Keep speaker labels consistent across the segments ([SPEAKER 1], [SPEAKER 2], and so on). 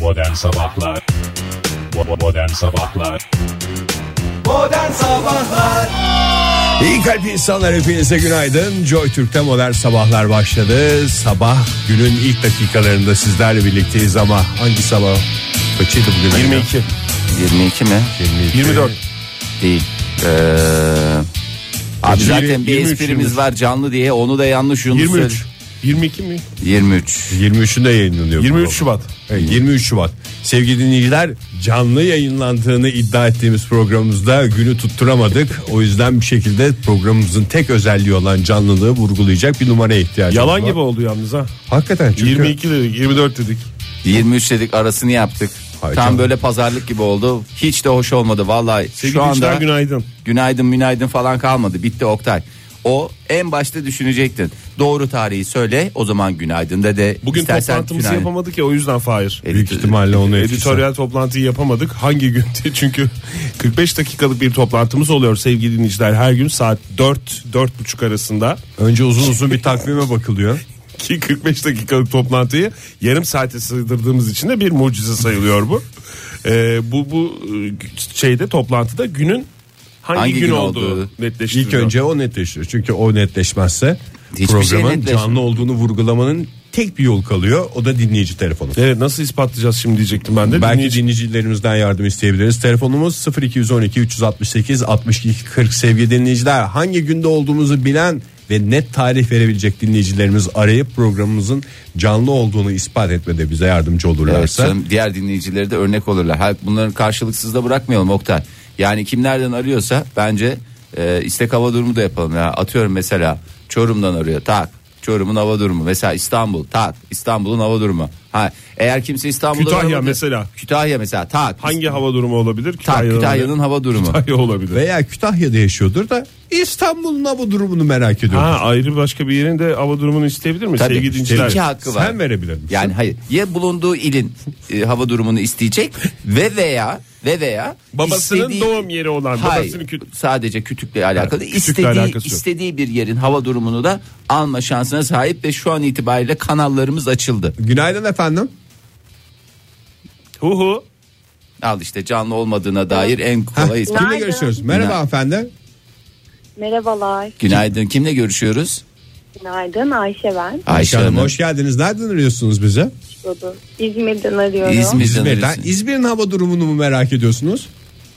[SPEAKER 1] Modern Sabahlar Bo- Modern Sabahlar
[SPEAKER 2] Modern Sabahlar
[SPEAKER 3] İyi kalp insanlar hepinize günaydın. Joy Türk'te modern sabahlar başladı. Sabah günün ilk dakikalarında sizlerle birlikteyiz ama hangi sabah? Kaçıydı bugün?
[SPEAKER 4] 22.
[SPEAKER 2] 22 mi?
[SPEAKER 3] 22.
[SPEAKER 4] 24.
[SPEAKER 2] Değil ee, Abi
[SPEAKER 3] Yirmi-
[SPEAKER 2] zaten bir
[SPEAKER 3] 23,
[SPEAKER 2] esprimiz
[SPEAKER 3] 23.
[SPEAKER 2] var canlı diye onu da yanlış Yunus
[SPEAKER 4] 23.
[SPEAKER 2] söyledi.
[SPEAKER 4] 22 mi?
[SPEAKER 2] 23
[SPEAKER 3] 23'ünde yayınlanıyor. bu
[SPEAKER 4] 23
[SPEAKER 3] program.
[SPEAKER 4] Şubat.
[SPEAKER 3] Evet, 23 Şubat. Sevgili dinleyiciler canlı yayınlandığını iddia ettiğimiz programımızda günü tutturamadık. O yüzden bir şekilde programımızın tek özelliği olan canlılığı vurgulayacak bir numaraya ihtiyacımız var.
[SPEAKER 4] Yalan gibi oldu yalnız ha.
[SPEAKER 3] Hakikaten çünkü
[SPEAKER 4] 22 dedik, 24 dedik.
[SPEAKER 2] 23 dedik arasını yaptık
[SPEAKER 3] Hay
[SPEAKER 2] Tam
[SPEAKER 3] canım.
[SPEAKER 2] böyle pazarlık gibi oldu Hiç de hoş olmadı vallahi
[SPEAKER 4] Sevgili
[SPEAKER 2] Şu anda
[SPEAKER 4] dinleyiciler, günaydın.
[SPEAKER 2] günaydın günaydın falan kalmadı bitti Oktay O en başta düşünecektin Doğru tarihi söyle o zaman günaydın de de
[SPEAKER 4] Bugün
[SPEAKER 2] İstersen
[SPEAKER 4] toplantımızı
[SPEAKER 2] günaydın.
[SPEAKER 4] yapamadık ya o yüzden Fahir.
[SPEAKER 2] Evet.
[SPEAKER 3] büyük ihtimalle onu etkisi.
[SPEAKER 4] Editoryal toplantıyı yapamadık. Hangi gün diye çünkü 45 dakikalık bir toplantımız oluyor sevgili dinleyiciler. Her gün saat 4 4.30 arasında
[SPEAKER 3] Önce uzun uzun bir takvime bakılıyor.
[SPEAKER 4] ki 45 dakikalık toplantıyı yarım saate sığdırdığımız için de bir mucize sayılıyor bu. Ee, bu bu e, şeyde toplantıda günün hangi,
[SPEAKER 2] Hangi
[SPEAKER 4] gün,
[SPEAKER 2] gün olduğu.
[SPEAKER 4] olduğu netleştiriliyor.
[SPEAKER 3] İlk önce o netleşiyor. Çünkü o netleşmezse
[SPEAKER 2] Hiçbir şey
[SPEAKER 3] programın
[SPEAKER 2] netleşmiyor.
[SPEAKER 3] canlı olduğunu vurgulamanın tek bir yol kalıyor. O da dinleyici telefonu.
[SPEAKER 4] Evet nasıl ispatlayacağız şimdi diyecektim ben de.
[SPEAKER 3] Belki
[SPEAKER 4] Dinleyici-
[SPEAKER 3] dinleyicilerimizden yardım isteyebiliriz. Telefonumuz 0212 368 62 40 sevgili dinleyiciler. Hangi günde olduğumuzu bilen ve net tarih verebilecek dinleyicilerimiz arayıp programımızın canlı olduğunu ispat etmede bize yardımcı
[SPEAKER 2] Evet,
[SPEAKER 3] olurlarsa.
[SPEAKER 2] canım, diğer dinleyicileri de örnek olurlar. Ha, bunların karşılıksız da bırakmayalım Oktay. Yani kim nereden arıyorsa bence e, istek hava durumu da yapalım. Ya. Atıyorum mesela Çorum'dan arıyor tak. Çorum'un hava durumu mesela İstanbul tak İstanbul'un hava durumu. Ha eğer kimse İstanbul'da
[SPEAKER 4] Kütahya mesela.
[SPEAKER 2] Kütahya mesela tak.
[SPEAKER 4] Hangi hava durumu olabilir?
[SPEAKER 2] tak
[SPEAKER 4] Kütahya'nın-
[SPEAKER 2] Kütahya'nın hava durumu.
[SPEAKER 4] Kütahya olabilir.
[SPEAKER 3] Veya Kütahya'da yaşıyordur da İstanbul'un bu durumunu merak ediyorum.
[SPEAKER 4] Ha ayrı başka bir yerin de hava durumunu isteyebilir mi
[SPEAKER 2] Tabii,
[SPEAKER 4] sevgili
[SPEAKER 2] isteyebilir.
[SPEAKER 4] dinleyiciler?
[SPEAKER 2] İki hakkı var.
[SPEAKER 3] Sen verebilir misin?
[SPEAKER 2] Yani hayır ya bulunduğu ilin e, hava durumunu isteyecek ve veya ve veya
[SPEAKER 4] Babasının
[SPEAKER 2] istediği-
[SPEAKER 4] doğum yeri olan,
[SPEAKER 2] Hayır,
[SPEAKER 4] babasının küt-
[SPEAKER 2] sadece kütükle alakalı
[SPEAKER 4] kütükle
[SPEAKER 2] istediği
[SPEAKER 4] alakası yok.
[SPEAKER 2] istediği bir yerin hava durumunu da alma şansına sahip ve şu an itibariyle kanallarımız açıldı.
[SPEAKER 3] Günaydın efendim.
[SPEAKER 4] Hu hu.
[SPEAKER 2] Al işte canlı olmadığına dair en kolay
[SPEAKER 3] Heh,
[SPEAKER 2] ispat.
[SPEAKER 3] kimle görüşüyoruz? Merhaba
[SPEAKER 2] Günaydın.
[SPEAKER 3] hanımefendi.
[SPEAKER 5] Merhabalar.
[SPEAKER 2] Günaydın. Kimle görüşüyoruz?
[SPEAKER 5] Günaydın Ayşe ben.
[SPEAKER 2] Ayşe
[SPEAKER 3] Hanım,
[SPEAKER 2] Hanım.
[SPEAKER 3] hoş geldiniz. Nereden arıyorsunuz bize?
[SPEAKER 5] Budur. İzmir'den arıyorum.
[SPEAKER 2] İzmir. Bizden
[SPEAKER 3] İzmir'den.
[SPEAKER 2] arıyorsunuz.
[SPEAKER 3] İzmir'in hava durumunu mu merak ediyorsunuz?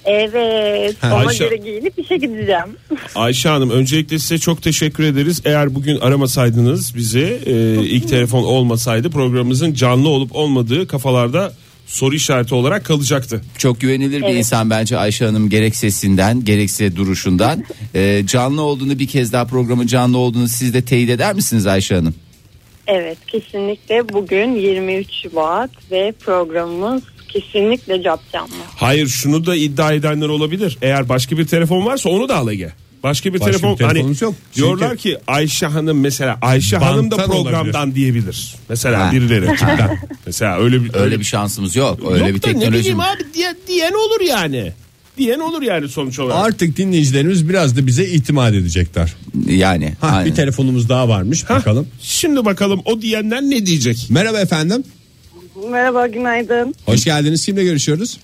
[SPEAKER 5] Evet.
[SPEAKER 3] Ha,
[SPEAKER 5] ona
[SPEAKER 4] Ayşe-
[SPEAKER 5] göre giyinip işe gideceğim.
[SPEAKER 4] Ayşe Hanım öncelikle size çok teşekkür ederiz. Eğer bugün aramasaydınız bizi e, ilk telefon olmasaydı programımızın canlı olup olmadığı kafalarda soru işareti olarak kalacaktı.
[SPEAKER 2] Çok güvenilir bir
[SPEAKER 5] Evet.
[SPEAKER 2] insan bence Ayşe Hanım gerek sesinden gerekse duruşundan. Ee, canlı olduğunu bir kez daha programın canlı olduğunu siz de teyit eder misiniz Ayşe Hanım?
[SPEAKER 5] Evet kesinlikle bugün 23 Şubat ve programımız kesinlikle cap canlı.
[SPEAKER 4] Hayır şunu da iddia edenler olabilir. Eğer başka bir telefon varsa onu da al Ege. Başka bir
[SPEAKER 3] Başka bir
[SPEAKER 4] telefon hani
[SPEAKER 3] telefonumuz yok. Çünkü-
[SPEAKER 4] diyorlar ki Ayşe Hanım mesela Ayşe
[SPEAKER 3] Banttan
[SPEAKER 4] Hanım da programdan diyebilir. Mesela
[SPEAKER 2] Ha.
[SPEAKER 4] birileri cidden. mesela öyle bir
[SPEAKER 2] Öyle bir şansımız yok. Öyle
[SPEAKER 4] Yok
[SPEAKER 2] bir
[SPEAKER 4] da ne
[SPEAKER 2] teknoloji.
[SPEAKER 4] bileyim abi diye, diyen olur yani. Diyen olur yani sonuç olarak.
[SPEAKER 3] Artık dinleyicilerimiz biraz da bize itimat edecekler.
[SPEAKER 2] Yani.
[SPEAKER 3] Ha,
[SPEAKER 2] aynen.
[SPEAKER 3] bir telefonumuz daha varmış
[SPEAKER 4] Hah,
[SPEAKER 3] bakalım.
[SPEAKER 4] Şimdi bakalım o diyenler ne diyecek?
[SPEAKER 3] Merhaba efendim.
[SPEAKER 6] Merhaba günaydın.
[SPEAKER 3] Hoş geldiniz. Kimle görüşüyoruz?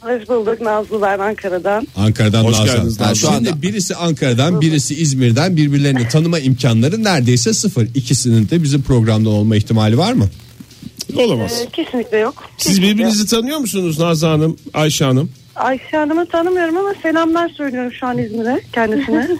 [SPEAKER 6] Hoş bulduk Nazlı ben Ankara'dan.
[SPEAKER 3] Ankara'dan
[SPEAKER 4] Hoş
[SPEAKER 3] Nazan.
[SPEAKER 4] geldiniz
[SPEAKER 3] Ha,
[SPEAKER 2] Nazan.
[SPEAKER 3] Şu anda birisi Ankara'dan, birisi İzmir'den birbirlerini tanıma imkanları neredeyse sıfır. İkisinin de bizim programdan olma ihtimali var mı?
[SPEAKER 4] Olamaz.
[SPEAKER 6] Ee, kesinlikle yok.
[SPEAKER 4] Siz
[SPEAKER 6] Kesinlikle yok.
[SPEAKER 4] birbirinizi tanıyor musunuz Nazlı Hanım, Ayşe Hanım?
[SPEAKER 6] Ayşe Hanım'ı tanımıyorum ama selamlar söylüyorum şu an İzmir'e kendisine.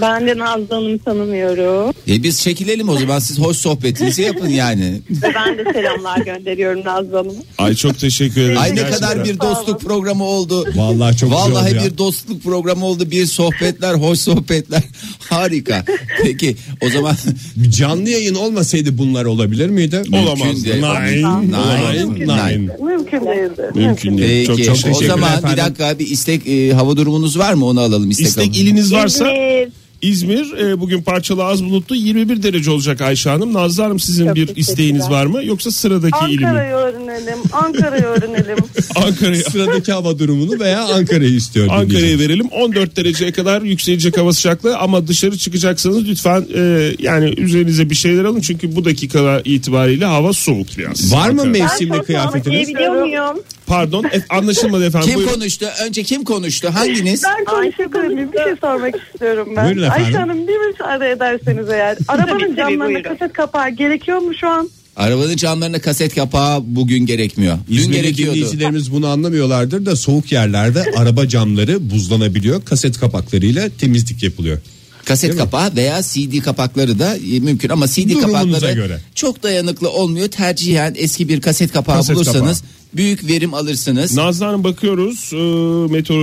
[SPEAKER 5] Ben de Nazlı Hanım'ı tanımıyorum.
[SPEAKER 2] E biz çekilelim o zaman siz hoş sohbetinizi yapın yani.
[SPEAKER 5] ben de selamlar gönderiyorum Nazlı Hanım'a.
[SPEAKER 4] Ay çok teşekkür ederim.
[SPEAKER 2] Ay ne
[SPEAKER 4] Gerçekten.
[SPEAKER 2] kadar bir dostluk programı oldu.
[SPEAKER 3] Vallahi çok güzel
[SPEAKER 2] Vallahi
[SPEAKER 3] oldu ya.
[SPEAKER 2] bir dostluk programı oldu. Bir sohbetler, hoş sohbetler. Harika. Peki o zaman
[SPEAKER 3] Bir Canlı yayın olmasaydı bunlar olabilir miydi?
[SPEAKER 2] Olamaz.
[SPEAKER 3] Nine,
[SPEAKER 2] Nine,
[SPEAKER 3] nine,
[SPEAKER 2] nine.
[SPEAKER 3] nine.
[SPEAKER 6] Mümkün değildi.
[SPEAKER 4] Mümkün değil.
[SPEAKER 2] peki
[SPEAKER 4] Çok çok
[SPEAKER 2] o
[SPEAKER 4] teşekkür
[SPEAKER 2] zaman
[SPEAKER 4] ederim.
[SPEAKER 3] efendim.
[SPEAKER 2] bir dakika bir istek e, hava durumunuz var mı onu alalım istek.
[SPEAKER 4] İstek
[SPEAKER 2] alalım.
[SPEAKER 4] iliniz varsa
[SPEAKER 5] İzmir.
[SPEAKER 4] İzmir e, bugün parçalı az bulutlu 21 derece olacak Ayşe Hanım. Nazlı Hanım sizin
[SPEAKER 5] Çok
[SPEAKER 4] bir
[SPEAKER 5] teşekkürler.
[SPEAKER 4] isteğiniz var mı? Yoksa sıradaki ili mi?
[SPEAKER 6] Ankara'yı öğrenelim. Ankara'yı öğrenelim.
[SPEAKER 4] Ankara'ya.
[SPEAKER 3] Sıradaki hava durumunu veya Ankara'yı istiyor.
[SPEAKER 4] Ankara'ya
[SPEAKER 3] dinleyicimiz.
[SPEAKER 4] verelim 14 dereceye kadar yükselecek hava sıcaklığı ama dışarı çıkacaksanız lütfen e, yani üzerinize bir şeyler alın çünkü bu dakikalar itibariyle hava soğuk biraz.
[SPEAKER 3] Var mı
[SPEAKER 4] Ankara.
[SPEAKER 3] mevsimli
[SPEAKER 6] Ben şortlamak
[SPEAKER 3] kıyafetiniz?
[SPEAKER 6] giyebiliyor muyum?
[SPEAKER 4] Pardon e, anlaşılmadı efendim.
[SPEAKER 2] Kim
[SPEAKER 4] Buyurun.
[SPEAKER 2] konuştu? Önce kim konuştu? Hanginiz?
[SPEAKER 6] Ben konuşabilir miyim? Bir şey sormak istiyorum ben.
[SPEAKER 3] Buyurun efendim.
[SPEAKER 6] Ayşe Hanım bir müsaade ederseniz eğer. Arabanın
[SPEAKER 5] tabii,
[SPEAKER 6] camlarına
[SPEAKER 5] buyurun.
[SPEAKER 6] kaset kapağı gerekiyor mu şu an?
[SPEAKER 2] Arabanın camlarına kaset kapağı bugün gerekmiyor. Dün
[SPEAKER 3] İzmirli
[SPEAKER 2] gerekiyordu.
[SPEAKER 3] dinleyicilerimiz bunu anlamıyorlardır da soğuk yerlerde araba camları buzlanabiliyor. Kaset kapaklarıyla temizlik yapılıyor.
[SPEAKER 2] Kaset kapağı veya CD kapakları da e, mümkün ama CD
[SPEAKER 3] Durumunuza
[SPEAKER 2] kapakları
[SPEAKER 3] göre.
[SPEAKER 2] çok dayanıklı olmuyor. Tercihen eski bir kaset kapağı
[SPEAKER 3] Kaset
[SPEAKER 2] bulursanız büyük verim alırsınız.
[SPEAKER 4] Nazlı Hanım bakıyoruz e,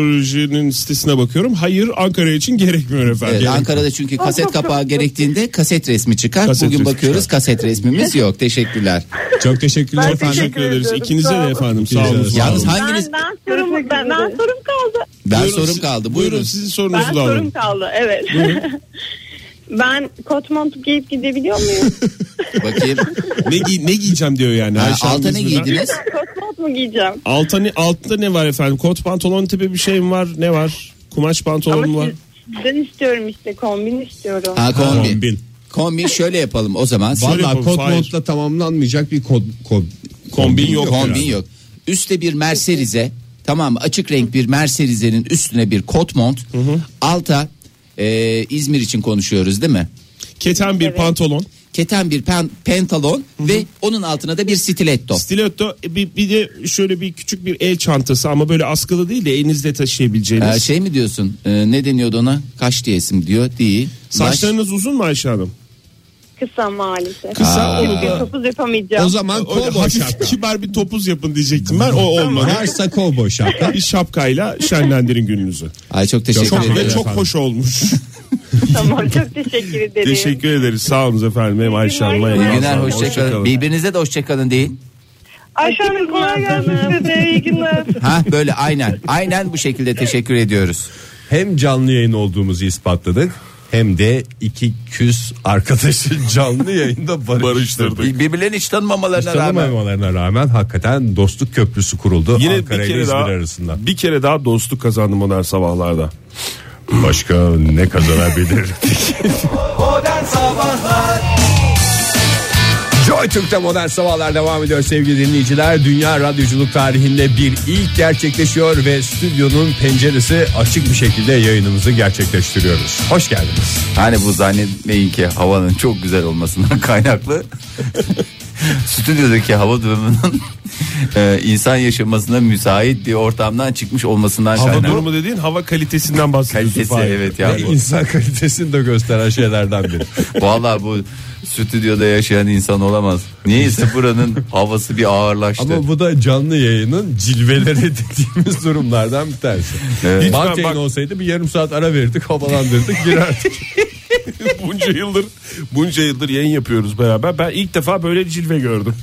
[SPEAKER 4] meteorolojinin sitesine bakıyorum. Hayır Ankara için gerekmiyor efendim.
[SPEAKER 2] Evet,
[SPEAKER 4] Gerek-
[SPEAKER 2] Ankara'da çünkü
[SPEAKER 6] Çok,
[SPEAKER 2] kaset
[SPEAKER 6] çok, çok,
[SPEAKER 2] kapağı
[SPEAKER 6] çok.
[SPEAKER 2] gerektiğinde kaset resmi çıkar.
[SPEAKER 4] Kaset
[SPEAKER 2] Bugün
[SPEAKER 4] resmi
[SPEAKER 2] bakıyoruz
[SPEAKER 4] çıkar.
[SPEAKER 2] kaset resmimiz yok. Teşekkürler.
[SPEAKER 3] Çok teşekkürler
[SPEAKER 6] Ben
[SPEAKER 3] efendim.
[SPEAKER 4] Teşekkür ederiz.
[SPEAKER 6] ediyorum.
[SPEAKER 4] İkinize
[SPEAKER 6] Sağ
[SPEAKER 4] de
[SPEAKER 6] olun.
[SPEAKER 4] efendim. Sağ olun. Sağ
[SPEAKER 3] Teşekkür
[SPEAKER 4] olun.
[SPEAKER 2] Yalnız hanginiz
[SPEAKER 5] Ben, ben sorum, ben, ben sorum kaldı.
[SPEAKER 2] ben
[SPEAKER 4] Buyurun,
[SPEAKER 2] sorum
[SPEAKER 4] siz-
[SPEAKER 2] kaldı.
[SPEAKER 4] Buyurun
[SPEAKER 2] Buyurun.
[SPEAKER 4] sizin sorunuzu
[SPEAKER 5] Ben
[SPEAKER 4] da alalım.
[SPEAKER 5] sorum kaldı evet. ben kot montu giyip gidebiliyor muyum?
[SPEAKER 2] Bakayım.
[SPEAKER 4] Ne, giy- ne giyeceğim diyor yani.
[SPEAKER 2] Ha,
[SPEAKER 4] Ayşe Hanım
[SPEAKER 2] alta ne
[SPEAKER 4] İzmir'den.
[SPEAKER 2] giydiniz?
[SPEAKER 5] kot mont mu giyeceğim?
[SPEAKER 4] Alta ne, altta ne var efendim? Kot pantolon tipi bir şey mi var? Ne var? Kumaş pantolon mu
[SPEAKER 5] Ama
[SPEAKER 4] var?
[SPEAKER 5] siz, sizden istiyorum işte kombin istiyorum.
[SPEAKER 2] Ha kombi.
[SPEAKER 3] Kombin.
[SPEAKER 2] Kombi, şöyle yapalım o zaman.
[SPEAKER 4] Şöyle
[SPEAKER 3] Valla
[SPEAKER 4] yapalım,
[SPEAKER 3] kot
[SPEAKER 4] Fahir.
[SPEAKER 3] montla tamamlanmayacak bir kod, kod-
[SPEAKER 4] Kombin yok.
[SPEAKER 2] Kombin
[SPEAKER 4] herhalde.
[SPEAKER 2] yok. Üste bir Mercerize tamam mı? Açık renk bir Mercerize'nin üstüne bir kot mont. Alta e, İzmir için konuşuyoruz değil mi?
[SPEAKER 4] Keten bir pantolon.
[SPEAKER 2] Keten bir pen, pentalon ve onun altına da bir stiletto.
[SPEAKER 4] Stiletto e, bir, bir de şöyle bir küçük bir el çantası ama böyle askılı değil de elinizde taşıyabileceğiniz.
[SPEAKER 2] Ee, şey mi diyorsun? Ee, ne deniyordu ona? Kaş diyesim diyor. Değil.
[SPEAKER 4] Saçlarınız uzun mu Ayşe Hanım?
[SPEAKER 5] Kısa maalesef.
[SPEAKER 4] Kısa
[SPEAKER 2] Aa.
[SPEAKER 4] onu
[SPEAKER 5] Bir
[SPEAKER 4] da
[SPEAKER 5] topuz yapamayacağım.
[SPEAKER 3] O zaman
[SPEAKER 4] öyle
[SPEAKER 3] kovboy
[SPEAKER 4] hafif
[SPEAKER 3] şapka.
[SPEAKER 4] kibar bir topuz yapın diyecektim ben o olmadı.
[SPEAKER 3] Varsa kovboy şapka.
[SPEAKER 4] bir şapkayla şenlendirin gününüzü.
[SPEAKER 2] Ay çok teşekkür
[SPEAKER 4] Çok
[SPEAKER 2] ederim.
[SPEAKER 4] ve çok
[SPEAKER 3] efendim.
[SPEAKER 4] hoş olmuş.
[SPEAKER 5] tamam çok teşekkür ederim.
[SPEAKER 4] Teşekkür ederiz. Sağ olun efendim. Hem Ayşe Hanım'a
[SPEAKER 5] İyi
[SPEAKER 2] İyi günler
[SPEAKER 4] hem Nazlı Hanım'a.
[SPEAKER 2] hoşçakalın.
[SPEAKER 4] Hoşçakalın.
[SPEAKER 2] Birbirinize de hoşçakalın deyin.
[SPEAKER 6] Ayşe Hanım kolay gelsin size de iyi günler.
[SPEAKER 2] Ha böyle aynen. Aynen bu şekilde teşekkür ediyoruz.
[SPEAKER 3] Hem canlı yayın olduğumuzu ispatladık hem de iki küs arkadaşı canlı yayında barıştırdık.
[SPEAKER 2] Birbirlerini hiç tanımamalarına rağmen.
[SPEAKER 3] Tanımamalarına rağmen hakikaten dostluk köprüsü kuruldu
[SPEAKER 4] Yine
[SPEAKER 3] Ankara
[SPEAKER 4] bir
[SPEAKER 3] ile
[SPEAKER 4] kere
[SPEAKER 3] İzmir
[SPEAKER 4] daha
[SPEAKER 3] arasında.
[SPEAKER 4] bir kere daha dostluk kazandım modern sabahlarda.
[SPEAKER 3] Başka ne kazanabilir? Joy Türk'te modern sabahlar devam ediyor sevgili dinleyiciler. Dünya radyoculuk tarihinde bir ilk gerçekleşiyor ve stüdyonun penceresi açık bir şekilde yayınımızı gerçekleştiriyoruz. Hoş geldiniz.
[SPEAKER 2] Hani bu zannetmeyin ki havanın çok güzel olmasından kaynaklı. stüdyodaki hava durumunun e, insan yaşamasına müsait bir ortamdan çıkmış olmasından
[SPEAKER 4] Hava
[SPEAKER 2] kaynaklı.
[SPEAKER 4] durumu dediğin hava kalitesinden bahsediyorsun.
[SPEAKER 2] Kalitesi
[SPEAKER 4] Fahir.
[SPEAKER 2] evet ya.
[SPEAKER 3] Ve
[SPEAKER 2] bu.
[SPEAKER 3] insan kalitesini de gösteren şeylerden biri.
[SPEAKER 2] Vallahi bu stüdyoda yaşayan insan olamaz. Niyeyse buranın havası bir ağırlaştı.
[SPEAKER 3] Ama bu da canlı yayının cilveleri dediğimiz durumlardan bir tanesi.
[SPEAKER 2] Evet.
[SPEAKER 3] Hiç Bak
[SPEAKER 4] ben-
[SPEAKER 3] yayın
[SPEAKER 4] bak-
[SPEAKER 3] olsaydı bir yarım saat ara verdik, havalandırdık, girerdik.
[SPEAKER 4] bunca yıldır bunca yıldır yayın yapıyoruz beraber. Ben ilk defa böyle cilve gördüm.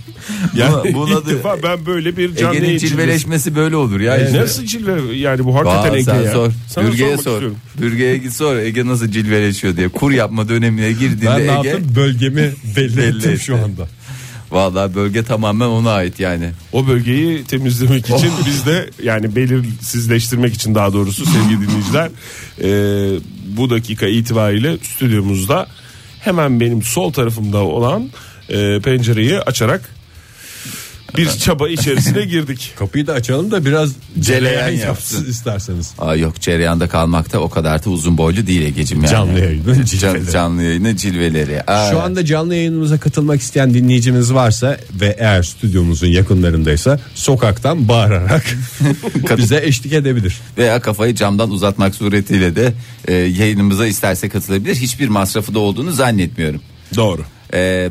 [SPEAKER 4] Yani
[SPEAKER 2] Buna- buna
[SPEAKER 4] ilk
[SPEAKER 2] da-
[SPEAKER 4] defa ben böyle bir canlı
[SPEAKER 2] Ege'nin
[SPEAKER 4] yayın cilvesi.
[SPEAKER 2] cilveleşmesi böyle olur ya.
[SPEAKER 4] Yani
[SPEAKER 2] işte.
[SPEAKER 4] Nasıl cilve yani bu hakikaten
[SPEAKER 2] Vallahi
[SPEAKER 4] Ege
[SPEAKER 2] sen
[SPEAKER 4] ya.
[SPEAKER 2] sor.
[SPEAKER 4] Sana
[SPEAKER 2] Bürge'ye
[SPEAKER 4] sormak
[SPEAKER 2] sor.
[SPEAKER 4] istiyorum.
[SPEAKER 2] Bürge'ye git sor. Ege nasıl cilveleşiyor diye. Kur yapma dönemine
[SPEAKER 3] Ben ne
[SPEAKER 2] girdiğinde Ege.
[SPEAKER 3] yaptım? Bölgemi belli
[SPEAKER 2] Belli
[SPEAKER 3] ettim şu
[SPEAKER 2] etti.
[SPEAKER 3] anda.
[SPEAKER 2] Vallahi bölge tamamen ona ait yani.
[SPEAKER 4] O bölgeyi temizlemek için biz de yani belirsizleştirmek için daha doğrusu sevgili dinleyiciler e, bu dakika itibariyle stüdyomuzda hemen benim sol tarafımda olan e, pencereyi açarak bir çaba içerisine girdik.
[SPEAKER 3] Kapıyı da açalım da biraz
[SPEAKER 2] Cereyan
[SPEAKER 3] cereyan
[SPEAKER 2] yapsın.
[SPEAKER 3] yapsın isterseniz.
[SPEAKER 2] Aa, yok cereyanda kalmakta o kadar da uzun boylu değil Ege'cim yani.
[SPEAKER 3] Canlı yayının
[SPEAKER 2] Can,
[SPEAKER 3] cilveleri.
[SPEAKER 2] canlı yayını cilveleri. Aa,
[SPEAKER 3] Şu anda canlı yayınımıza katılmak isteyen dinleyicimiz varsa ve eğer stüdyomuzun yakınlarındaysa sokaktan bağırarak bize eşlik edebilir.
[SPEAKER 2] veya kafayı camdan uzatmak suretiyle de e, yayınımıza isterse katılabilir. Hiçbir masrafı da olduğunu zannetmiyorum.
[SPEAKER 4] Doğru.
[SPEAKER 2] Ee,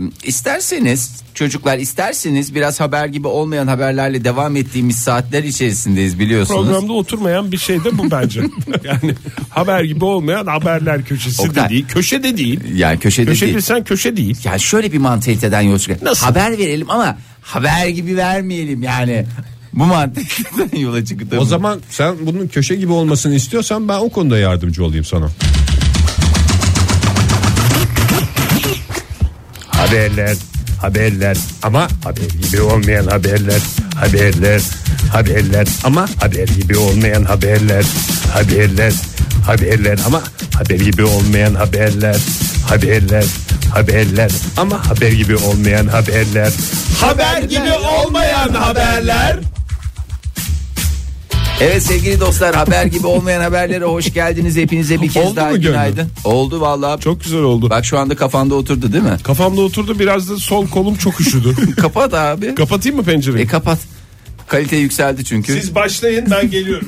[SPEAKER 2] isterseniz çocuklar isterseniz biraz haber gibi olmayan haberlerle devam ettiğimiz saatler içerisindeyiz biliyorsunuz.
[SPEAKER 4] Programda oturmayan bir şey de bu bence. yani haber gibi olmayan haberler köşesi
[SPEAKER 2] Oktay.
[SPEAKER 4] de değil, köşe de değil.
[SPEAKER 2] Yani köşede
[SPEAKER 4] Köşe
[SPEAKER 2] değil.
[SPEAKER 4] desen köşe değil.
[SPEAKER 2] Yani şöyle bir mantaliteden yola çıkıyor.
[SPEAKER 4] Nasıl?
[SPEAKER 2] Haber verelim ama haber gibi vermeyelim yani. Bu mantaliteden yola çıktım.
[SPEAKER 3] O zaman sen bunun köşe gibi olmasını istiyorsan ben o konuda yardımcı olayım sana.
[SPEAKER 7] Haberler, haberler ama haber gibi olmayan haberler, haberler, haberler ama haber gibi olmayan haberler, haberler, haberler ama haber gibi olmayan haberler, haberler, haberler ama haber gibi olmayan haberler.
[SPEAKER 4] Haber gibi olmayan haberler.
[SPEAKER 2] Evet sevgili dostlar haber gibi olmayan haberlere hoş geldiniz. Hepinize bir kez
[SPEAKER 4] Oldu
[SPEAKER 2] daha
[SPEAKER 4] mu gönlüm?
[SPEAKER 2] günaydın. Oldu vallahi.
[SPEAKER 4] Çok güzel oldu.
[SPEAKER 2] Bak şu anda kafanda oturdu değil mi?
[SPEAKER 4] Kafamda oturdu biraz da sol kolum çok üşüdü.
[SPEAKER 2] Kapat abi.
[SPEAKER 4] Kapatayım mı pencereyi?
[SPEAKER 2] E kapat. Kalite yükseldi çünkü.
[SPEAKER 4] Siz başlayın ben geliyorum.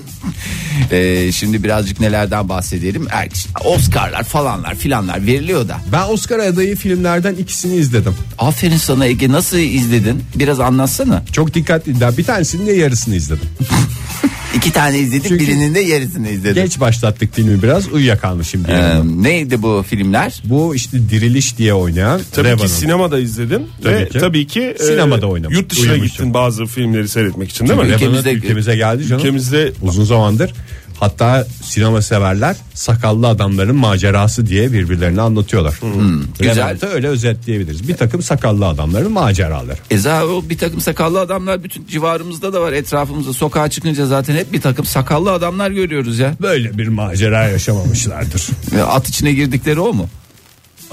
[SPEAKER 2] Ee, şimdi birazcık nelerden bahsedelim. Er- Oscar'lar falanlar filanlar veriliyor da.
[SPEAKER 3] Ben Oscar adayı filmlerden ikisini izledim.
[SPEAKER 2] Aferin sana Ege nasıl izledin? Biraz anlatsana.
[SPEAKER 3] Çok dikkatli. Daha bir tanesinin de yarısını izledim.
[SPEAKER 2] İki tane izledik
[SPEAKER 3] Çünkü-
[SPEAKER 2] birinin de yarısını izledim.
[SPEAKER 3] Geç başlattık filmi biraz uyuyakalmışım diye.
[SPEAKER 2] Ee, neydi bu filmler?
[SPEAKER 3] Bu işte diriliş diye oynayan
[SPEAKER 4] Tabii
[SPEAKER 3] Revan'ın.
[SPEAKER 4] ki sinemada izledim ve
[SPEAKER 3] Tabii ki.
[SPEAKER 4] tabii ki e,
[SPEAKER 3] Sinemada oynamış,
[SPEAKER 4] Yurt dışına
[SPEAKER 3] uyumuşum.
[SPEAKER 4] gittin bazı filmleri seyretmek için değil mi?
[SPEAKER 2] Tabii.
[SPEAKER 3] Revan'ın
[SPEAKER 2] Ülkemizde-
[SPEAKER 3] ülkemize, geldi canım.
[SPEAKER 4] Ülkemizde
[SPEAKER 3] Uzun zamandır hatta sinema severler sakallı adamların macerası diye birbirlerine anlatıyorlar.
[SPEAKER 2] Hmm, güzel.
[SPEAKER 3] Levent'i öyle özetleyebiliriz. Bir takım sakallı adamların maceraları.
[SPEAKER 2] E zaten o bir takım sakallı adamlar bütün civarımızda da var etrafımızda. Sokağa çıkınca zaten hep bir takım sakallı adamlar görüyoruz ya.
[SPEAKER 3] Böyle bir macera yaşamamışlardır.
[SPEAKER 2] Ve At içine girdikleri o mu?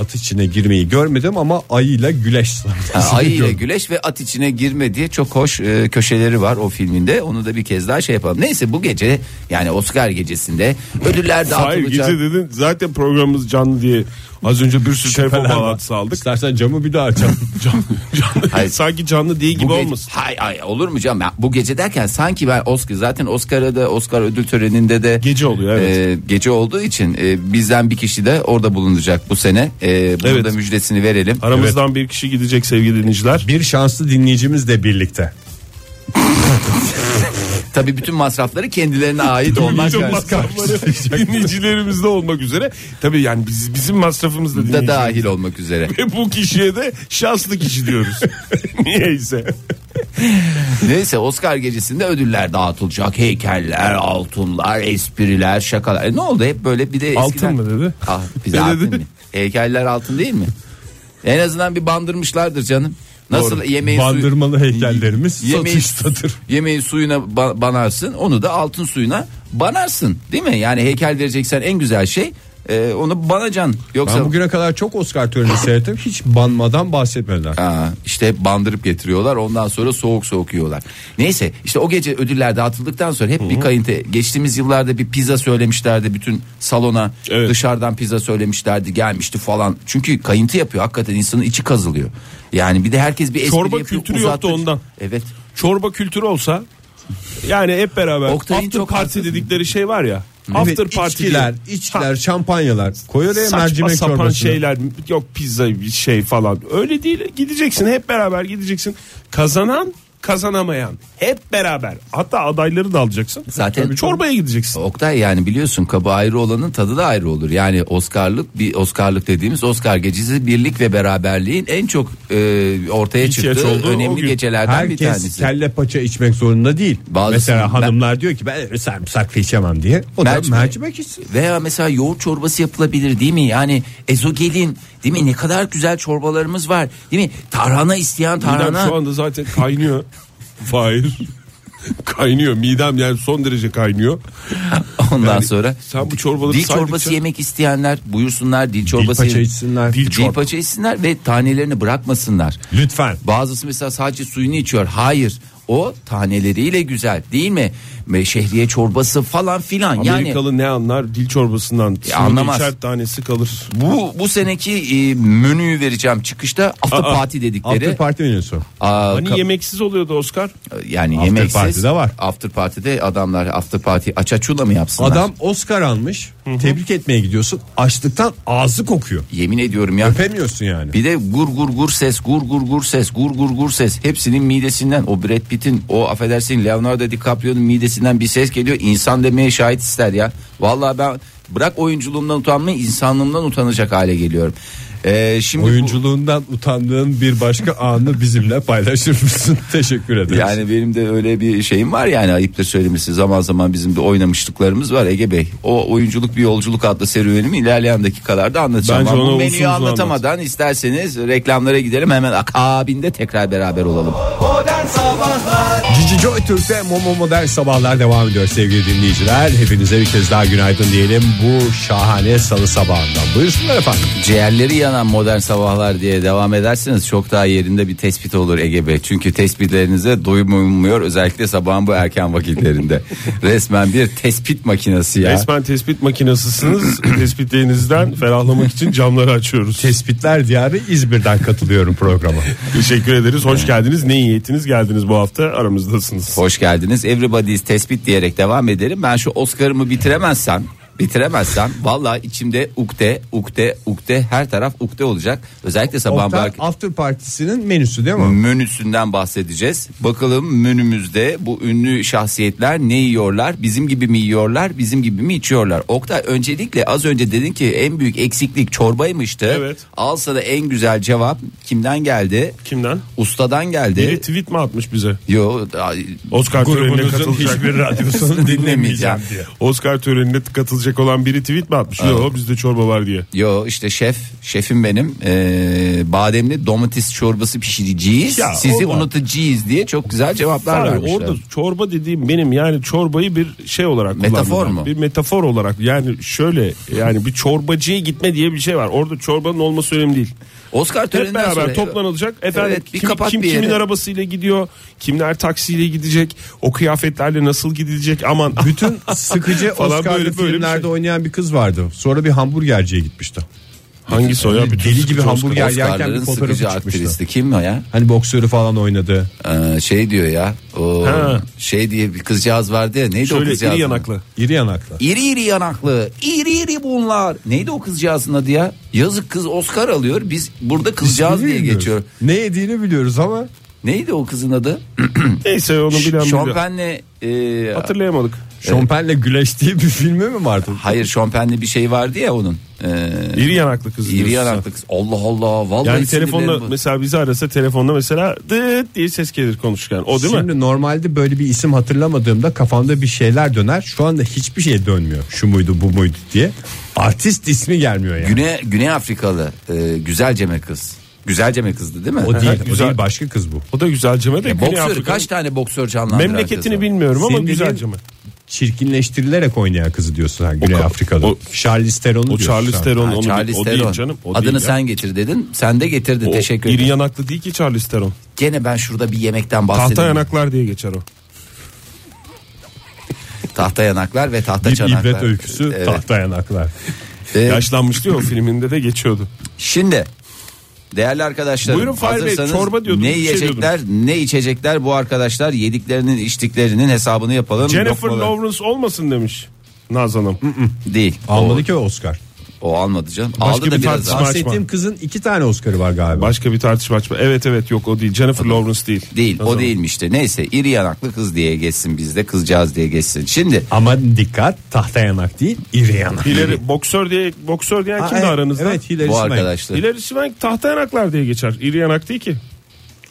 [SPEAKER 3] At içine girmeyi görmedim ama ayıyla güleş sahnesini
[SPEAKER 2] Ha, ayıyla
[SPEAKER 3] gördüm.
[SPEAKER 2] güleş ve at içine girme diye çok hoş e, köşeleri var o filminde. Onu da bir kez daha şey yapalım. Neyse bu gece yani Oscar gecesinde ödüller
[SPEAKER 4] Hayır
[SPEAKER 2] dağıtılacak.
[SPEAKER 4] gece dedin zaten programımız canlı diye az önce bir sürü telefon
[SPEAKER 3] Şüpheler var.
[SPEAKER 4] bağlantısı aldık.
[SPEAKER 3] İstersen camı bir daha açalım.
[SPEAKER 4] Canlı,
[SPEAKER 2] Hayır.
[SPEAKER 4] sanki canlı değil gibi
[SPEAKER 2] bu gece,
[SPEAKER 4] olmasın.
[SPEAKER 2] hay, hay, olur mu canım? Ya bu gece derken sanki ben Oscar zaten Oscar'a da Oscar ödül töreninde de
[SPEAKER 4] Gece oluyor, evet.
[SPEAKER 2] e, gece olduğu için e, bizden bir kişi de orada bulunacak bu sene. E, bunun
[SPEAKER 4] Evet.
[SPEAKER 2] da müjdesini verelim.
[SPEAKER 4] Aramızdan bir kişi gidecek sevgili dinleyiciler.
[SPEAKER 3] bir şanslı dinleyicimizle birlikte.
[SPEAKER 2] Tabii bütün masrafları kendilerine ait olmak
[SPEAKER 4] Bütün masrafları dinleyicilerimizde olmak üzere. Tabii yani biz, bizim masrafımız da
[SPEAKER 2] da
[SPEAKER 4] dinleyicilerimiz.
[SPEAKER 2] dahil olmak üzere.
[SPEAKER 4] Ve bu kişiye de şanslı kişi diyoruz. Niyeyse.
[SPEAKER 2] Neyse Oscar gecesinde ödüller dağıtılacak. Heykeller, altınlar, espriler, şakalar. E, ne oldu hep böyle bir de eskiden...
[SPEAKER 4] Altın mı dedi?
[SPEAKER 2] Ah, bir de
[SPEAKER 4] Ne
[SPEAKER 2] altın
[SPEAKER 4] dedi?
[SPEAKER 2] mı? Heykeller altın değil mi? En azından bir bandırmışlardır canım. Nasıl yemeğin suyu,
[SPEAKER 3] Bandırmalı heykellerimiz
[SPEAKER 2] yemeğin,
[SPEAKER 3] satıştadır.
[SPEAKER 2] yemeğin suyuna ba- banarsın onu da altın suyuna banarsın değil mi? Yani heykel vereceksen en güzel şey e, onu banacan yoksa
[SPEAKER 3] Ben bugüne kadar çok Oscar töreni seyrettim. Hiç banmadan bahsetmediler.
[SPEAKER 2] Aa, işte bandırıp getiriyorlar ondan sonra soğuk soğuk yiyorlar. Neyse işte o gece ödüller dağıtıldıktan sonra hep bir kayıntı. Geçtiğimiz yıllarda bir pizza söylemişlerdi bütün salona
[SPEAKER 4] Evet.
[SPEAKER 2] dışarıdan pizza söylemişlerdi gelmişti falan. Çünkü kayıntı yapıyor hakikaten insanın içi kazılıyor. Yani bir de herkes bir espri
[SPEAKER 4] Çorba
[SPEAKER 2] yapıyor,
[SPEAKER 4] kültürü yoktu
[SPEAKER 2] uzatmış.
[SPEAKER 4] ondan.
[SPEAKER 2] Evet
[SPEAKER 4] Çorba kültürü olsa yani hep beraber
[SPEAKER 2] Oktay'ın
[SPEAKER 4] after
[SPEAKER 2] çok
[SPEAKER 4] party
[SPEAKER 2] haklısın.
[SPEAKER 4] dedikleri şey var ya.
[SPEAKER 3] Evet,
[SPEAKER 4] After party
[SPEAKER 3] içkiler,
[SPEAKER 4] diye.
[SPEAKER 3] içkiler, şampanyalar. Koy oraya
[SPEAKER 4] Saçma
[SPEAKER 3] mercimek
[SPEAKER 4] sapan
[SPEAKER 3] çorbasını.
[SPEAKER 4] şeyler yok pizza bir şey falan öyle değil gideceksin hep beraber gideceksin kazanan kazanamayan hep beraber hatta adayları da alacaksın
[SPEAKER 2] Zaten-
[SPEAKER 4] Tabii çorbaya gideceksin
[SPEAKER 2] Oktay yani biliyorsun kabı ayrı olanın tadı da ayrı olur. Yani Oscar'lık bir Oscar'lık dediğimiz Oscar gecesi birlik ve beraberliğin en çok e, ortaya
[SPEAKER 4] İhtiyaç
[SPEAKER 2] çıktığı
[SPEAKER 4] olduğu o
[SPEAKER 2] önemli
[SPEAKER 4] gün.
[SPEAKER 2] gecelerden bir
[SPEAKER 3] Herkes
[SPEAKER 2] tanesi.
[SPEAKER 3] kelle paça içmek zorunda değil.
[SPEAKER 2] Bazısı-
[SPEAKER 3] Mesela hanımlar diyor ki ben öyle sarımsaklı içemem diye. O
[SPEAKER 2] Mercimek-
[SPEAKER 3] da mercimek içsin.
[SPEAKER 2] Veya mesela yoğurt çorbası yapılabilir değil mi? Yani ezogelin değil mi? Ne kadar güzel çorbalarımız var değil mi? Tarhana isteyen
[SPEAKER 4] midem
[SPEAKER 2] tarhana.
[SPEAKER 4] şu anda zaten kaynıyor Fahir kaynıyor midem yani son derece kaynıyor
[SPEAKER 2] Ondan
[SPEAKER 4] Yani
[SPEAKER 2] sonra
[SPEAKER 4] sen bu çorbaları
[SPEAKER 2] dil
[SPEAKER 4] saydıkça-
[SPEAKER 2] çorbası yemek isteyenler buyursunlar dil çorbası.
[SPEAKER 3] paça içsinler.
[SPEAKER 2] Dil,
[SPEAKER 3] Dil çorba.
[SPEAKER 2] paça içsinler ve tanelerini bırakmasınlar.
[SPEAKER 3] Lütfen.
[SPEAKER 2] Bazısı mesela sadece suyunu içiyor. Hayır. O taneleriyle güzel değil mi? Ve şehriye çorbası falan filan. yani E,
[SPEAKER 4] Amerikalı ne anlar dil çorbasından Sınırda
[SPEAKER 2] anlamaz.
[SPEAKER 4] içer tanesi kalır
[SPEAKER 2] bu bu seneki e, menüyü vereceğim çıkışta after party dedikleri.
[SPEAKER 3] After party menüsü.
[SPEAKER 2] Aa,
[SPEAKER 4] hani
[SPEAKER 2] ka-
[SPEAKER 4] yemeksiz oluyordu Oscar
[SPEAKER 2] yani
[SPEAKER 3] After
[SPEAKER 2] yemeksiz.
[SPEAKER 3] party'de var.
[SPEAKER 2] After party'de adamlar after party açaçula mı yapsınlar?
[SPEAKER 3] Adam Oscar almış. Tebrik etmeye gidiyorsun. Açlıktan ağzı kokuyor.
[SPEAKER 2] yemin ediyorum ya.
[SPEAKER 3] Öpemiyorsun yani.
[SPEAKER 2] Bir de gur gur gur ses, gur gur gur ses, gur gur gur ses. Hepsinin midesinden o Brad Pitt'in, o affedersin Leonardo DiCaprio'nun midesinden bir ses geliyor. İnsan demeye şahit ister ya. Vallahi ben bırak oyunculuğumdan utanmayı, insanlığımdan utanacak hale geliyorum. Ee, şimdi bu-
[SPEAKER 3] Oyunculuğundan utandığın bir başka anı bizimle paylaşır mısın? Teşekkür ederiz.
[SPEAKER 2] Yani benim de öyle bir şeyim var yani ayıptır söylemesi zaman zaman bizim bir oynamışlıklarımız var Ege Bey. O oyunculuk bir yolculuk adlı serüvenimi ilerleyen dakikalarda anlatacağım.
[SPEAKER 4] Bence
[SPEAKER 2] Ama
[SPEAKER 4] ona
[SPEAKER 2] bu
[SPEAKER 4] uzun uzun
[SPEAKER 2] menüyü anlatamadan isterseniz reklamlara gidelim hemen akabinde tekrar beraber olalım.
[SPEAKER 3] Cici Joy Türk'te Momo Modern Sabahlar devam ediyor sevgili dinleyiciler. Hepinize bir kez daha günaydın diyelim bu şahane salı sabahından. Buyursunlar efendim.
[SPEAKER 2] Ciğerleri yanan modern sabahlar diye devam ederseniz çok daha yerinde bir tespit olur Ege Bey. Çünkü tespitlerinize doyulmuyor özellikle sabahın bu erken vakitlerinde. Resmen bir tespit makinesi ya.
[SPEAKER 4] Resmen tespit makinasısınız. Tespitlerinizden ferahlamak için camları açıyoruz.
[SPEAKER 3] Tespitler Diyarı İzmir'den katılıyorum programa.
[SPEAKER 4] Teşekkür ederiz. Hoş geldiniz. Ne iyi ettiniz geldiniz bu hafta aramızdasınız.
[SPEAKER 2] Hoş geldiniz. Everybody's tespit diyerek devam edelim. Ben şu Oscar'ımı bitiremezsem bitiremezsem valla içimde ukde ukde ukde her taraf ukde olacak. Özellikle sabah
[SPEAKER 3] Oktay,
[SPEAKER 2] belki
[SPEAKER 3] after partisinin menüsü değil mi?
[SPEAKER 2] menüsünden bahsedeceğiz. Bakalım menümüzde bu ünlü şahsiyetler ne yiyorlar? Bizim gibi mi yiyorlar? Bizim gibi mi içiyorlar? Oktay öncelikle az önce dedin ki en büyük eksiklik çorbaymıştı.
[SPEAKER 4] Evet.
[SPEAKER 2] Alsa da en güzel cevap kimden geldi?
[SPEAKER 4] Kimden?
[SPEAKER 2] Ustadan geldi.
[SPEAKER 4] Biri tweet mi atmış bize?
[SPEAKER 2] Yo,
[SPEAKER 4] Oscar törenine
[SPEAKER 7] Grubunuzun
[SPEAKER 4] katılacak.
[SPEAKER 7] hiçbir radyosunu dinlemeyeceğim diye.
[SPEAKER 4] Oscar törenine katılacak olan biri tweet mi atmış? Yo bizde çorba var diye.
[SPEAKER 2] Yo işte şef, şefim benim. Ee, bademli domates çorbası pişireceğiz.
[SPEAKER 4] Ya
[SPEAKER 2] Sizi
[SPEAKER 4] olmaz.
[SPEAKER 2] unutacağız diye çok güzel cevaplar
[SPEAKER 4] Abi
[SPEAKER 2] vermişler.
[SPEAKER 4] orada çorba dediğim benim yani çorbayı bir şey olarak
[SPEAKER 2] Metafor
[SPEAKER 4] kullandım ben.
[SPEAKER 2] mu?
[SPEAKER 4] Bir metafor olarak yani şöyle yani bir çorbacıya gitme diye bir şey var. Orada çorbanın olması önemli değil.
[SPEAKER 2] Oscar
[SPEAKER 4] Hep
[SPEAKER 2] töreninden
[SPEAKER 4] beraber
[SPEAKER 2] sonra
[SPEAKER 4] toplanılacak. Efendim
[SPEAKER 2] Evet, bir
[SPEAKER 4] kim,
[SPEAKER 2] kapat
[SPEAKER 4] kim
[SPEAKER 2] bir yere.
[SPEAKER 4] kimin arabasıyla gidiyor? Kimler taksiyle gidecek? O kıyafetlerle nasıl gidilecek? Aman
[SPEAKER 3] Bütün sıkıcı
[SPEAKER 4] Falan
[SPEAKER 3] Oscar'lı
[SPEAKER 4] böyle- böyle bir
[SPEAKER 3] filmlerde
[SPEAKER 4] şey.
[SPEAKER 3] oynayan bir kız vardı. Sonra bir hamburgerciye gitmişti. Hani
[SPEAKER 4] hangisi o ya? Bütün
[SPEAKER 3] Deli gibi
[SPEAKER 4] sıkıcı
[SPEAKER 3] hamburger
[SPEAKER 4] Oscar.
[SPEAKER 3] yerken bir
[SPEAKER 2] Oscar'ların
[SPEAKER 3] fotoğrafı
[SPEAKER 2] sıkıcı
[SPEAKER 3] çıkmıştı.
[SPEAKER 2] aktristi kim o ya?
[SPEAKER 3] Hani boksörü falan oynadı.
[SPEAKER 2] Ee, şey diyor ya. O
[SPEAKER 4] Ha.
[SPEAKER 2] şey diye bir kızcağız vardı ya. Neydi o
[SPEAKER 4] Şöyle
[SPEAKER 2] kızcağız?
[SPEAKER 4] iri yanaklı.
[SPEAKER 3] İri yanaklı.
[SPEAKER 2] İri iri yanaklı. İri iri bunlar. Neydi o kızcağızın adı ya? Yazık kız Oscar alıyor. Biz burada kızcağız
[SPEAKER 3] İsmini
[SPEAKER 2] diye
[SPEAKER 3] bilmiyoruz.
[SPEAKER 2] geçiyor.
[SPEAKER 3] Ne yediğini biliyoruz ama
[SPEAKER 2] Neydi o kızın adı?
[SPEAKER 4] Neyse onu bilen biliyor.
[SPEAKER 2] Şompenle e,
[SPEAKER 4] Hatırlayamadık.
[SPEAKER 3] Şompen'le Güleş diye bir filmi mi vardı?
[SPEAKER 2] Hayır şompenli bir şey vardı ya onun. Ee,
[SPEAKER 4] İri yanaklı kız.
[SPEAKER 2] iri
[SPEAKER 4] diyorsun sen.
[SPEAKER 2] yanaklı kız. Allah Allah. Vallahi
[SPEAKER 4] Yani
[SPEAKER 2] sinirlerim
[SPEAKER 4] telefonla
[SPEAKER 2] bu-
[SPEAKER 4] mesela bizi arasa telefonla mesela dıt diye ses gelir konuşurken. O değil mi?
[SPEAKER 3] Şimdi normalde böyle bir isim hatırlamadığımda kafamda bir şeyler döner. Şu anda hiçbir şey dönmüyor. Şu muydu bu muydu diye. Artist ismi gelmiyor yani.
[SPEAKER 2] Güney Güney Afrikalı e, güzelceme kız. Güzelceme kızdı değil mi?
[SPEAKER 3] O değil, o
[SPEAKER 4] güzel.
[SPEAKER 3] değil başka kız bu.
[SPEAKER 4] O da güzelceme de.
[SPEAKER 2] Ya,
[SPEAKER 4] Güney
[SPEAKER 2] boksör
[SPEAKER 4] Afrika'nın
[SPEAKER 2] kaç tane boksör canlandıran
[SPEAKER 4] Memleketini
[SPEAKER 2] kız var?
[SPEAKER 4] bilmiyorum ama
[SPEAKER 3] Senin
[SPEAKER 4] güzel
[SPEAKER 3] dediğin
[SPEAKER 4] cama.
[SPEAKER 3] Çirkinleştirilerek oynayan kızı diyorsun ha, Güney
[SPEAKER 4] O ka-
[SPEAKER 3] Afrika'da.
[SPEAKER 4] o-
[SPEAKER 3] Charlize Theron'u
[SPEAKER 4] O
[SPEAKER 3] diyorsun sen.
[SPEAKER 4] Charles Theron
[SPEAKER 2] Ha,
[SPEAKER 4] onu
[SPEAKER 2] Charles
[SPEAKER 4] o
[SPEAKER 2] Theron.
[SPEAKER 4] değil canım. O
[SPEAKER 2] Adını
[SPEAKER 4] değil ya.
[SPEAKER 2] sen getir dedin. Sen de getirdin.
[SPEAKER 4] O
[SPEAKER 2] Teşekkür
[SPEAKER 4] iri
[SPEAKER 2] ederim.
[SPEAKER 4] yanaklı değil ki Charles Theron.
[SPEAKER 2] Gene ben şurada bir yemekten bahsedeyim.
[SPEAKER 4] Tahta yanaklar diye geçer o.
[SPEAKER 2] Tahta yanaklar ve tahta
[SPEAKER 3] Bir
[SPEAKER 2] çanaklar.
[SPEAKER 3] ibret öyküsü
[SPEAKER 2] Evet.
[SPEAKER 3] tahta yanaklar.
[SPEAKER 2] Ee,
[SPEAKER 4] Yaşlanmış diyor o filminde de geçiyordu.
[SPEAKER 2] Şimdi değerli arkadaşlarım
[SPEAKER 4] Buyurun Fahir Bey,
[SPEAKER 2] hazırsanız
[SPEAKER 4] çorba diyordunuz,
[SPEAKER 2] ne
[SPEAKER 4] bir şey
[SPEAKER 2] yiyecekler ne içecekler bu arkadaşlar yediklerinin içtiklerinin hesabını yapalım.
[SPEAKER 4] Jennifer
[SPEAKER 2] Lokmalar-
[SPEAKER 4] Lawrence olmasın demiş. Nazan Hanım.
[SPEAKER 2] Değil.
[SPEAKER 3] Almadı ki o Oscar.
[SPEAKER 2] O, o almadı canım.
[SPEAKER 4] Başka
[SPEAKER 2] Aldı da
[SPEAKER 4] bir
[SPEAKER 2] biraz
[SPEAKER 4] tartışma
[SPEAKER 2] daha.
[SPEAKER 4] açma.
[SPEAKER 3] Bahsettiğim kızın iki tane Oscar'ı var galiba.
[SPEAKER 4] Başka bir tartışma açma. Evet evet yok o değil. Jennifer Lawrence değil.
[SPEAKER 2] Değil
[SPEAKER 4] zaman?
[SPEAKER 2] o değilmişti. Neyse iri yanaklı kız diye geçsin bizde kızcağız diye geçsin. Şimdi
[SPEAKER 3] Ama dikkat tahta yanak değil iri yanak.
[SPEAKER 4] Hillary, boksör diye boksör diyen
[SPEAKER 3] Ha,
[SPEAKER 4] kimdi
[SPEAKER 3] evet,
[SPEAKER 4] aranızda?
[SPEAKER 3] Evet Hillary
[SPEAKER 2] bu
[SPEAKER 3] Swank.
[SPEAKER 2] arkadaşlar.
[SPEAKER 4] Hillary Swank tahta yanaklar diye geçer. İri yanak değil ki.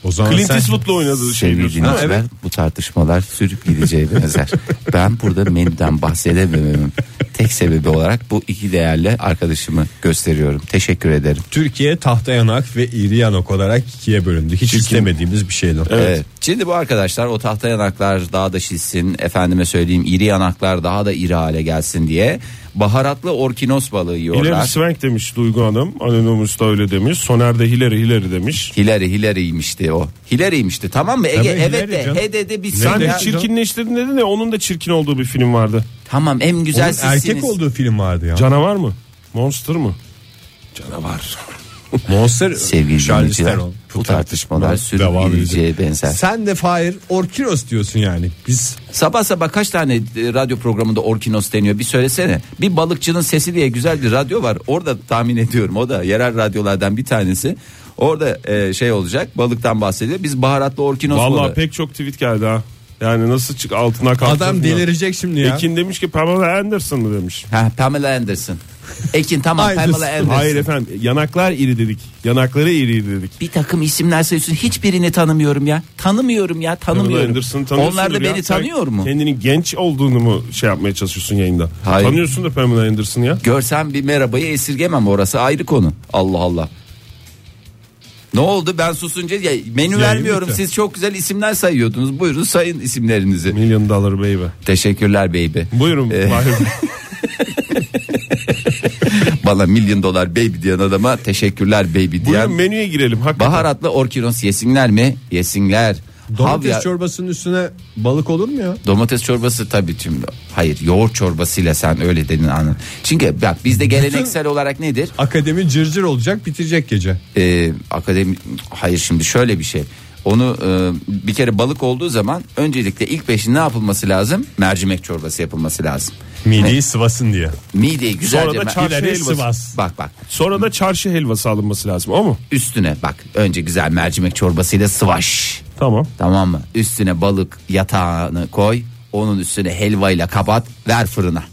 [SPEAKER 3] O zaman
[SPEAKER 4] Clint
[SPEAKER 3] sen-
[SPEAKER 4] Eastwood'la oynadığı şey
[SPEAKER 2] Sevgili
[SPEAKER 4] diyorsun. Ha,
[SPEAKER 2] dinleyiciler
[SPEAKER 4] evet.
[SPEAKER 2] bu tartışmalar sürüp gideceği benzer. ben burada menüden bahsedememem. Tek sebebi olarak bu iki değerli arkadaşımı gösteriyorum. Teşekkür ederim.
[SPEAKER 3] Türkiye tahta yanak ve iri yanak olarak ikiye bölündü. Hiç istemediğimiz bir şeydi.
[SPEAKER 2] Evet. Şimdi bu arkadaşlar o tahta yanaklar daha da şişsin efendime söyleyeyim iri yanaklar daha da iri hale gelsin diye baharatlı orkinos balığı
[SPEAKER 4] Hillary
[SPEAKER 2] yiyorlar.
[SPEAKER 4] Swank demiş Duygu Hanım. Anonymous da öyle demiş. Soner de Hillary Hillary demiş.
[SPEAKER 2] Hilary Hilary'ymişti o. Hilary'ymişti tamam mı? Ege
[SPEAKER 3] Tabii,
[SPEAKER 2] evet
[SPEAKER 3] Hillary
[SPEAKER 2] de
[SPEAKER 3] canım.
[SPEAKER 2] he dedi biz
[SPEAKER 4] Sen
[SPEAKER 2] sen
[SPEAKER 4] de çirkinleştirdin dedin ya onun da çirkin olduğu bir film vardı.
[SPEAKER 2] Tamam en güzel
[SPEAKER 3] Onun
[SPEAKER 2] sizsiniz.
[SPEAKER 3] erkek olduğu film vardı ya.
[SPEAKER 4] Canavar mı? Monster mı? Canavar.
[SPEAKER 3] Monster
[SPEAKER 2] Sevgili
[SPEAKER 3] Charlize
[SPEAKER 2] dinleyiciler
[SPEAKER 3] Theron.
[SPEAKER 2] bu tartışmalar sürüp
[SPEAKER 3] devam
[SPEAKER 2] gideceğe
[SPEAKER 3] edecek.
[SPEAKER 2] benzer.
[SPEAKER 3] Sen de Fahir Orkinos diyorsun yani. Biz
[SPEAKER 2] Sabah sabah kaç tane e, radyo programında orkinos deniyor bir söylesene. Bir balıkçının sesi diye güzel bir radyo var. Orada tahmin ediyorum o da yerel radyolardan bir tanesi. Orada e, şey olacak balıktan bahsediyor. Biz baharatlı orkinos
[SPEAKER 4] Vallahi
[SPEAKER 2] balığı.
[SPEAKER 4] pek çok tweet geldi ha. Yani nasıl çık altına kalktı.
[SPEAKER 3] Adam delirecek şimdi ya.
[SPEAKER 4] Ekin demiş ki Pamela Anderson mı demiş.
[SPEAKER 2] Ha, Pamela Anderson. Ekin tamam
[SPEAKER 3] Aynısı.
[SPEAKER 2] Pamela Anderson.
[SPEAKER 4] Hayır efendim yanaklar iri dedik. Yanakları iri dedik.
[SPEAKER 2] Bir takım isimler sayıyorsun hiçbirini tanımıyorum ya. Tanımıyorum ya
[SPEAKER 4] Pamela
[SPEAKER 2] tanımıyorum.
[SPEAKER 4] Anderson'ı tanıyorsundur
[SPEAKER 2] Onlar da
[SPEAKER 4] ya.
[SPEAKER 2] beni
[SPEAKER 4] Sen
[SPEAKER 2] tanıyor mu?
[SPEAKER 4] Kendini genç olduğunu mu şey yapmaya çalışıyorsun yayında?
[SPEAKER 2] Hayır.
[SPEAKER 4] Tanıyorsun da Pamela Anderson'ı ya.
[SPEAKER 2] Görsem bir merhabayı esirgemem orası ayrı konu. Allah Allah. Ne oldu ben susunca ya, menü vermiyorum
[SPEAKER 4] bitti.
[SPEAKER 2] siz çok güzel isimler sayıyordunuz. Buyurun sayın isimlerinizi.
[SPEAKER 4] Milyon dolar baby.
[SPEAKER 2] Teşekkürler baby.
[SPEAKER 4] Buyurun
[SPEAKER 2] Ee,
[SPEAKER 4] Mahir Bey.
[SPEAKER 2] Bana milyon dolar baby diyen adama teşekkürler baby
[SPEAKER 4] Buyurun
[SPEAKER 2] diyen.
[SPEAKER 4] menüye girelim. Hakikaten.
[SPEAKER 2] Baharatlı orkinos yesinler mi? Yesinler.
[SPEAKER 3] Domates
[SPEAKER 2] Havya-
[SPEAKER 3] çorbasının üstüne balık olur mu ya?
[SPEAKER 2] Domates çorbası tabii tüm hayır yoğurt çorbasıyla sen öyle dedin anın. Çünkü bak bizde geleneksel olarak nedir?
[SPEAKER 3] Akademi cırcır olacak bitirecek gece.
[SPEAKER 2] Ee, akademi hayır şimdi şöyle bir şey. Onu e, bir kere balık olduğu zaman öncelikle ilk peşin ne yapılması lazım? Mercimek çorbası yapılması lazım.
[SPEAKER 3] Mideyi sıvasın diye.
[SPEAKER 2] Mideyi güzelce
[SPEAKER 4] Sonra da
[SPEAKER 2] mer-
[SPEAKER 4] çarşı
[SPEAKER 3] İleri
[SPEAKER 4] helvası.
[SPEAKER 3] Sivas.
[SPEAKER 2] Bak bak
[SPEAKER 4] Sonra da çarşı helvası alınması lazım o mu?
[SPEAKER 2] üstüne bak önce güzel mercimek çorbasıyla sıvaş.
[SPEAKER 4] Tamam.
[SPEAKER 2] Tamam mı? Üstüne balık yatağını koy. Onun üstüne helvayla kapat. Ver fırına.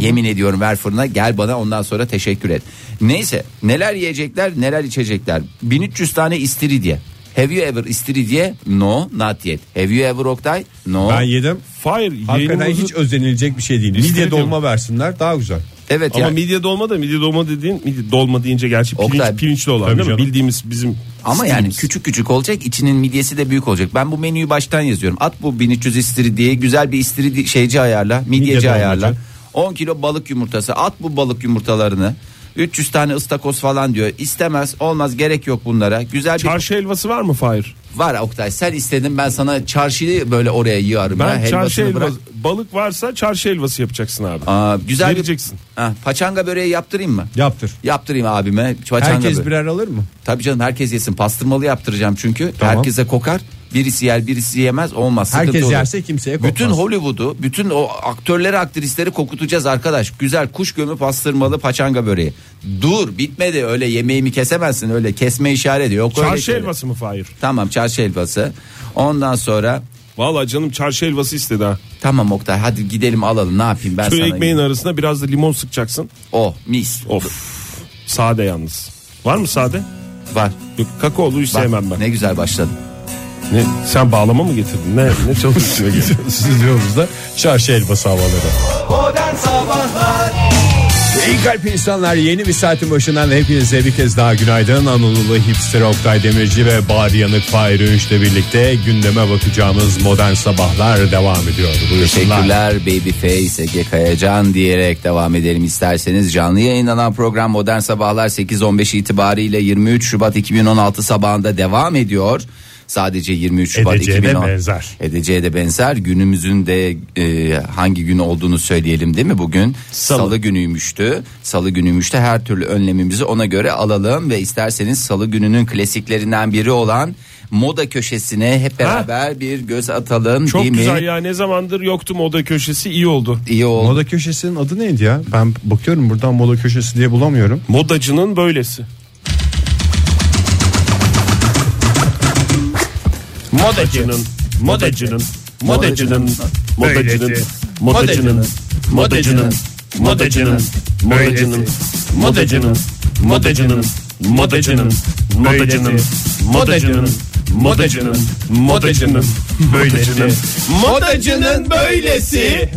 [SPEAKER 2] Yemin ediyorum ver fırına. Gel bana ondan sonra teşekkür et. Neyse neler yiyecekler neler içecekler. 1300 tane istiridye. Have you ever istiridye? No not yet. Have you ever Oktay? No.
[SPEAKER 3] Ben yedim.
[SPEAKER 4] Hayır.
[SPEAKER 3] Hakikaten
[SPEAKER 4] yayınımızı-
[SPEAKER 3] hiç özenilecek bir şey değil. Midye
[SPEAKER 4] İstiridye
[SPEAKER 3] dolma versinler daha güzel.
[SPEAKER 2] evet
[SPEAKER 4] Ama
[SPEAKER 2] ya.
[SPEAKER 4] midye dolma da midye dolma dediğin midye dolma deyince gerçi pirinç,
[SPEAKER 2] Oktay.
[SPEAKER 4] pirinçli olan
[SPEAKER 3] Tabii
[SPEAKER 4] değil mi?
[SPEAKER 3] canım.
[SPEAKER 4] Bildiğimiz bizim
[SPEAKER 2] Ama yani
[SPEAKER 4] stilimiz.
[SPEAKER 2] küçük küçük olacak içinin midyesi de büyük olacak. Ben bu menüyü baştan yazıyorum. At bu 1300 istiridyeyi güzel bir istiridye şeyci ayarla, midyeci
[SPEAKER 3] Midye
[SPEAKER 2] ayarla.
[SPEAKER 3] dolmacı.
[SPEAKER 2] 10 kilo balık yumurtası at bu balık yumurtalarını. 300 tane ıstakoz falan diyor. İstemez olmaz gerek yok bunlara. Güzel bir
[SPEAKER 4] Çarşı helvası var mı Fahir?
[SPEAKER 2] var Oktay sen istedin ben sana çarşıyı böyle oraya yığarım. ya,
[SPEAKER 4] Ben
[SPEAKER 2] helvasını
[SPEAKER 4] çarşı
[SPEAKER 2] bırak.
[SPEAKER 4] helvası balık varsa çarşı helvası yapacaksın abi.
[SPEAKER 2] Aa, güzel bir-
[SPEAKER 4] Vereceksin.
[SPEAKER 2] Ha, paçanga böreği yaptırayım mı?
[SPEAKER 3] Yaptır.
[SPEAKER 2] Yaptırayım abime. Paçanga
[SPEAKER 3] Herkes
[SPEAKER 2] böreği.
[SPEAKER 3] birer alır mı?
[SPEAKER 2] Tabii canım herkes yesin. Pastırmalı yaptıracağım çünkü.
[SPEAKER 3] Tamam.
[SPEAKER 2] Herkese kokar. Birisi yer birisi yemez olmaz. Sıkıntı
[SPEAKER 3] Herkes
[SPEAKER 2] olur.
[SPEAKER 3] yerse kimseye kokmaz.
[SPEAKER 2] Bütün Hollywood'u, bütün o aktörleri, aktrisleri kokutacağız arkadaş. Güzel kuş gömü pastırmalı paçanga böreği. Dur, bitmedi. Öyle yemeğimi kesemezsin. Öyle kesme işareti yok öyle.
[SPEAKER 4] Çarşı
[SPEAKER 2] şeyler.
[SPEAKER 4] helvası mı Fahir?
[SPEAKER 2] Tamam, çarşı helvası. Ondan sonra
[SPEAKER 4] Vallahi canım çarşı helvası istedi ha.
[SPEAKER 2] tamam Oktay hadi gidelim alalım. Ne yapayım ben
[SPEAKER 4] Şu
[SPEAKER 2] sana?
[SPEAKER 4] ekmeğin arasına biraz da limon sıkacaksın.
[SPEAKER 2] Oh, mis.
[SPEAKER 4] Of. Sade yalnız. Var mı sade?
[SPEAKER 2] Var.
[SPEAKER 4] Yok kakaolu hiç
[SPEAKER 2] Bak,
[SPEAKER 4] sevmem ben.
[SPEAKER 2] Ne güzel başladım.
[SPEAKER 4] Ne? Sen bağlama mı getirdin? Ne, ne çalışıyorsun?
[SPEAKER 3] stüdyomuzda çarşı elbası havaları. İyi kalp insanlar yeni bir saatin başından hepinize bir kez daha günaydın. Anadolu Hipster Oktay Demirci ve Bahar Yanık Fahir Öğünç'le birlikte gündeme bakacağımız modern sabahlar devam ediyor. Buyursunlar.
[SPEAKER 2] Teşekkürler Babyface Ege Kayacan diyerek devam edelim isterseniz. Canlı yayınlanan program Modern Sabahlar 8.15 itibariyle 23 Şubat 2016 sabahında devam ediyor. Sadece 23 Şubat
[SPEAKER 7] Edeceğe de
[SPEAKER 2] 2016
[SPEAKER 7] benzer.
[SPEAKER 2] Edeceğe de benzer. Günümüzün de e, hangi gün olduğunu söyleyelim değil mi bugün? Salı. günüymüştü. Salı günüymüştü. Her türlü önlemimizi ona göre alalım ve isterseniz salı gününün klasiklerinden biri olan moda köşesine hep beraber bir göz atalım
[SPEAKER 4] Çok
[SPEAKER 2] değil mi?
[SPEAKER 4] güzel ya ne zamandır yoktu moda köşesi iyi oldu.
[SPEAKER 2] İyi oldu.
[SPEAKER 3] Moda köşesinin adı neydi ya? Ben bakıyorum buradan moda köşesi diye bulamıyorum.
[SPEAKER 4] Modacının böylesi. Modacının, modacının, modacının, modacının, modacının, modacının, modacının, modacının, modacının, modacının, modacının, modacının, modacının, modacının, modacının, modacının, modacının böylesi.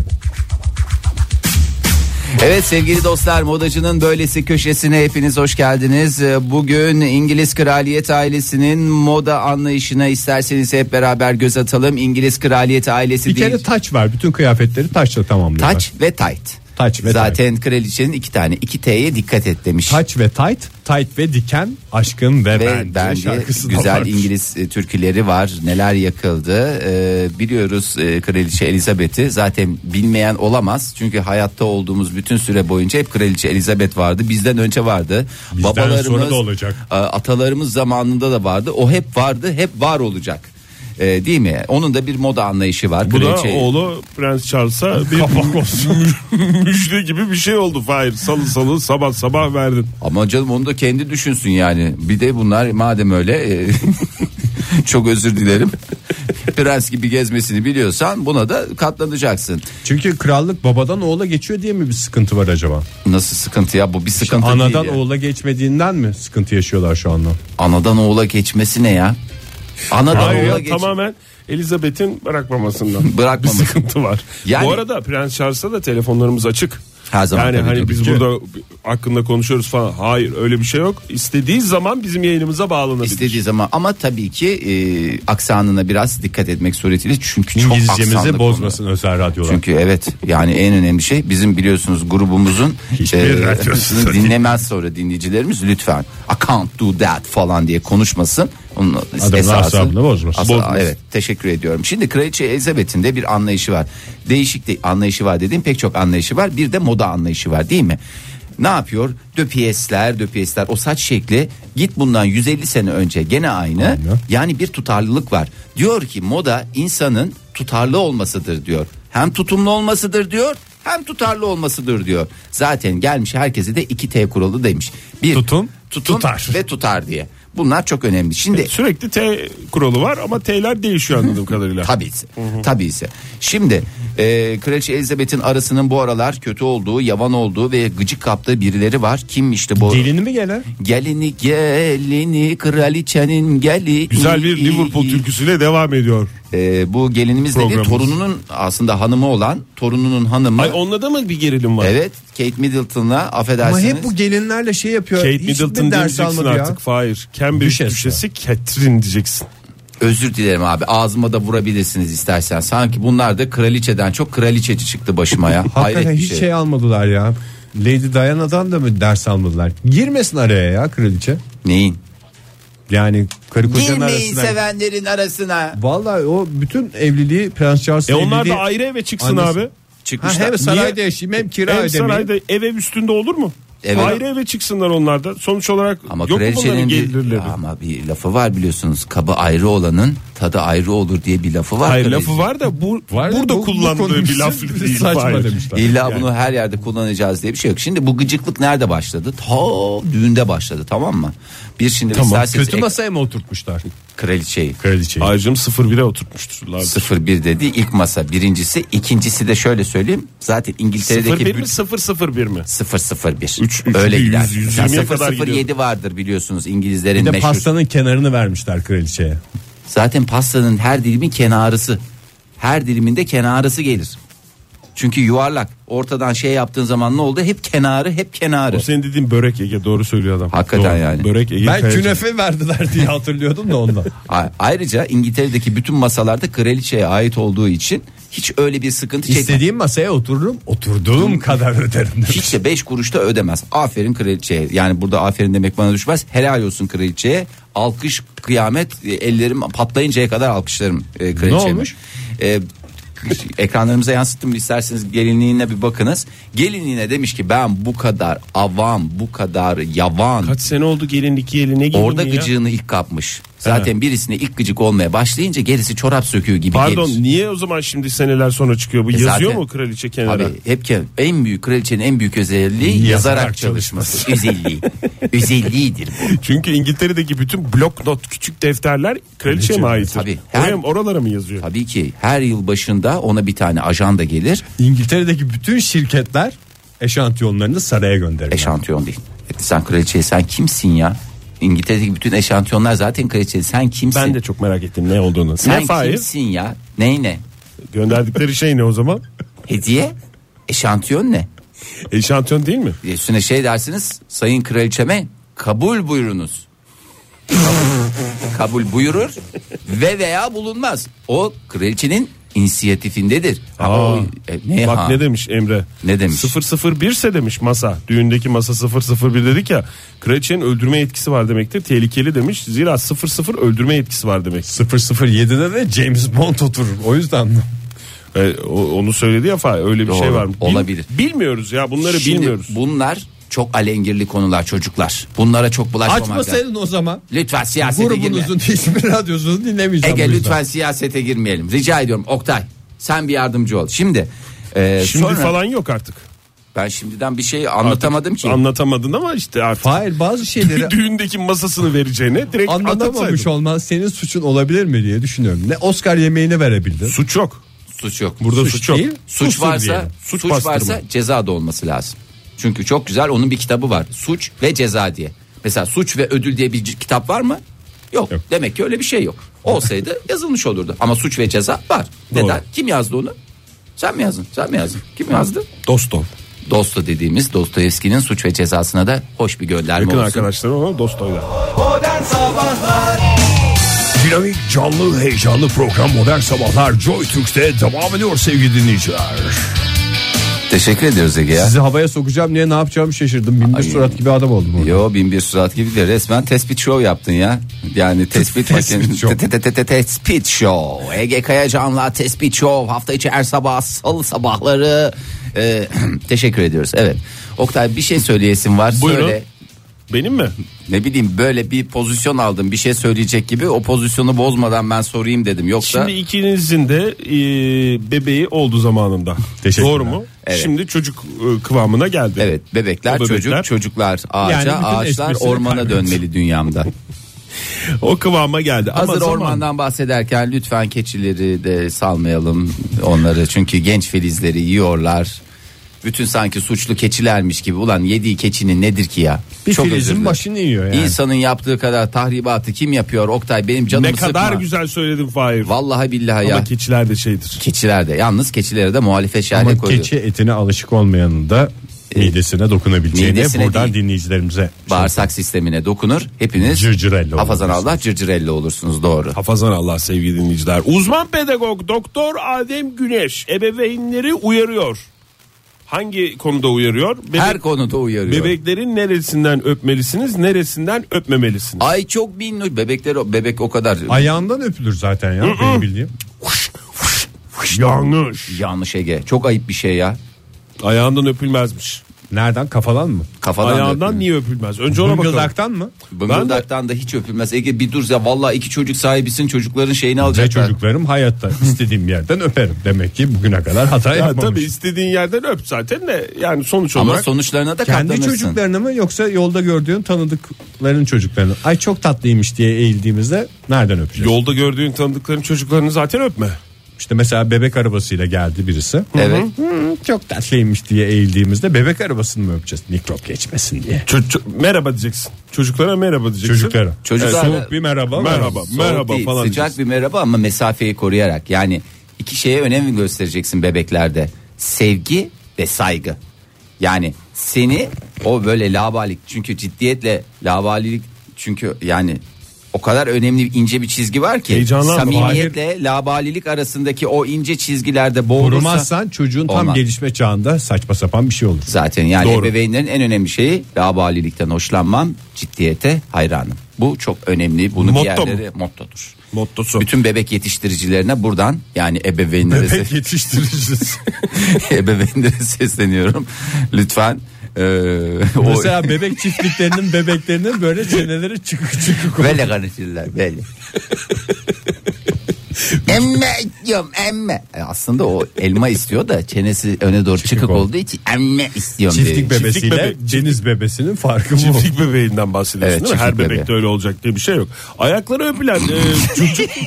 [SPEAKER 2] Evet sevgili dostlar modacının böylesi köşesine hepiniz hoş geldiniz. Ee, Bugün İngiliz kraliyet ailesinin moda anlayışına isterseniz hep beraber göz atalım. İngiliz kraliyet ailesi
[SPEAKER 3] Bir
[SPEAKER 2] değil.
[SPEAKER 3] kere taç var. Bütün kıyafetleri taçla tamamlıyorlar.
[SPEAKER 2] Taç ve tight.
[SPEAKER 3] Taç ve
[SPEAKER 2] Zaten kraliçenin iki tane. iki T'ye dikkat et demiş.
[SPEAKER 3] Taç ve tight, tight ve diken, aşkın ve,
[SPEAKER 2] ve
[SPEAKER 3] ben.
[SPEAKER 2] ben diye
[SPEAKER 3] şarkısı da
[SPEAKER 2] güzel
[SPEAKER 3] var.
[SPEAKER 2] İngiliz e, türküleri var. Neler yakıldı. Ee, biliyoruz e, Kraliçe Elizabeth'i zaten bilmeyen olamaz. Çünkü hayatta olduğumuz bütün süre boyunca hep Kraliçe Elizabeth vardı. Bizden önce vardı. Bizden
[SPEAKER 3] sonra da olacak.
[SPEAKER 2] Ee, Atalarımız zamanında da vardı. O hep vardı, hep var olacak. Ee, değil mi? Onun da bir moda anlayışı var.
[SPEAKER 4] Bu da
[SPEAKER 2] Kraliçe-
[SPEAKER 4] oğlu Prens Charles'a bir kapak olsun. müjde gibi bir şey oldu Fahir. Salı salı sabah sabah verdin.
[SPEAKER 2] Ama canım onu da kendi düşünsün yani. Bir de bunlar madem öyle e, çok özür dilerim. prens gibi gezmesini biliyorsan buna da katlanacaksın.
[SPEAKER 3] Çünkü krallık babadan oğula geçiyor diye mi bir sıkıntı var acaba?
[SPEAKER 2] Nasıl sıkıntı ya bu bir sıkıntı
[SPEAKER 3] Anadan
[SPEAKER 2] değil. ya.
[SPEAKER 3] oğula geçmediğinden mi sıkıntı yaşıyorlar şu anda?
[SPEAKER 2] Anadan oğula geçmesi ne ya? Anadan
[SPEAKER 4] Hayır
[SPEAKER 2] oğula
[SPEAKER 4] ya,
[SPEAKER 2] geç.
[SPEAKER 4] tamamen Elizabeth'in bırakmamasından
[SPEAKER 2] Bırakmaması.
[SPEAKER 4] bir sıkıntı var.
[SPEAKER 2] Yani-
[SPEAKER 4] Bu arada Prens Charles'ta da telefonlarımız açık.
[SPEAKER 2] Her zaman
[SPEAKER 4] yani
[SPEAKER 2] tabii
[SPEAKER 4] hani
[SPEAKER 2] tabii
[SPEAKER 4] biz
[SPEAKER 2] ki.
[SPEAKER 4] burada hakkında konuşuyoruz falan. Hayır öyle bir şey yok. İstediği zaman bizim yayınımıza bağlanabilir.
[SPEAKER 2] İstediği zaman ama tabii ki e, aksanına biraz dikkat etmek suretiyle çünkü çok aksanlı
[SPEAKER 3] İngilizcemizi
[SPEAKER 2] konu.
[SPEAKER 3] bozmasın özel radyolar.
[SPEAKER 2] Çünkü evet yani en önemli şey bizim biliyorsunuz grubumuzun e,
[SPEAKER 7] radyosu.
[SPEAKER 2] dinlemez sonra dinleyicilerimiz lütfen I can't do that falan diye konuşmasın. Onun
[SPEAKER 3] Adamın asabını bozmasın.
[SPEAKER 2] Asa-
[SPEAKER 3] Bozmasın.
[SPEAKER 2] Evet teşekkür ediyorum. Şimdi Kraliçe Elizabeth'in de bir anlayışı var. Değişik de anlayışı var dediğim pek çok anlayışı var. Bir de moda anlayışı var değil mi? Ne yapıyor? Döpiyesler, döpiyesler o saç şekli git bundan 150 sene önce gene aynı. Yani bir tutarlılık var. Diyor ki moda insanın tutarlı olmasıdır diyor. Hem tutumlu olmasıdır diyor hem tutarlı olmasıdır diyor. Zaten gelmiş herkese de 2T kuralı demiş. Bir
[SPEAKER 7] Tutum,
[SPEAKER 2] tutum
[SPEAKER 7] tutar.
[SPEAKER 2] ve tutar diye. Bunlar çok önemli. Şimdi
[SPEAKER 4] Sürekli T kuralı var ama T'ler değişiyor anladığım kadarıyla.
[SPEAKER 2] Tabii ise. Tabii ise. Şimdi e, Kraliçe Elizabeth'in arasının bu aralar kötü olduğu, yavan olduğu ve gıcık kaptığı birileri var. Kim işte bu?
[SPEAKER 3] Gelini mi gelen?
[SPEAKER 2] Gelini gelini kraliçenin geli.
[SPEAKER 4] Güzel bir Liverpool türküsüyle devam ediyor.
[SPEAKER 2] E, bu gelinimiz de bir
[SPEAKER 4] Programımız.
[SPEAKER 2] torununun aslında hanımı olan torununun hanımı.
[SPEAKER 4] Ay onda da mı bir gerilim var?
[SPEAKER 2] evet Kate Middleton'la
[SPEAKER 3] Ama
[SPEAKER 2] affedersiniz.
[SPEAKER 3] hep bu gelinlerle şey yapıyor.
[SPEAKER 4] Kate
[SPEAKER 3] hiç mi
[SPEAKER 4] Middleton
[SPEAKER 3] ders
[SPEAKER 4] diyeceksin
[SPEAKER 3] almadı ya?
[SPEAKER 4] artık. Hayır. Cambridge
[SPEAKER 3] Düşes ya.
[SPEAKER 4] düşesi Catherine diyeceksin.
[SPEAKER 2] Özür dilerim abi ağzıma da vurabilirsiniz istersen. Sanki bunlar da kraliçeden çok kraliçeci çıktı başıma ya. Hayret
[SPEAKER 3] Hakikaten
[SPEAKER 2] bir
[SPEAKER 3] hiç şey. almadılar ya. Lady Diana'dan da mı ders almadılar? Girmesin araya ya kraliçe.
[SPEAKER 2] Neyin?
[SPEAKER 3] Yani karı kocanın
[SPEAKER 2] Girmeyin
[SPEAKER 3] arasına.
[SPEAKER 2] sevenlerin arasına.
[SPEAKER 3] Vallahi o bütün evliliği Prens Charles
[SPEAKER 4] E onlar da ayrı eve çıksın
[SPEAKER 3] Annesi-
[SPEAKER 4] abi.
[SPEAKER 3] Ha,
[SPEAKER 2] Çıkmışlar.
[SPEAKER 3] hem sarayda yaşayayım hem kira
[SPEAKER 4] Hem
[SPEAKER 3] ödemeyeyim.
[SPEAKER 4] sarayda ev ev üstünde olur mu?
[SPEAKER 2] Evet.
[SPEAKER 4] Ayrı eve çıksınlar onlar da. Sonuç olarak
[SPEAKER 2] ama
[SPEAKER 4] yok mu bunların
[SPEAKER 2] kraliçenin bir,
[SPEAKER 4] gelirleri?
[SPEAKER 2] ama bir lafı var biliyorsunuz. Kabı ayrı olanın tadı ayrı olur diye bir lafı var.
[SPEAKER 4] Hayır
[SPEAKER 2] kraliçe.
[SPEAKER 4] lafı var da bu
[SPEAKER 3] Var da
[SPEAKER 4] burada
[SPEAKER 3] bu- bu
[SPEAKER 4] kullandığı
[SPEAKER 3] konuyu
[SPEAKER 4] bir laf
[SPEAKER 3] siz-
[SPEAKER 4] değil.
[SPEAKER 3] saçma
[SPEAKER 4] Hayır.
[SPEAKER 3] demişler.
[SPEAKER 2] İlla bunu her yerde kullanacağız diye bir şey yok. Şimdi bu gıcıklık nerede başladı? Ta düğünde başladı tamam mı? Bir şimdi isterseniz
[SPEAKER 3] Kötü
[SPEAKER 2] ek-
[SPEAKER 3] masaya mı oturtmuşlar?
[SPEAKER 2] kraliçeyi.
[SPEAKER 3] Kraliçeyi.
[SPEAKER 4] Ayrıcım 01'e oturtmuşturlar.
[SPEAKER 2] 01 dedi ilk masa birincisi ikincisi de şöyle söyleyeyim zaten İngiltere'deki
[SPEAKER 4] 01 mi
[SPEAKER 2] bütün-
[SPEAKER 4] 001 mi?
[SPEAKER 2] 001
[SPEAKER 4] Üç- üç-
[SPEAKER 2] öyle
[SPEAKER 4] yüz-
[SPEAKER 2] gider.
[SPEAKER 4] yüz
[SPEAKER 2] Yani
[SPEAKER 4] yirmiye kadar
[SPEAKER 2] 007 vardır biliyorsunuz İngilizlerin
[SPEAKER 3] Bir de
[SPEAKER 2] meşhur.
[SPEAKER 3] pastanın kenarını vermişler kraliçeye.
[SPEAKER 2] Zaten pastanın her dilimin kenarısı. Her diliminde kenarısı gelir. Çünkü yuvarlak. Ortadan şey yaptığın zaman ne oldu? Hep kenarı, hep kenarı.
[SPEAKER 4] O senin dediğin börek Ege doğru söylüyor adam.
[SPEAKER 2] Hakikaten
[SPEAKER 4] Doğru.
[SPEAKER 2] yani.
[SPEAKER 4] Börek Ege.
[SPEAKER 3] Ben
[SPEAKER 4] Kayacan.
[SPEAKER 3] künefe verdiler diye hatırlıyordum da ondan.
[SPEAKER 2] A- Ayrıca İngiltere'deki bütün masalarda kraliçeye ait olduğu için hiç öyle bir sıkıntı çekmez.
[SPEAKER 3] İstediğim masaya otururum, oturduğum kadar öderim demiş.
[SPEAKER 2] Hiç de 5 kuruş da ödemez. Aferin kraliçeye. Yani burada aferin demek bana düşmez. Helal olsun kraliçeye. Alkış kıyamet e, ellerim patlayıncaya kadar alkışlarım e, kraliçeye.
[SPEAKER 3] olmuş?
[SPEAKER 2] E, ekranlarımıza yansıttım isterseniz gelinliğine bir bakınız. Gelinliğine demiş ki ben bu kadar avam, bu kadar yavan.
[SPEAKER 4] Kaç sene oldu gelinlik yeri ne gelin
[SPEAKER 2] Orada
[SPEAKER 4] ya?
[SPEAKER 2] gıcığını ilk kapmış. Zaten birisine ilk gıcık olmaya başlayınca gerisi çorap söküğü gibi
[SPEAKER 4] Pardon
[SPEAKER 2] gelir.
[SPEAKER 4] niye o zaman şimdi seneler sonra çıkıyor bu?
[SPEAKER 2] E
[SPEAKER 4] Yazıyor
[SPEAKER 2] zaten-
[SPEAKER 4] mu kraliçe kenara?
[SPEAKER 2] Abi hep ke- en büyük kraliçenin en büyük özelliği yazarak, çalışması. Özelliği. Özelliğidir bu.
[SPEAKER 4] Çünkü İngiltere'deki bütün blok not küçük defterler kraliçeye mi aittir?
[SPEAKER 2] Tabii.
[SPEAKER 4] Oraya,
[SPEAKER 2] Her-
[SPEAKER 4] oralara mı yazıyor?
[SPEAKER 2] Tabii ki her yıl başında ona bir tane ajanda gelir.
[SPEAKER 3] İngiltere'deki bütün şirketler eşantiyonlarını saraya gönderirler.
[SPEAKER 2] Eşantiyon değil. Sen kraliçeye sen kimsin ya? İngiltere'deki bütün eşantiyonlar zaten kraliçeye sen kimsin?
[SPEAKER 4] Ben de çok merak ettim ne olduğunu.
[SPEAKER 2] sen
[SPEAKER 4] ne Fahir?
[SPEAKER 2] kimsin ya? Ney ne?
[SPEAKER 4] Gönderdikleri şey ne o zaman?
[SPEAKER 2] Hediye? Eşantiyon ne?
[SPEAKER 4] Eşantiyon değil mi?
[SPEAKER 2] Bir de Üstüne şey dersiniz sayın kraliçeme kabul buyurunuz. kabul buyurur ve veya bulunmaz. O kraliçenin inisiyatifindedir. Ama
[SPEAKER 4] Aa,
[SPEAKER 2] o- e, ne
[SPEAKER 4] Bak
[SPEAKER 2] ha?
[SPEAKER 4] ne demiş Emre?
[SPEAKER 2] Ne demiş?
[SPEAKER 4] 001 ise demiş masa. Düğündeki masa 001 dedik ya. Kraliçenin öldürme etkisi var demektir. Tehlikeli demiş. Zira 00 öldürme etkisi var demek.
[SPEAKER 3] 007'de de James Bond oturur. O yüzden mi?
[SPEAKER 4] E, o- onu söyledi ya Fahir. Öyle bir
[SPEAKER 2] Doğru,
[SPEAKER 4] şey var mı? Bil-
[SPEAKER 2] olabilir.
[SPEAKER 4] Bilmiyoruz ya bunları
[SPEAKER 2] Şimdi
[SPEAKER 4] bilmiyoruz.
[SPEAKER 2] Bunlar çok alengirli konular çocuklar. Bunlara çok bulaşmamak lazım.
[SPEAKER 3] Açmasaydın o zaman.
[SPEAKER 2] Lütfen siyasete girmeyelim.
[SPEAKER 3] Grubunuzun
[SPEAKER 4] şey
[SPEAKER 3] hiçbir radyosunu dinlemeyeceğim. bu
[SPEAKER 2] Ege
[SPEAKER 3] yüzden.
[SPEAKER 2] lütfen siyasete girmeyelim. Rica ediyorum Oktay sen bir yardımcı ol. Şimdi e,
[SPEAKER 4] Şimdi
[SPEAKER 2] sonra-
[SPEAKER 4] falan yok artık.
[SPEAKER 2] Ben şimdiden bir şey anlatamadım ki.
[SPEAKER 4] Anlatamadın ama işte artık.
[SPEAKER 3] Hayır bazı
[SPEAKER 4] şey-
[SPEAKER 3] şeyleri
[SPEAKER 4] Düğündeki masasını vereceğine direkt
[SPEAKER 3] anlatamamış
[SPEAKER 4] anlatsaydın.
[SPEAKER 3] olman senin suçun olabilir mi diye düşünüyorum. Ne Oscar yemeğini verebildin.
[SPEAKER 4] Suç yok.
[SPEAKER 2] suç yok.
[SPEAKER 4] Burada suç, yok.
[SPEAKER 3] değil,
[SPEAKER 2] Suç
[SPEAKER 4] Suçsun
[SPEAKER 2] varsa
[SPEAKER 4] diyelim.
[SPEAKER 2] suç,
[SPEAKER 4] bastırma.
[SPEAKER 2] varsa ceza da olması lazım. Çünkü çok güzel onun bir kitabı var. Suç ve ceza diye. Mesela suç ve ödül diye bir c- kitap var mı? Yok. Demek ki öyle bir şey yok. Olsaydı yazılmış olurdu. Ama suç ve ceza var. Neden? Kim yazdı onu? Sen mi yazdın? Sen mi yazdın? Kim yazdı?
[SPEAKER 4] Dost ol.
[SPEAKER 2] Dosto dediğimiz Dostoyevski'nin suç ve cezasına da hoş bir gönderme
[SPEAKER 4] Yakın
[SPEAKER 2] olsun.
[SPEAKER 4] arkadaşlarım ama dost oyla.
[SPEAKER 7] Dinamik, canlı, heyecanlı program Modern Sabahlar Joy Türk'te devam ediyor sevgili dinleyiciler.
[SPEAKER 2] Teşekkür ediyoruz Ege ya.
[SPEAKER 3] Sizi havaya sokacağım diye ne yapacağımı şaşırdım. Bin bir
[SPEAKER 2] Ay.
[SPEAKER 3] surat gibi adam oldum. orada.
[SPEAKER 2] Yo bin bir surat gibi de resmen tespit show yaptın ya. Yani tespit makinesi.
[SPEAKER 3] show.
[SPEAKER 2] Te- te- te- te- Tespit show. Ege Kayacan'la tespit show. Hafta içi her sabah salı sabahları. Ee, teşekkür ediyoruz. Evet. Oktay bir şey söyleyesin var.
[SPEAKER 4] Buyurun.
[SPEAKER 2] Söyle.
[SPEAKER 4] Benim mi?
[SPEAKER 2] Ne bileyim böyle bir pozisyon aldım. Bir şey söyleyecek gibi o pozisyonu bozmadan ben sorayım dedim. Yoksa
[SPEAKER 4] Şimdi ikinizin de e, bebeği oldu zamanında.
[SPEAKER 3] Teşekkürler.
[SPEAKER 4] Doğru mu?
[SPEAKER 2] Evet.
[SPEAKER 4] Şimdi çocuk e, kıvamına geldi.
[SPEAKER 2] evet bebekler,
[SPEAKER 4] O bebekler-
[SPEAKER 2] çocuk çocuklar ağaca
[SPEAKER 4] Yani bütün
[SPEAKER 2] ağaçlar
[SPEAKER 4] esprisini
[SPEAKER 2] ormana
[SPEAKER 4] kaybettim.
[SPEAKER 2] dönmeli dünyamda.
[SPEAKER 4] O kıvama geldi.
[SPEAKER 2] Hazır
[SPEAKER 4] ama zaman-
[SPEAKER 2] ormandan bahsederken lütfen keçileri de salmayalım onları çünkü genç filizleri yiyorlar. Bütün sanki suçlu keçilermiş gibi ulan yediği keçinin nedir ki ya?
[SPEAKER 3] Bir
[SPEAKER 2] Çok özür
[SPEAKER 3] filizin
[SPEAKER 2] dilerim.
[SPEAKER 3] başını yiyor yani.
[SPEAKER 2] İnsanın yaptığı kadar tahribatı kim yapıyor Oktay benim canımı
[SPEAKER 4] Ne kadar
[SPEAKER 2] sıkma.
[SPEAKER 4] güzel söyledin Fahir.
[SPEAKER 2] Vallahi billahi ya.
[SPEAKER 4] Ama keçiler de şeydir.
[SPEAKER 2] keçiler de yalnız keçilere de muhalefet şerhe
[SPEAKER 3] Ama
[SPEAKER 2] koyuyor. E,
[SPEAKER 3] keçi etine alışık olmayanın da midesine dokunabileceğini
[SPEAKER 2] midesine
[SPEAKER 3] buradan
[SPEAKER 2] değil.
[SPEAKER 3] dinleyicilerimize şey
[SPEAKER 2] Bağırsak sistemine dokunur hepiniz
[SPEAKER 3] Cırcırelli
[SPEAKER 2] hafazan Allah cırcırelli olursunuz doğru.
[SPEAKER 4] Hafazan Allah sevgili dinleyiciler. Uzman pedagog Doktor Adem Güneş ebeveynleri uyarıyor. Hangi konuda uyarıyor? Bebek-
[SPEAKER 2] Her konuda uyarıyor.
[SPEAKER 4] Bebeklerin neresinden öpmelisiniz, neresinden öpmemelisiniz?
[SPEAKER 2] Ay çok minnoş bebekler bebek o kadar
[SPEAKER 3] Ayağından öpülür zaten ya benim bildiğim.
[SPEAKER 4] Yanlış.
[SPEAKER 2] yanlış Ege. Çok ayıp bir şey ya.
[SPEAKER 4] Ayağından öpülmezmiş.
[SPEAKER 3] Nereden kafadan mı?
[SPEAKER 2] Kafadan da
[SPEAKER 4] Ayağından
[SPEAKER 2] öpülmez.
[SPEAKER 4] niye öpülmez? Önce ona bakalım.
[SPEAKER 3] Bıngıldaktan mı?
[SPEAKER 2] Bıngıldaktan da hiç öpülmez. Ege bir dur ya valla iki çocuk sahibisin çocukların şeyini
[SPEAKER 3] Ve
[SPEAKER 2] alacaklar.
[SPEAKER 3] çocuklarım hayatta istediğim yerden öperim. Demek ki bugüne kadar hata
[SPEAKER 4] Ya tabii
[SPEAKER 3] yapmamış.
[SPEAKER 4] istediğin yerden öp zaten de yani sonuç
[SPEAKER 2] Ama
[SPEAKER 4] olarak
[SPEAKER 2] sonuçlarına da
[SPEAKER 3] Kendi
[SPEAKER 2] katlanırsın.
[SPEAKER 3] çocuklarını mı yoksa yolda gördüğün tanıdıkların çocuklarını? Ay çok tatlıymış diye eğildiğimizde nereden öpeceğiz?
[SPEAKER 4] yolda gördüğün tanıdıkların çocuklarını zaten öpme.
[SPEAKER 3] İşte mesela bebek arabasıyla geldi birisi.
[SPEAKER 2] Evet.
[SPEAKER 3] Hı, Hmm, çok tatlıymış diye eğildiğimizde bebek arabasını mı öpeceğiz? Mikrop geçmesin diye.
[SPEAKER 4] Çocuk merhaba diyeceksin. Çocuklara merhaba diyeceksin.
[SPEAKER 3] Çocuklara.
[SPEAKER 2] Çocuklara-
[SPEAKER 3] soğuk bir merhaba.
[SPEAKER 4] Merhaba,
[SPEAKER 2] Soğuk
[SPEAKER 4] merhaba
[SPEAKER 2] değil,
[SPEAKER 4] falan.
[SPEAKER 2] Sıcak
[SPEAKER 4] diyeceksin.
[SPEAKER 2] bir merhaba ama mesafeyi koruyarak. Yani iki şeye önem göstereceksin bebeklerde. Sevgi ve saygı. Yani seni o böyle labalik çünkü ciddiyetle labalilik çünkü yani o kadar önemli ince bir çizgi var ki
[SPEAKER 4] Heyecanlanma,
[SPEAKER 2] samimiyetle labalilik arasındaki o ince çizgilerde boğulursa
[SPEAKER 3] Korumazsan çocuğun tam
[SPEAKER 2] Olmaz.
[SPEAKER 3] gelişme çağında saçma sapan bir şey olur.
[SPEAKER 2] Zaten yani
[SPEAKER 3] Doğru.
[SPEAKER 2] ebeveynlerin en önemli şeyi labalilikten hoşlanmam, ciddiyete hayranım. Bu çok önemli. Bunu
[SPEAKER 4] Motto
[SPEAKER 2] bir yerlere mottodur. Mottosu. Bütün bebek yetiştiricilerine buradan yani ebeveynlere
[SPEAKER 3] Bebek yetiştiricisi.
[SPEAKER 2] ebeveynlere sesleniyorum. Lütfen eee o
[SPEAKER 3] Mesela bebek çiftliklerinin bebeklerinin böyle çeneleri çıkık çıkık olur.
[SPEAKER 2] böyle konuşurlar böyle. emme istiyorum emme. E Aslında o elma istiyor da çenesi öne doğru çıkık, olduğu için emme istiyorum. diye.
[SPEAKER 3] Çiftlik bebesiyle
[SPEAKER 4] Çiftlik bebek-
[SPEAKER 3] deniz bebesinin farkı bu.
[SPEAKER 4] Çiftlik bebeğinden bahsediyorsun
[SPEAKER 2] Evet,
[SPEAKER 4] değil mi? Her
[SPEAKER 2] çiftlik
[SPEAKER 4] bebekte
[SPEAKER 2] bebeği.
[SPEAKER 4] öyle olacak diye bir şey yok. Ayakları öpülen e, çocuk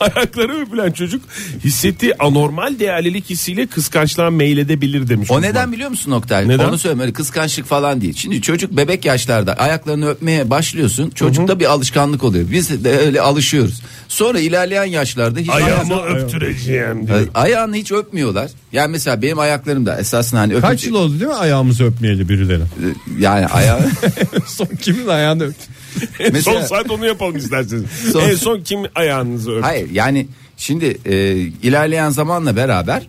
[SPEAKER 4] Ayakları öpülen çocuk hissettiği anormal değerlilik hissiyle kıskançlığa meyledebilir demiş.
[SPEAKER 2] O
[SPEAKER 4] uzman.
[SPEAKER 2] neden biliyor musun Oktay?
[SPEAKER 4] Neden?
[SPEAKER 2] Onu söyleme kıskançlık falan değil. Şimdi çocuk bebek yaşlarda ayaklarını öpmeye başlıyorsun. Çocukta bir alışkanlık oluyor. Biz de öyle alışıyoruz. Sonra ilerleyen yaşlarda hiç
[SPEAKER 4] Ayağımı
[SPEAKER 2] ayağını-
[SPEAKER 4] öptüreceğim diyor.
[SPEAKER 2] Ay- ayağını hiç öpmüyorlar. Yani mesela benim ayaklarım da esasında hani
[SPEAKER 3] Kaç
[SPEAKER 2] öpücük Ee,
[SPEAKER 3] yıl oldu değil mi ayağımızı öpmeyeli birileri?
[SPEAKER 2] yani ayağı
[SPEAKER 3] Son kimin ayağını öptü?
[SPEAKER 4] Son
[SPEAKER 2] mesela
[SPEAKER 4] saat onu yapalım isterseniz.
[SPEAKER 2] Son-
[SPEAKER 4] En son kim ayağınızı öptü?
[SPEAKER 2] Hayır yani şimdi e, ilerleyen zamanla beraber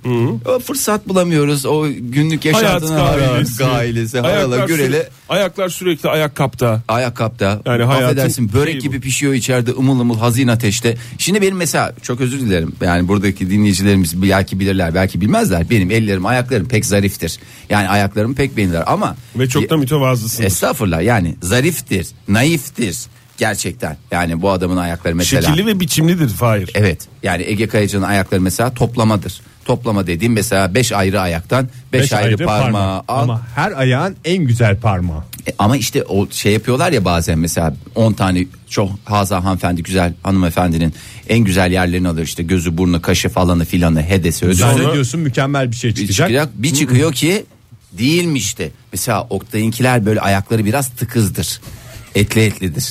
[SPEAKER 2] o fırsat bulamıyoruz. O günlük
[SPEAKER 4] Hayat
[SPEAKER 2] yaşantının
[SPEAKER 4] gailesi.
[SPEAKER 2] gailesi harala
[SPEAKER 4] Ayaklar
[SPEAKER 2] gürele
[SPEAKER 4] sürekli- Ayaklar sürekli ayakkapta.
[SPEAKER 2] ayakkapta.
[SPEAKER 4] Yani hayatın
[SPEAKER 2] affedersin börek
[SPEAKER 4] şeyi bu.
[SPEAKER 2] gibi pişiyor içeride ımıl ımıl hazin ateşte. Şimdi benim mesela çok özür dilerim. Yani buradaki dinleyicilerimiz belki bilirler belki bilmezler. Benim ellerim ayaklarım pek zariftir. Yani ayaklarım pek beğenilir ama
[SPEAKER 4] Ve çok da mütevazısınız.
[SPEAKER 2] Estağfurullah yani zariftir, naiftir. Gerçekten. Yani bu adamın ayakları mesela.
[SPEAKER 4] Şekilli ve biçimlidir Fahir.
[SPEAKER 2] Evet. Yani Ege Kayacan'ın ayakları mesela toplamadır. Toplama dediğim mesela 5 ayrı ayaktan 5 ayrı, parmağı al.
[SPEAKER 3] Ama her ayağın en güzel parmağı.
[SPEAKER 2] E, Ama işte o şey yapıyorlar ya bazen mesela 10 tane çok Haza hanımefendi güzel hanımefendinin en güzel yerlerini alır işte gözü burnu kaşı falanı filanı hedesi ödüsü.
[SPEAKER 3] Zannediyorsun mükemmel bir şey
[SPEAKER 2] Bir
[SPEAKER 3] çıkacak.
[SPEAKER 2] çıkacak, bir çıkıyor ki değilmişti. Mesela Oktay'inkiler böyle ayakları biraz tıkızdır. Etli etlidir.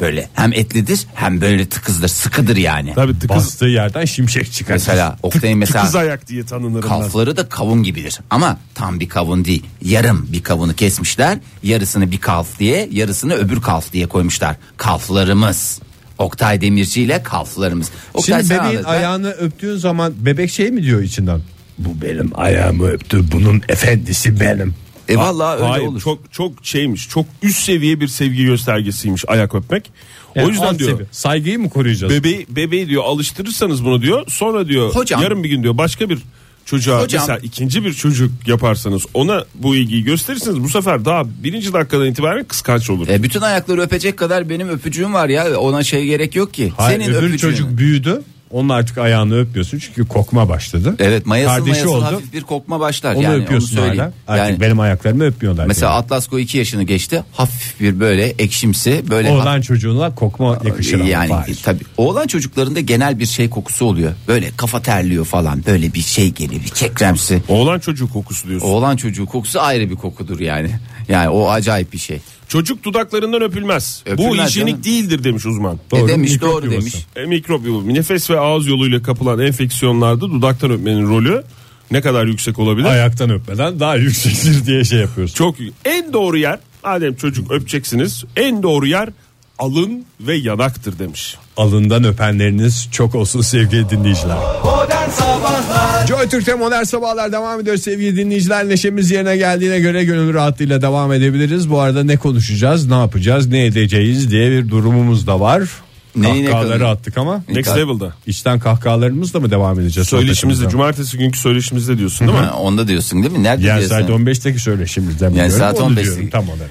[SPEAKER 2] Böyle hem etlidir hem böyle tıkızdır sıkıdır yani.
[SPEAKER 4] Tabii tıkız,
[SPEAKER 3] Bastığı yerden şimşek çıkar.
[SPEAKER 2] Mesela Oktay'ın mesela
[SPEAKER 4] tıkız ayak diye tanınırım ben.
[SPEAKER 2] Kafları da kavun gibidir ama tam bir kavun değil. Yarım bir kavunu kesmişler. Yarısını bir kalf diye, yarısını öbür kalf diye koymuşlar. Kalflarımız. Oktay Demirci ile kalflarımız. Oktay
[SPEAKER 3] Şimdi
[SPEAKER 2] sen
[SPEAKER 3] bebeğin
[SPEAKER 2] anlat lan.
[SPEAKER 3] ayağını öptüğün zaman bebek şey mi diyor içinden?
[SPEAKER 7] Bu benim ayağımı öptü. Bunun efendisi benim.
[SPEAKER 2] E vallahi öyle
[SPEAKER 4] Hayır,
[SPEAKER 2] olur.
[SPEAKER 4] çok çok şeymiş. Çok üst seviye bir sevgi göstergesiymiş ayak öpmek. o yüzden
[SPEAKER 3] alt
[SPEAKER 4] diyor.
[SPEAKER 3] seviye. Saygıyı mı koruyacağız?
[SPEAKER 4] Bebeği, bebeği diyor alıştırırsanız bunu diyor. Sonra diyor
[SPEAKER 2] Hocam-
[SPEAKER 4] yarın bir gün diyor başka bir çocuğa
[SPEAKER 2] Hocam-
[SPEAKER 4] mesela ikinci bir çocuk yaparsanız ona bu ilgiyi gösterirseniz bu sefer daha birinci dakikadan itibaren kıskanç olur.
[SPEAKER 2] E bütün ayakları öpecek kadar benim öpücüğüm var ya. Ona şey gerek yok ki.
[SPEAKER 3] Hayır,
[SPEAKER 2] Senin
[SPEAKER 3] öbür
[SPEAKER 2] öpücüğün.
[SPEAKER 3] çocuk büyüdü. Onun artık ayağını öpmüyorsun çünkü kokma başladı.
[SPEAKER 2] Evet mayasıl
[SPEAKER 3] Kardeşi
[SPEAKER 2] mayasıl
[SPEAKER 3] oldu.
[SPEAKER 2] hafif bir kokma başlar.
[SPEAKER 3] Onu
[SPEAKER 2] yani,
[SPEAKER 3] öpüyorsun
[SPEAKER 2] onu
[SPEAKER 3] hala.
[SPEAKER 2] söyleyeyim.
[SPEAKER 3] Artık
[SPEAKER 2] Yani
[SPEAKER 3] benim ayaklarımı öpmüyorlar.
[SPEAKER 2] Mesela
[SPEAKER 3] diyor.
[SPEAKER 2] Atlasko 2 yaşını geçti. Hafif bir böyle ekşimsi böyle hafif-
[SPEAKER 3] Oğlan çocuğuna kokma yakışır ama
[SPEAKER 2] yani
[SPEAKER 3] Fahir.
[SPEAKER 2] tabii oğlan çocuklarında genel bir şey kokusu oluyor. Böyle kafa terliyor falan. Böyle bir şey geliyor bir kekremsi.
[SPEAKER 4] Oğlan çocuğu kokusu diyorsun.
[SPEAKER 2] Oğlan çocuğu kokusu ayrı bir kokudur yani. Yani o acayip bir şey.
[SPEAKER 4] Çocuk dudaklarından öpülmez. bu
[SPEAKER 2] Öpülmez
[SPEAKER 4] hijyenik
[SPEAKER 2] canım.
[SPEAKER 4] değildir demiş uzman.
[SPEAKER 2] e demiş
[SPEAKER 3] mikrop
[SPEAKER 2] doğru
[SPEAKER 3] yuvası.
[SPEAKER 2] demiş.
[SPEAKER 4] E, mikrop yolu, nefes ve ağız yoluyla kapılan enfeksiyonlarda dudaktan öpmenin rolü ne kadar yüksek olabilir?
[SPEAKER 3] Ayaktan öpmeden daha yüksektir diye şey yapıyorsun.
[SPEAKER 4] Çok en doğru yer madem çocuk öpeceksiniz en doğru yer alın ve yanaktır demiş.
[SPEAKER 3] Alından öpenleriniz çok olsun sevgili dinleyiciler. Joy Türk'te modern sabahlar devam ediyor sevgili dinleyiciler. Neşemiz yerine geldiğine göre gönül rahatlığıyla devam edebiliriz. Bu arada ne konuşacağız, ne yapacağız, ne edeceğiz diye bir durumumuz da var.
[SPEAKER 2] Neyi ne
[SPEAKER 3] Kahkahaları
[SPEAKER 2] konu-
[SPEAKER 3] attık ama
[SPEAKER 4] Next
[SPEAKER 2] Dikkat-
[SPEAKER 4] level'da.
[SPEAKER 3] içten kahkahalarımızla mı devam edeceğiz?
[SPEAKER 4] Söyleşimizde
[SPEAKER 3] sohbetimize?
[SPEAKER 4] cumartesi günkü söyleşimizde diyorsun değil mi?
[SPEAKER 2] Ha, onda diyorsun değil mi? Nerede
[SPEAKER 3] Yani saat
[SPEAKER 2] diyorsun?
[SPEAKER 3] 15'teki söyleşimizden
[SPEAKER 2] Yani
[SPEAKER 3] biliyorum.
[SPEAKER 2] saat
[SPEAKER 3] Onu
[SPEAKER 2] 15'teki.
[SPEAKER 3] diyorum Tam olarak.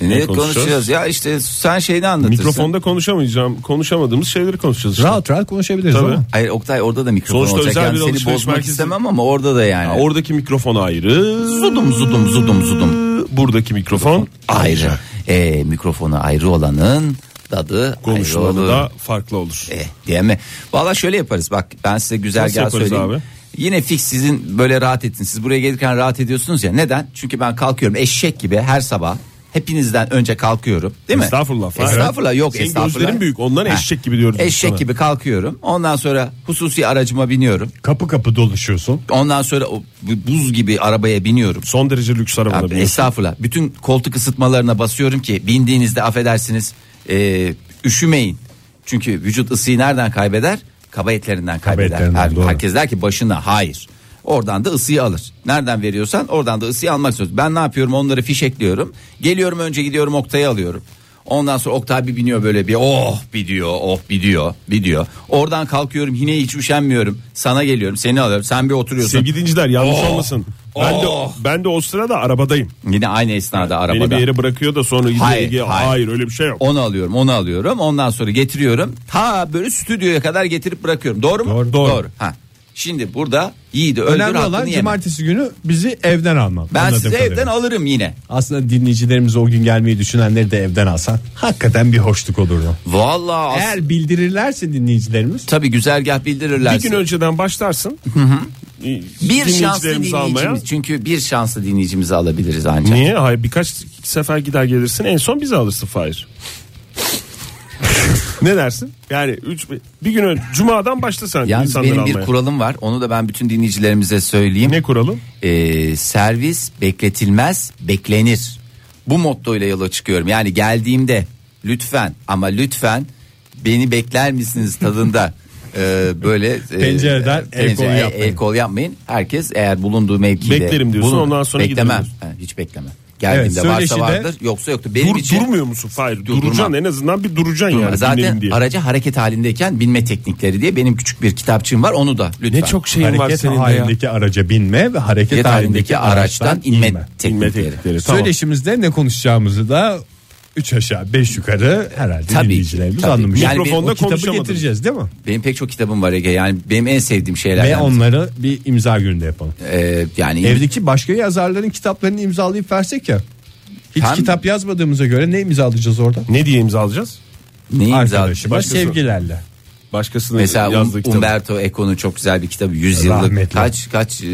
[SPEAKER 2] ne
[SPEAKER 4] Ne konuşacağız?
[SPEAKER 2] E, konuşuyoruz? Ya işte sen şeyini anlatırsın.
[SPEAKER 4] Mikrofonda konuşamayacağım, konuşamadığımız şeyleri konuşacağız işte.
[SPEAKER 3] Rahat rahat konuşabiliriz
[SPEAKER 4] Tabii.
[SPEAKER 3] ama.
[SPEAKER 2] Hayır Oktay orada da mikrofon
[SPEAKER 4] Sonuçta
[SPEAKER 2] olacak.
[SPEAKER 4] özel
[SPEAKER 2] Yani
[SPEAKER 4] bir
[SPEAKER 2] seni
[SPEAKER 4] alışveriş
[SPEAKER 2] bozmak
[SPEAKER 4] merkezi-
[SPEAKER 2] istemem ama orada da yani.
[SPEAKER 4] Ha, Oradaki mikrofon ayrı.
[SPEAKER 2] Zudum zudum zudum zudum.
[SPEAKER 4] Buradaki mikrofon
[SPEAKER 2] Ayrı.
[SPEAKER 4] ayrı.
[SPEAKER 2] E, mikrofonu ayrı olanın tadı ayrı
[SPEAKER 4] Konuşmaları
[SPEAKER 2] olur.
[SPEAKER 4] da farklı olur.
[SPEAKER 2] Eh, diye mi? Valla şöyle yaparız bak ben size güzel
[SPEAKER 4] Nasıl
[SPEAKER 2] gel
[SPEAKER 4] yaparız
[SPEAKER 2] söyleyeyim.
[SPEAKER 4] abi?
[SPEAKER 2] Yine fix sizin böyle rahat ettin. Siz buraya gelirken rahat ediyorsunuz ya. Neden? Çünkü ben kalkıyorum eşek gibi her sabah. Hepinizden önce kalkıyorum değil mi?
[SPEAKER 4] Estağfurullah. Fahir.
[SPEAKER 2] Estağfurullah yok
[SPEAKER 4] Senin
[SPEAKER 2] estağfurullah.
[SPEAKER 4] gözlerin büyük, ondan eşek gibi diyoruz biz
[SPEAKER 2] Eşek
[SPEAKER 4] sana.
[SPEAKER 2] gibi kalkıyorum. Ondan sonra hususi aracıma biniyorum.
[SPEAKER 3] Kapı kapı doluşuyorsun.
[SPEAKER 2] Ondan sonra o bu- buz gibi arabaya biniyorum.
[SPEAKER 4] Son derece lüks arabada
[SPEAKER 2] Abi,
[SPEAKER 4] biniyorsun.
[SPEAKER 2] estağfurullah. Bütün koltuk ısıtmalarına basıyorum ki bindiğinizde affedersiniz e, üşümeyin. Çünkü vücut ısıyı nereden kaybeder? Kaba etlerinden kaybeder.
[SPEAKER 3] etlerinden,
[SPEAKER 2] Her-
[SPEAKER 3] doğru.
[SPEAKER 2] herkes der ki başına hayır. Oradan da ısıyı alır. Nereden veriyorsan oradan da ısıyı almak zorundasın. Ben ne yapıyorum onları fişekliyorum. Geliyorum önce gidiyorum Oktay'ı alıyorum. Ondan sonra Oktay bir biniyor böyle bir oh bir diyor oh bir diyor bir diyor. Oradan kalkıyorum yine hiç üşenmiyorum. Sana geliyorum seni alıyorum sen bir oturuyorsun.
[SPEAKER 4] Sevgili dinciler yanlış
[SPEAKER 2] Oh.
[SPEAKER 4] olmasın. Ben
[SPEAKER 2] Oh.
[SPEAKER 4] de ben de o sırada arabadayım.
[SPEAKER 2] Yine aynı esnada arabada.
[SPEAKER 4] Beni bir yere bırakıyor da sonra gidiyor.
[SPEAKER 2] Hayır,
[SPEAKER 4] Hayır,
[SPEAKER 2] hayır.
[SPEAKER 4] hayır. öyle bir şey yok.
[SPEAKER 2] Onu alıyorum, onu alıyorum. Ondan sonra getiriyorum. Ta böyle stüdyoya kadar getirip bırakıyorum. Doğru mu?
[SPEAKER 3] Doğru, doğru.
[SPEAKER 2] Ha. Şimdi burada yiğidi öldür
[SPEAKER 3] Önemli
[SPEAKER 2] hakkını
[SPEAKER 3] olan
[SPEAKER 2] yeme.
[SPEAKER 3] cumartesi günü bizi evden alman.
[SPEAKER 2] Ben
[SPEAKER 3] Anladığım
[SPEAKER 2] sizi
[SPEAKER 3] kadarıyla.
[SPEAKER 2] evden alırım yine.
[SPEAKER 3] Aslında dinleyicilerimiz o gün gelmeyi düşünenleri de evden alsan hakikaten bir hoşluk olurdu.
[SPEAKER 2] Vallahi as-
[SPEAKER 3] Eğer bildirirlerse dinleyicilerimiz
[SPEAKER 2] tabii güzergah bildirirler.
[SPEAKER 4] Bir gün önceden başlarsın. Bir
[SPEAKER 2] bir şanslı dinleyicimiz çünkü bir şanslı dinleyicimizi alabiliriz ancak.
[SPEAKER 4] Niye? Hayır birkaç sefer gider gelirsin en son bizi alırsın Fahir. ne dersin? Yani üç, bir gün önce Cuma'dan başla sen
[SPEAKER 2] Yalnız
[SPEAKER 4] insanları
[SPEAKER 2] benim bir
[SPEAKER 4] almaya.
[SPEAKER 2] kuralım var. Onu da ben bütün dinleyicilerimize söyleyeyim.
[SPEAKER 4] Ne kuralı?
[SPEAKER 2] Ee, servis bekletilmez beklenir. Bu motto ile yola çıkıyorum. Yani geldiğimde lütfen ama lütfen beni bekler misiniz tadında ee, böyle e,
[SPEAKER 3] Pencereden el
[SPEAKER 2] pencere-
[SPEAKER 3] kol yapmayın.
[SPEAKER 2] el kol yapmayın. Herkes eğer bulunduğu mevkide
[SPEAKER 4] Beklerim diyorsun, ondan sonra
[SPEAKER 2] beklemem.
[SPEAKER 4] gidiyorsun.
[SPEAKER 2] Ha, hiç beklemem. Geldiğimde
[SPEAKER 3] Evet,
[SPEAKER 2] varsa
[SPEAKER 3] söyleşide-
[SPEAKER 2] vardır yoksa yoktur. Benim
[SPEAKER 4] Dur-
[SPEAKER 2] için
[SPEAKER 4] durmuyor musun Fahir?
[SPEAKER 2] Dur-
[SPEAKER 4] duracaksın
[SPEAKER 2] durmam.
[SPEAKER 4] en azından bir duracaksın yani.
[SPEAKER 2] zaten
[SPEAKER 4] binelim diye.
[SPEAKER 2] araca hareket halindeyken binme teknikleri diye benim küçük bir kitapçığım var onu da lütfen.
[SPEAKER 4] ne çok şeyin var
[SPEAKER 3] hareket
[SPEAKER 4] senin de ya.
[SPEAKER 3] halindeki araca binme ve hareket
[SPEAKER 2] Hareket halindeki araçtan inme,
[SPEAKER 4] İnme
[SPEAKER 2] teknikleri.
[SPEAKER 4] teknikleri. Tamam.
[SPEAKER 3] Söyleşimizde ne konuşacağımızı da 3 aşağı 5 yukarı herhalde
[SPEAKER 2] Tabii ki,
[SPEAKER 3] dinleyicilerimiz
[SPEAKER 2] tabii.
[SPEAKER 3] anlamış.
[SPEAKER 2] Yani
[SPEAKER 4] Mikrofonda
[SPEAKER 3] o kitabı
[SPEAKER 4] konuşamadım.
[SPEAKER 3] getireceğiz değil mi?
[SPEAKER 2] Benim pek çok kitabım var Ege. Yani benim en sevdiğim
[SPEAKER 3] Ve
[SPEAKER 2] şeylerden.
[SPEAKER 3] onları bir imza gününde yapalım.
[SPEAKER 2] Ee, yani
[SPEAKER 3] Evdeki başka yazarların kitaplarını imzalayıp versek ya. Hiç
[SPEAKER 2] Hem-
[SPEAKER 3] kitap yazmadığımıza göre ne imzalayacağız orada?
[SPEAKER 4] Ne diye imzalayacağız?
[SPEAKER 2] neyi imzaladın?
[SPEAKER 3] Arkadaşıma
[SPEAKER 4] Başkası-
[SPEAKER 3] sevgilerle.
[SPEAKER 4] Başkasının
[SPEAKER 2] Mesela
[SPEAKER 4] yazdığı
[SPEAKER 2] Um-
[SPEAKER 4] kitabı.
[SPEAKER 2] Umberto Eco'nun çok güzel bir kitabı. 100 yıllık
[SPEAKER 3] Rahmetli.
[SPEAKER 2] kaç kaç e,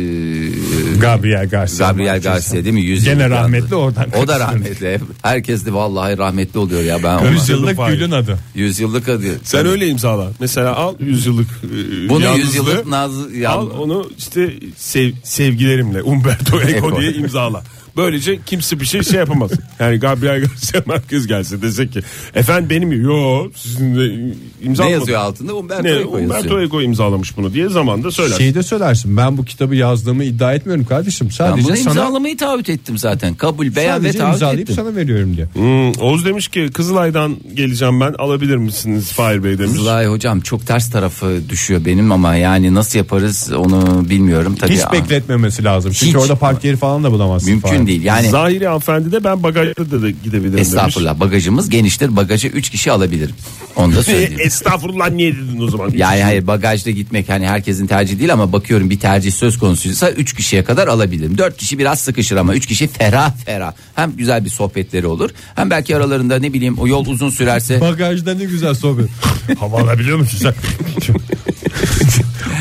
[SPEAKER 3] Gabriel Garcia.
[SPEAKER 2] Gabriel Garcia değil mi? 100
[SPEAKER 3] Gene
[SPEAKER 2] yıllık
[SPEAKER 3] rahmetli
[SPEAKER 2] yazdı.
[SPEAKER 3] oradan
[SPEAKER 2] O da
[SPEAKER 3] kaçtı.
[SPEAKER 2] rahmetli. Herkes de vallahi rahmetli oluyor ya ben. ona-
[SPEAKER 3] 100 yıllık
[SPEAKER 4] Fahir.
[SPEAKER 3] gülün adı.
[SPEAKER 2] 100 yıllık adı.
[SPEAKER 4] Sen öyle imzala. Mesela al 100 yıllık e,
[SPEAKER 2] Bunu
[SPEAKER 4] yalnızlığı,
[SPEAKER 2] 100 yıllık naz
[SPEAKER 4] al onu işte sev, sevgilerimle Umberto Eco
[SPEAKER 2] Eco.
[SPEAKER 4] diye imzala. Böylece kimse bir şey şey yapamaz. Yani Gabriel Garcia Marquez gelse dese ki efendim benim mi? Yo sizin de imza
[SPEAKER 2] ne yazıyor altında? Umberto
[SPEAKER 4] Ne?
[SPEAKER 2] Eco
[SPEAKER 4] Umberto
[SPEAKER 2] yazıyor.
[SPEAKER 4] Eco imzalamış bunu diye zamanda söyler.
[SPEAKER 3] Şeyi de söylersin ben bu kitabı yazdığımı iddia etmiyorum kardeşim.
[SPEAKER 2] Ben
[SPEAKER 3] Sadece
[SPEAKER 2] bunu
[SPEAKER 3] sana
[SPEAKER 2] imzalamayı taahhüt ettim zaten. Kabul, beyan ve
[SPEAKER 3] sadece
[SPEAKER 2] taahhüt
[SPEAKER 3] imzalayıp
[SPEAKER 2] ettim.
[SPEAKER 3] sana veriyorum diye.
[SPEAKER 4] Hmm, Oğuz demiş ki Kızılay'dan geleceğim ben alabilir misiniz Fahir Bey demiş.
[SPEAKER 2] Zulay hocam çok ters tarafı düşüyor benim ama yani nasıl yaparız onu bilmiyorum. Tabii
[SPEAKER 3] Hiç
[SPEAKER 2] aa,
[SPEAKER 3] bekletmemesi lazım. Çünkü
[SPEAKER 2] Hiç.
[SPEAKER 3] orada park yeri falan da bulamazsın.
[SPEAKER 2] Mümkün
[SPEAKER 3] falan.
[SPEAKER 2] değil yani.
[SPEAKER 4] Zahiri hanımefendi de ben bagajda da gidebilirim demiş.
[SPEAKER 2] Estağfurullah bagajımız geniştir. Bagaja 3 kişi alabilirim. Onu da söyleyeyim.
[SPEAKER 4] E, Estağfurullah niye dedin o zaman?
[SPEAKER 2] Yani hayır bagajda gitmek hani herkesin tercihi değil ama bakıyorum bir tercih söz konusuysa 3 kişiye kadar alabilirim. 4 kişi biraz sıkışır ama 3 kişi ferah ferah. Hem güzel bir sohbetleri olur hem belki aralarında ne bileyim o yol uzun sürerse
[SPEAKER 3] Bagajda ne güzel sohbet. Hava alabiliyor musun sen?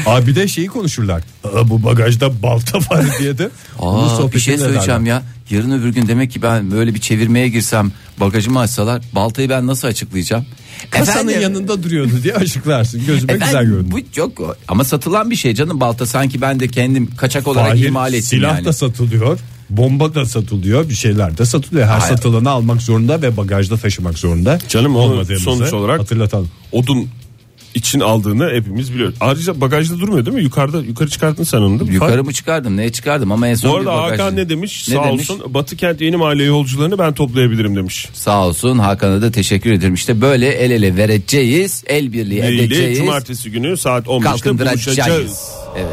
[SPEAKER 3] Abi bir de şeyi konuşurlar. Aa, bu bagajda balta var diye de.
[SPEAKER 2] Aa,
[SPEAKER 3] onun
[SPEAKER 2] bir
[SPEAKER 3] sohbetini
[SPEAKER 2] şey
[SPEAKER 3] ederler.
[SPEAKER 2] söyleyeceğim ya. Yarın öbür gün demek ki ben böyle bir çevirmeye girsem bagajımı açsalar baltayı ben nasıl açıklayacağım?
[SPEAKER 3] Kasanın
[SPEAKER 2] Efendim-
[SPEAKER 3] yanında duruyordu diye açıklarsın. Gözüme
[SPEAKER 2] Efendim,
[SPEAKER 3] güzel gördüm.
[SPEAKER 2] Bu çok ama satılan bir şey canım balta sanki ben de kendim kaçak olarak
[SPEAKER 3] Hayır,
[SPEAKER 2] imal ettim
[SPEAKER 3] silah
[SPEAKER 2] yani.
[SPEAKER 3] da satılıyor. Bomba da satılıyor, bir şeyler de satılıyor. Her
[SPEAKER 2] Hayır.
[SPEAKER 3] satılanı almak zorunda ve bagajda taşımak zorunda.
[SPEAKER 4] Canım, onu
[SPEAKER 3] Olmadığımızı
[SPEAKER 4] sonuç olarak-
[SPEAKER 3] hatırlatalım.
[SPEAKER 4] odun için aldığını hepimiz biliyoruz. Ayrıca bagajda durmuyor değil mi? Yukarıda yukarı çıkarttın sen onu değil mi?
[SPEAKER 2] Yukarı mı çıkardım neye çıkardım ama en son
[SPEAKER 4] Bu
[SPEAKER 2] bir
[SPEAKER 4] arada
[SPEAKER 2] bagaj-
[SPEAKER 4] Hakan ne demiş?
[SPEAKER 2] Ne
[SPEAKER 4] Sağ
[SPEAKER 2] demiş?
[SPEAKER 4] olsun. Batı kent yeni mahalle yolcularını ben toplayabilirim demiş.
[SPEAKER 2] Sağ olsun Hakan'a da teşekkür ederim. İşte böyle el ele vereceğiz, el birliği
[SPEAKER 4] Neyle?
[SPEAKER 2] edeceğiz,
[SPEAKER 4] Cumartesi günü saat 15'te buluşacağız.
[SPEAKER 2] kalkındıracağız. Evet.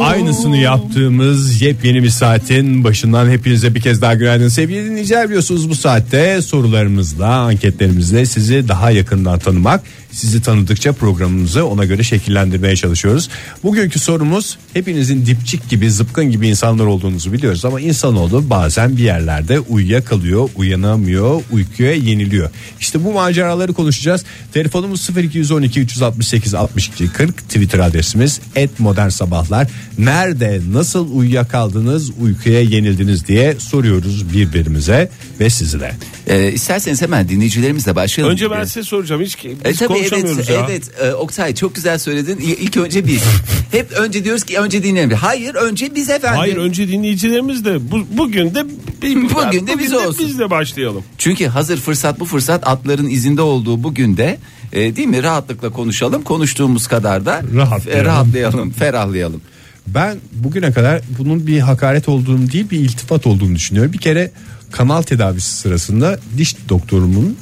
[SPEAKER 3] Aynısını yaptığımız yepyeni bir saatin başından hepinize bir kez daha günaydın sevgili dinleyiciler biliyorsunuz bu saatte sorularımızla anketlerimizle sizi daha yakından tanımak sizi tanıdıkça programımızı ona göre şekillendirmeye çalışıyoruz. Bugünkü sorumuz hepinizin dipçik gibi zıpkın gibi insanlar olduğunuzu biliyoruz ama insanoğlu bazen bir yerlerde uyuyakalıyor uyanamıyor uykuya yeniliyor. İşte bu maceraları konuşacağız. Telefonumuz 0212 368 62 40 Twitter adresimiz et modern sabahlar. Nerede nasıl uyuyakaldınız uykuya yenildiniz diye soruyoruz birbirimize ve sizlere.
[SPEAKER 2] Ee, isterseniz hemen dinleyicilerimizle başlayalım.
[SPEAKER 4] Önce ben
[SPEAKER 2] Ee,
[SPEAKER 4] size soracağım. Hiç, biz
[SPEAKER 2] E tabii
[SPEAKER 4] konuşamıyoruz
[SPEAKER 2] evet,
[SPEAKER 4] ya.
[SPEAKER 2] evet E, Oktay çok güzel söyledin. İ- İlk önce biz. Hep önce diyoruz ki önce dinleyelim. Hayır önce biz efendim.
[SPEAKER 4] Hayır önce dinleyicilerimiz de bu, bugün de
[SPEAKER 2] Bugün de biz olsun.
[SPEAKER 4] biz de başlayalım.
[SPEAKER 2] Çünkü hazır fırsat bu fırsat atların izinde olduğu bu günde e, değil mi rahatlıkla konuşalım. Konuştuğumuz kadar da
[SPEAKER 3] Rahatlayalım.
[SPEAKER 2] e, rahatlayalım ferahlayalım.
[SPEAKER 3] Ben bugüne kadar bunun bir hakaret olduğunu değil bir iltifat olduğunu düşünüyorum. Bir kere kanal tedavisi sırasında diş doktorumun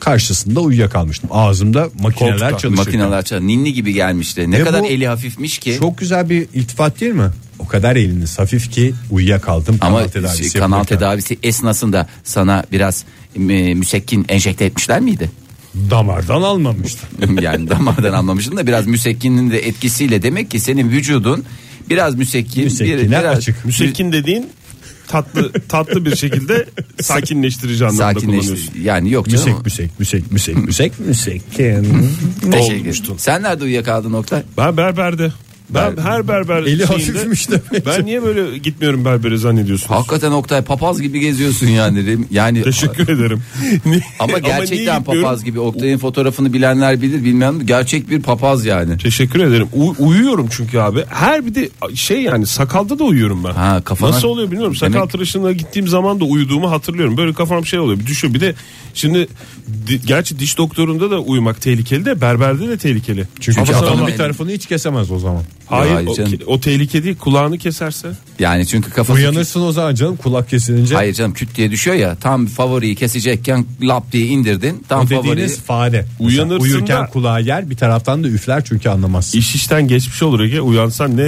[SPEAKER 3] karşısında uyuyakalmıştım. Ağzımda makineler
[SPEAKER 4] Koltukta.
[SPEAKER 3] çalışırken.
[SPEAKER 2] Makineler çal- ninni gibi gelmişti. Ne
[SPEAKER 4] E
[SPEAKER 3] Ve
[SPEAKER 2] kadar
[SPEAKER 3] bu
[SPEAKER 2] eli hafifmiş ki.
[SPEAKER 3] Çok güzel bir iltifat değil mi? O kadar eliniz hafif ki uyuyakaldım.
[SPEAKER 2] Ama
[SPEAKER 3] kanal tedavisi
[SPEAKER 2] şey, kanal
[SPEAKER 3] yapılırken.
[SPEAKER 2] tedavisi esnasında sana biraz e, müsekkin enjekte etmişler miydi?
[SPEAKER 3] Damardan almamıştım.
[SPEAKER 2] yani damardan anlamışsın da biraz müsekkinin de etkisiyle demek ki senin vücudun biraz müsekkin
[SPEAKER 3] Müsekkine
[SPEAKER 2] biraz
[SPEAKER 3] açık.
[SPEAKER 4] Müsekkin dediğin tatlı tatlı bir şekilde sakinleştirici anlamda
[SPEAKER 2] sakinleşti.
[SPEAKER 4] kullanıyorsun.
[SPEAKER 2] Yani yok canım.
[SPEAKER 3] Müsek müsek müsek müsek müsek müsek.
[SPEAKER 2] Teşekkür ederim. Sen nerede uyuyakaldın Oktay?
[SPEAKER 4] Ben berberde. Ben her berber
[SPEAKER 3] Eli
[SPEAKER 4] şeyinde-
[SPEAKER 3] hafifmiş demek.
[SPEAKER 4] Ben niye böyle gitmiyorum berbere zannediyorsunuz?
[SPEAKER 2] Hakikaten Oktay papaz gibi geziyorsun yani. Yani
[SPEAKER 4] Teşekkür ederim. Niye-
[SPEAKER 2] ama
[SPEAKER 4] niye
[SPEAKER 2] gerçekten
[SPEAKER 4] gitmiyorum?
[SPEAKER 2] papaz gibi. Oktay'ın fotoğrafını bilenler bilir, bilmeyen gerçek bir papaz yani.
[SPEAKER 4] Teşekkür ederim. U- uyuyorum çünkü abi. Her bir de şey yani sakalda da uyuyorum ben.
[SPEAKER 2] Ha, kafana-
[SPEAKER 4] Nasıl oluyor bilmiyorum. Sakal
[SPEAKER 2] Demek-
[SPEAKER 4] tıraşına gittiğim zaman da uyuduğumu hatırlıyorum. Böyle kafam şey oluyor. Bir düşüyor. Bir de şimdi di- gerçi diş doktorunda da uyumak tehlikeli de berberde de tehlikeli.
[SPEAKER 3] Çünkü
[SPEAKER 4] Ama sana
[SPEAKER 3] adamın
[SPEAKER 4] Allah-
[SPEAKER 3] bir tarafını hiç kesemez o zaman.
[SPEAKER 4] Hayır o,
[SPEAKER 2] canım.
[SPEAKER 4] o tehlike değil kulağını keserse.
[SPEAKER 2] Yani çünkü kafası
[SPEAKER 3] Uyanırsın o zaman canım kulak kesilince.
[SPEAKER 2] Hayır canım küt diye düşüyor ya tam favoriyi kesecekken lap diye indirdin. Tam
[SPEAKER 3] O
[SPEAKER 2] favori
[SPEAKER 3] dediğiniz fare.
[SPEAKER 4] Uyanırsın
[SPEAKER 3] Mesela uyurken
[SPEAKER 4] da-
[SPEAKER 3] kulağı yer bir taraftan da üfler çünkü anlamaz.
[SPEAKER 4] İş işten geçmiş olur Ege uyansan ne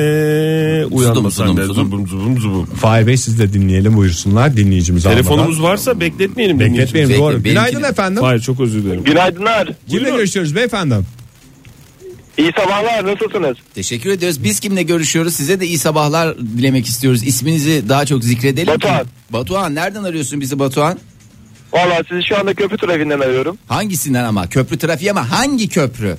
[SPEAKER 4] uyanmasan
[SPEAKER 2] zudum,
[SPEAKER 4] ne
[SPEAKER 2] zudum.
[SPEAKER 4] zubum zubum zubum.
[SPEAKER 3] Fahir Bey siz de dinleyelim buyursunlar dinleyicimiz almadan.
[SPEAKER 4] Telefonumuz varsa bekletmeyelim. dinleyicimizi.
[SPEAKER 3] Bekletmeyelim
[SPEAKER 2] Bekle,
[SPEAKER 3] doğru.
[SPEAKER 2] benimki-
[SPEAKER 3] Günaydın efendim.
[SPEAKER 4] Hayır çok özür dilerim.
[SPEAKER 8] Günaydınlar.
[SPEAKER 3] Kimle
[SPEAKER 4] Buyurun.
[SPEAKER 3] görüşüyoruz beyefendi?
[SPEAKER 8] İyi sabahlar. Nasılsınız?
[SPEAKER 2] Teşekkür ediyoruz. Biz kimle görüşüyoruz? Size de iyi sabahlar dilemek istiyoruz. İsminizi daha çok zikredelim.
[SPEAKER 8] Batuhan.
[SPEAKER 2] Batuhan nereden arıyorsun bizi Batuhan?
[SPEAKER 8] Valla sizi şu anda köprü trafiğinden arıyorum.
[SPEAKER 2] Hangisinden ama? Köprü trafiği ama hangi köprü?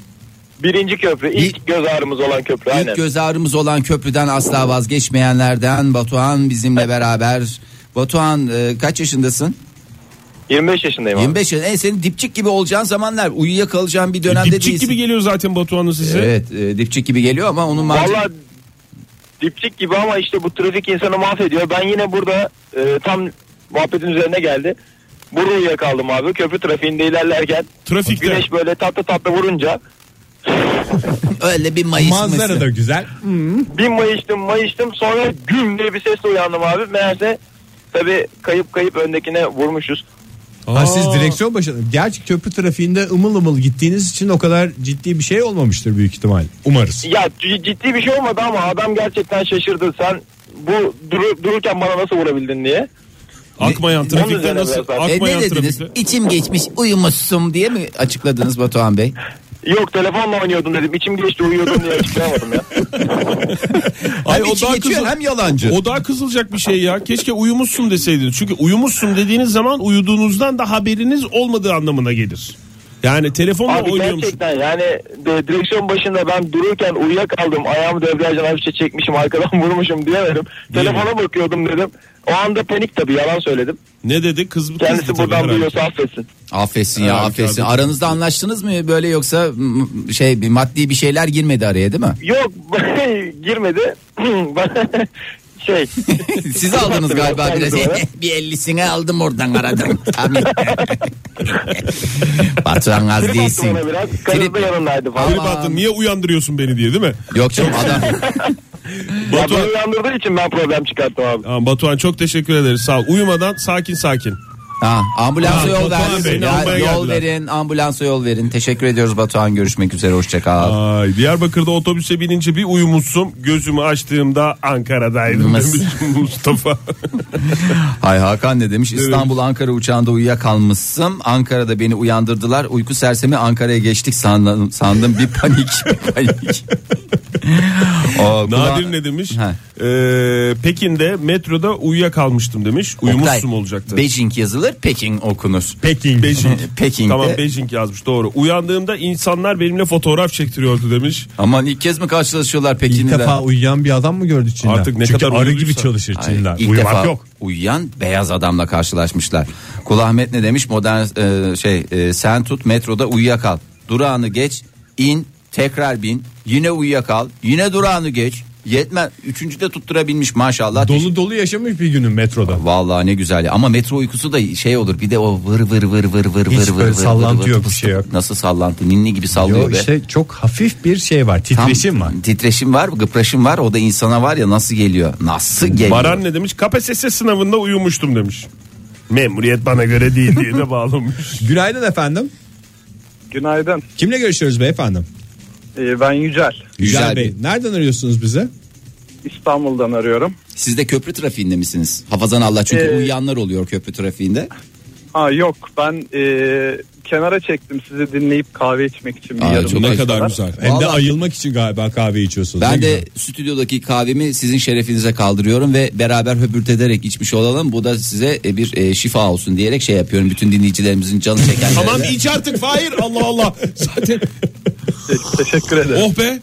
[SPEAKER 8] Birinci köprü. ilk göz ağrımız olan köprü. aynen.
[SPEAKER 2] İlk göz ağrımız olan köprüden asla vazgeçmeyenlerden Batuhan bizimle beraber. Batuhan e, kaç yaşındasın?
[SPEAKER 8] 25 yaşındayım
[SPEAKER 2] 25 yaşında. E, senin dipçik gibi olacağın zamanlar uyuyakalacağın bir dönemde
[SPEAKER 4] Dipçik
[SPEAKER 2] değilsin.
[SPEAKER 4] gibi geliyor zaten Batuhan'ın size.
[SPEAKER 2] Evet e, dipçik gibi geliyor ama onun
[SPEAKER 8] abi.
[SPEAKER 2] macera-
[SPEAKER 8] Valla dipçik gibi ama işte bu trafik insanı mahvediyor. Ben yine burada e, tam muhabbetin üzerine geldi. Burada uyuyakaldım abi. Köprü trafiğinde ilerlerken.
[SPEAKER 4] Trafikte.
[SPEAKER 8] Güneş böyle tatlı tatlı vurunca.
[SPEAKER 2] öyle bir mayışması.
[SPEAKER 3] Manzara da güzel.
[SPEAKER 8] Bir mayıştım mayıştım sonra güm diye bir sesle uyandım abi. Meğerse tabii kayıp kayıp öndekine vurmuşuz.
[SPEAKER 3] Ha, siz direksiyon başında. Gerçi köprü trafiğinde ımıl ımıl gittiğiniz için o kadar ciddi bir şey olmamıştır büyük ihtimal. Umarız.
[SPEAKER 8] Ya c- ciddi bir şey olmadı ama adam gerçekten şaşırdı. Sen bu duru- dururken bana nasıl vurabildin diye.
[SPEAKER 4] Akmayan trafikte
[SPEAKER 8] üzerine
[SPEAKER 4] nasıl?
[SPEAKER 8] biraz daha-
[SPEAKER 2] E,
[SPEAKER 4] Akmayan
[SPEAKER 2] ne dediniz?
[SPEAKER 4] trafikte.
[SPEAKER 2] İçim geçmiş uyumuşsun diye mi açıkladınız Batuhan Bey?
[SPEAKER 8] Yok telefonla oynuyordum dedim. İçim geçti uyuyordum diye açıklayamadım ya.
[SPEAKER 4] Ay,
[SPEAKER 2] hem
[SPEAKER 4] o
[SPEAKER 2] içi
[SPEAKER 4] daha
[SPEAKER 2] geçiyor
[SPEAKER 4] kızıl-
[SPEAKER 2] hem yalancı.
[SPEAKER 4] O daha kızılacak bir şey ya. Keşke uyumuşsun deseydiniz. Çünkü uyumuşsun dediğiniz zaman uyuduğunuzdan da haberiniz olmadığı anlamına gelir. Yani telefonla
[SPEAKER 8] Abi
[SPEAKER 4] oynuyormuş.
[SPEAKER 8] gerçekten yani de, direksiyon başında ben dururken uyuyakaldım. Ayağımı debriyajdan hafifçe çekmişim arkadan vurmuşum diyemedim.
[SPEAKER 4] Değil mi?
[SPEAKER 8] Telefona bakıyordum dedim. O anda panik tabii yalan söyledim.
[SPEAKER 4] Ne dedi? Kız kızdı
[SPEAKER 8] Kendisi
[SPEAKER 4] tabii
[SPEAKER 8] buradan
[SPEAKER 4] herhalde.
[SPEAKER 8] duyuyorsa affetsin.
[SPEAKER 2] Affetsin ya
[SPEAKER 4] Evet,
[SPEAKER 2] affetsin.
[SPEAKER 4] abi.
[SPEAKER 2] Aranızda anlaştınız mı böyle yoksa m- şey bir maddi bir şeyler girmedi araya değil mi?
[SPEAKER 8] Yok girmedi. şey
[SPEAKER 2] Siz aldınız galiba biraz. bir ellisini aldım oradan aradan. Tabii. Batuhan az
[SPEAKER 8] Trip attı
[SPEAKER 2] değilsin.
[SPEAKER 8] bana biraz. Karısı da
[SPEAKER 2] Trip-
[SPEAKER 8] yanındaydı falan.
[SPEAKER 4] Trip attı, niye uyandırıyorsun beni diye değil mi?
[SPEAKER 2] Yok canım adam.
[SPEAKER 8] Ya
[SPEAKER 4] Batuhan,
[SPEAKER 8] beni uyandırdığı için ben problem çıkarttım abi.
[SPEAKER 4] Aa, Batuhan çok teşekkür ederiz. Sağ ol. Uyumadan sakin sakin.
[SPEAKER 2] Ha, ambulansa
[SPEAKER 4] Ha,
[SPEAKER 2] yol
[SPEAKER 4] Batuhan
[SPEAKER 2] verin.
[SPEAKER 4] Bey'le
[SPEAKER 2] Ya,
[SPEAKER 4] almaya
[SPEAKER 2] yol
[SPEAKER 4] geldiler.
[SPEAKER 2] verin ambulansa yol verin. Teşekkür ediyoruz Batuhan görüşmek üzere hoşça kal.
[SPEAKER 4] Ay, Diyarbakır'da otobüse binince bir uyumuşsun. Gözümü açtığımda Ankara'daydım
[SPEAKER 2] Nasıl?
[SPEAKER 4] demiş Mustafa.
[SPEAKER 2] Hay Hakan ne demiş? İstanbul Ankara uçağında uyuyakalmışsın. Ankara'da beni uyandırdılar. Uyku sersemi Ankara'ya geçtik sandım. sandım. Bir panik. bir panik. o, kulağa-
[SPEAKER 4] Nadir ne demiş?
[SPEAKER 2] Ha.
[SPEAKER 4] Ee, Pekin'de metroda uyuyakalmıştım demiş. Uyumuşsun
[SPEAKER 2] Oktay,
[SPEAKER 4] olacaktı.
[SPEAKER 2] Beijing yazılır, Peking okunur.
[SPEAKER 3] Peking.
[SPEAKER 4] Beijing.
[SPEAKER 2] Peking'de.
[SPEAKER 4] Tamam Beijing yazmış doğru. Uyandığımda insanlar benimle fotoğraf çektiriyordu demiş.
[SPEAKER 2] Aman ilk kez mi karşılaşıyorlar
[SPEAKER 3] İlk
[SPEAKER 2] Pekinliler?
[SPEAKER 3] defa uyuyan bir adam mı gördü Çin'den?
[SPEAKER 4] Artık ne
[SPEAKER 3] Çünkü
[SPEAKER 4] kadar
[SPEAKER 3] arı
[SPEAKER 4] uyuduysa.
[SPEAKER 3] gibi çalışır
[SPEAKER 2] Hayır,
[SPEAKER 3] Çin'den.
[SPEAKER 2] ilk
[SPEAKER 3] Uyumak
[SPEAKER 2] defa
[SPEAKER 3] yok.
[SPEAKER 2] uyuyan beyaz adamla karşılaşmışlar. Kul Ahmet ne demiş? Modern e, şey e, sen tut metroda uyuyakal. Durağını geç, in, tekrar bin, yine uyuyakal, yine durağını geç. Yetmez. Üçüncü de tutturabilmiş maşallah.
[SPEAKER 3] Dolu dolu yaşamış bir günün metroda.
[SPEAKER 2] Vallahi ne güzel. ya. Ama metro uykusu da şey olur. Bir de o vır vır vır vır vır
[SPEAKER 3] Hiç
[SPEAKER 2] vır vır
[SPEAKER 3] böyle
[SPEAKER 2] vır.
[SPEAKER 3] sallantı
[SPEAKER 2] vır vır
[SPEAKER 3] yok, bir
[SPEAKER 2] fıstık.
[SPEAKER 3] şey yok.
[SPEAKER 2] Nasıl sallantı? Ninni gibi sallıyor
[SPEAKER 3] Yo, şey
[SPEAKER 2] be.
[SPEAKER 3] işte çok hafif bir şey var.
[SPEAKER 2] Tam
[SPEAKER 3] Titreşim var.
[SPEAKER 2] Titreşim var, gıpraşım var. O da insana var ya nasıl geliyor? Nasıl geliyor?
[SPEAKER 4] Baran ne demiş? KPSS sınavında uyumuştum demiş. Memuriyet bana göre değil diye de bağlamış.
[SPEAKER 3] Günaydın efendim.
[SPEAKER 9] Günaydın.
[SPEAKER 3] Kimle görüşüyoruz beyefendi?
[SPEAKER 9] Ee, ben Yücel.
[SPEAKER 2] Güzel
[SPEAKER 3] Güzel Bey. Nereden arıyorsunuz bize?
[SPEAKER 9] İstanbul'dan arıyorum.
[SPEAKER 2] Siz de köprü trafiğinde misiniz? Hafazan Allah çünkü
[SPEAKER 9] Ee,
[SPEAKER 2] uyuyanlar oluyor köprü trafiğinde.
[SPEAKER 9] Ha yok ben ee, kenara çektim sizi dinleyip kahve içmek için bir
[SPEAKER 2] Aa,
[SPEAKER 9] yarım
[SPEAKER 2] çok
[SPEAKER 9] saat
[SPEAKER 2] Ne kadar
[SPEAKER 9] kadar.
[SPEAKER 4] güzel.
[SPEAKER 3] Hem de
[SPEAKER 2] Vallahi-
[SPEAKER 3] ayılmak için galiba kahve içiyorsunuz. Ne
[SPEAKER 2] Ben de
[SPEAKER 3] güzel.
[SPEAKER 2] stüdyodaki kahvemi sizin şerefinize kaldırıyorum ve beraber höpürt ederek içmiş olalım. Bu da size e, bir e, şifa olsun diyerek şey yapıyorum. Bütün dinleyicilerimizin canı çeken.
[SPEAKER 4] tamam iç artık Fahir Allah Allah.
[SPEAKER 9] Te-
[SPEAKER 4] Zaten
[SPEAKER 9] Teşekkür ederim.
[SPEAKER 4] oh be.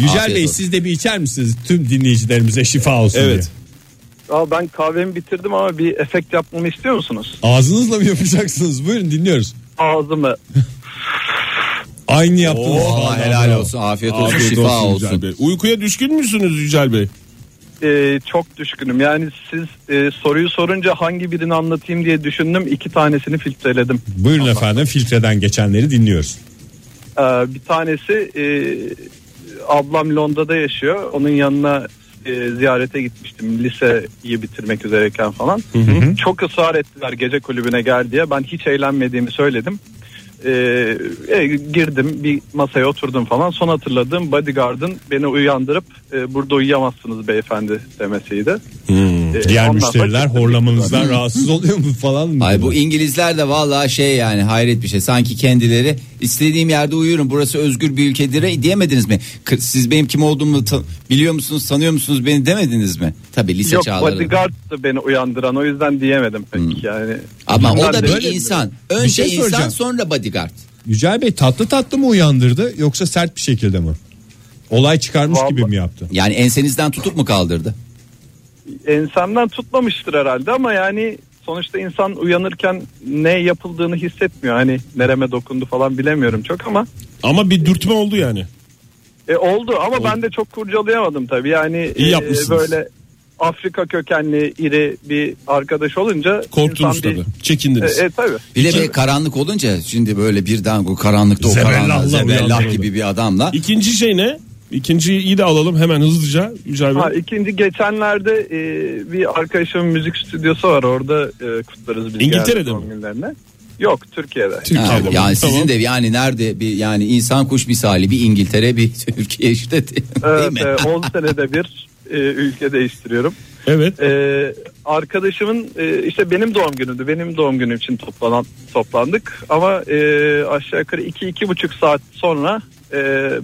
[SPEAKER 3] Yücel Bey siz de bir içer misiniz? Tüm dinleyicilerimize şifa olsun
[SPEAKER 4] Evet.
[SPEAKER 3] diye.
[SPEAKER 4] Oh
[SPEAKER 9] Aa, ben kahvemi bitirdim ama bir efekt yapmamı istiyor musunuz?
[SPEAKER 3] Ağzınızla mı yapacaksınız? Buyurun dinliyoruz.
[SPEAKER 9] Ağzımı.
[SPEAKER 3] Aynı yaptınız.
[SPEAKER 2] Allah
[SPEAKER 3] Vallahi
[SPEAKER 2] Oh, helal
[SPEAKER 3] bravo.
[SPEAKER 2] olsun afiyet olsun
[SPEAKER 4] Afiyet
[SPEAKER 2] şifa
[SPEAKER 4] olsun
[SPEAKER 2] olsun.
[SPEAKER 4] Yücel Bey. Uykuya düşkün müsünüz Yücel Bey?
[SPEAKER 9] ee, çok düşkünüm. Yani siz ee, soruyu sorunca hangi birini anlatayım diye düşündüm. iki tanesini filtreledim.
[SPEAKER 3] Buyurun efendim filtreden geçenleri dinliyoruz.
[SPEAKER 9] Ee, bir tanesi ee, e, ablam Londra'da yaşıyor. Onun yanına e, ziyarete gitmiştim liseyi bitirmek üzereyken falan. Çok ısrar ettiler gece kulübüne gel diye. Ben hiç eğlenmediğimi söyledim. E, e, girdim bir masaya oturdum falan. Son hatırladığım bodyguard'ın beni uyandırıp e, burada uyuyamazsınız beyefendi demesiydi. E,
[SPEAKER 3] Diğer
[SPEAKER 9] ondan sonra
[SPEAKER 3] müşteriler
[SPEAKER 9] çıktım.
[SPEAKER 3] horlamanızdan rahatsız oluyor mu falan mı?
[SPEAKER 2] Ay bu İngilizler de vallahi şey yani hayret bir şey. Sanki kendileri istediğim yerde uyuyorum. Burası özgür bir ülkedir e, diyemediniz mi? Kı- Siz benim kim olduğumu tan- biliyor musunuz, tanıyor musunuz beni demediniz mi? Tabii lise
[SPEAKER 9] Yok
[SPEAKER 2] çağları.
[SPEAKER 9] bodyguard'dı beni uyandıran o yüzden diyemedim pek yani.
[SPEAKER 2] Ama o
[SPEAKER 9] Bunlar
[SPEAKER 2] da
[SPEAKER 9] böyle
[SPEAKER 2] bir
[SPEAKER 9] mi?
[SPEAKER 2] insan. Önce
[SPEAKER 3] Bir şey
[SPEAKER 2] insan
[SPEAKER 3] soracağım.
[SPEAKER 2] sonra bodyguard.
[SPEAKER 3] Yücel Bey tatlı tatlı mı uyandırdı yoksa sert bir şekilde mi? Olay çıkarmış
[SPEAKER 9] Vallahi-
[SPEAKER 3] gibi mi yaptı?
[SPEAKER 2] Yani ensenizden tutup mu kaldırdı?
[SPEAKER 9] ensemden tutmamıştır herhalde ama yani sonuçta insan uyanırken ne yapıldığını hissetmiyor. Hani nereme dokundu falan bilemiyorum çok ama
[SPEAKER 4] Ama bir dürtme oldu yani.
[SPEAKER 9] e, oldu ama ben de çok kurcalayamadım tabii. Yani
[SPEAKER 4] İyi
[SPEAKER 9] e,
[SPEAKER 4] yapmışsınız.
[SPEAKER 9] böyle Afrika kökenli iri bir arkadaş olunca
[SPEAKER 4] Korktunuz
[SPEAKER 9] insan bir-
[SPEAKER 4] tabii. Çekindiniz.
[SPEAKER 9] E, e, tabii.
[SPEAKER 2] Bir de bir karanlık olunca şimdi böyle birden bu karanlıkta o
[SPEAKER 3] Zebellahla
[SPEAKER 2] karanlık zebellah
[SPEAKER 3] uyandırıldı.
[SPEAKER 2] gibi bir adamla
[SPEAKER 4] İkinci şey ne? İkinciyi iyi de alalım hemen hızlıca. Yücel Bey.
[SPEAKER 9] Ha, ikinci geçenlerde e, bir arkadaşımın müzik stüdyosu var orada e, kutlarız biz.
[SPEAKER 4] İngiltere'de
[SPEAKER 9] yani doğum
[SPEAKER 4] mi?
[SPEAKER 9] günlerini. Yok Türkiye'de.
[SPEAKER 4] Türkiye'de
[SPEAKER 2] Ha,
[SPEAKER 4] mi?
[SPEAKER 2] yani
[SPEAKER 4] Tamam.
[SPEAKER 2] sizin de yani nerede bir yani insan kuş misali bir İngiltere bir Türkiye işte değil, değil mi?
[SPEAKER 9] Evet, e, 10 senede bir e, ülke değiştiriyorum.
[SPEAKER 4] Evet.
[SPEAKER 9] Ee, arkadaşımın e, işte benim doğum günümdü. Benim doğum günüm için toplanan toplandık. Ama e, aşağı yukarı iki iki buçuk saat sonra e,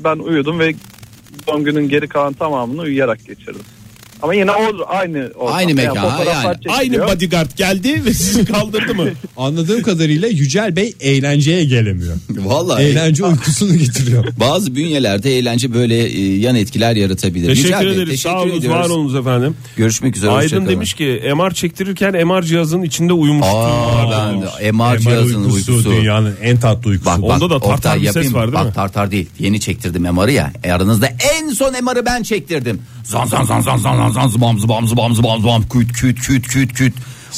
[SPEAKER 9] ben uyudum ve doğum günün geri kalan tamamını uyuyarak geçirdim. Ama yine o aynı ortam.
[SPEAKER 2] Aynı mekan, ha,
[SPEAKER 9] fotoğraflar
[SPEAKER 2] yani.
[SPEAKER 9] çekiliyor.
[SPEAKER 4] Aynı bodyguard geldi ve sizi kaldırdı mı?
[SPEAKER 3] Anladığım kadarıyla Yücel Bey eğlenceye gelemiyor.
[SPEAKER 2] Vallahi
[SPEAKER 3] Eğlence uykusunu getiriyor.
[SPEAKER 2] bazı bünyelerde eğlence böyle e, yan etkiler yaratabilir. Yücel
[SPEAKER 4] Teşekkür
[SPEAKER 2] Bey,
[SPEAKER 4] ederiz. Sağ olun,
[SPEAKER 2] ediyoruz.
[SPEAKER 4] var olunuz efendim.
[SPEAKER 2] Görüşmek üzere.
[SPEAKER 4] Aydın
[SPEAKER 2] hoşçakalın.
[SPEAKER 4] demiş ki MR çektirirken MR cihazının içinde uyumuştum.
[SPEAKER 2] Aa, ben de- MR cihazının uykusu.
[SPEAKER 3] dünyanın en tatlı uykusu.
[SPEAKER 2] Bak, bak,
[SPEAKER 4] Onda da tartar
[SPEAKER 2] Oktay
[SPEAKER 4] bir ses
[SPEAKER 2] yapayım.
[SPEAKER 4] var değil
[SPEAKER 2] bak,
[SPEAKER 4] mi?
[SPEAKER 2] tartar değil. Yeni çektirdim MR'ı ya. E, Aranızda en son MR'ı ben çektirdim. Zan zan zan zan zan zan zan zıbam zıbam zıbam zıbam zıbam küt küt küt küt küt.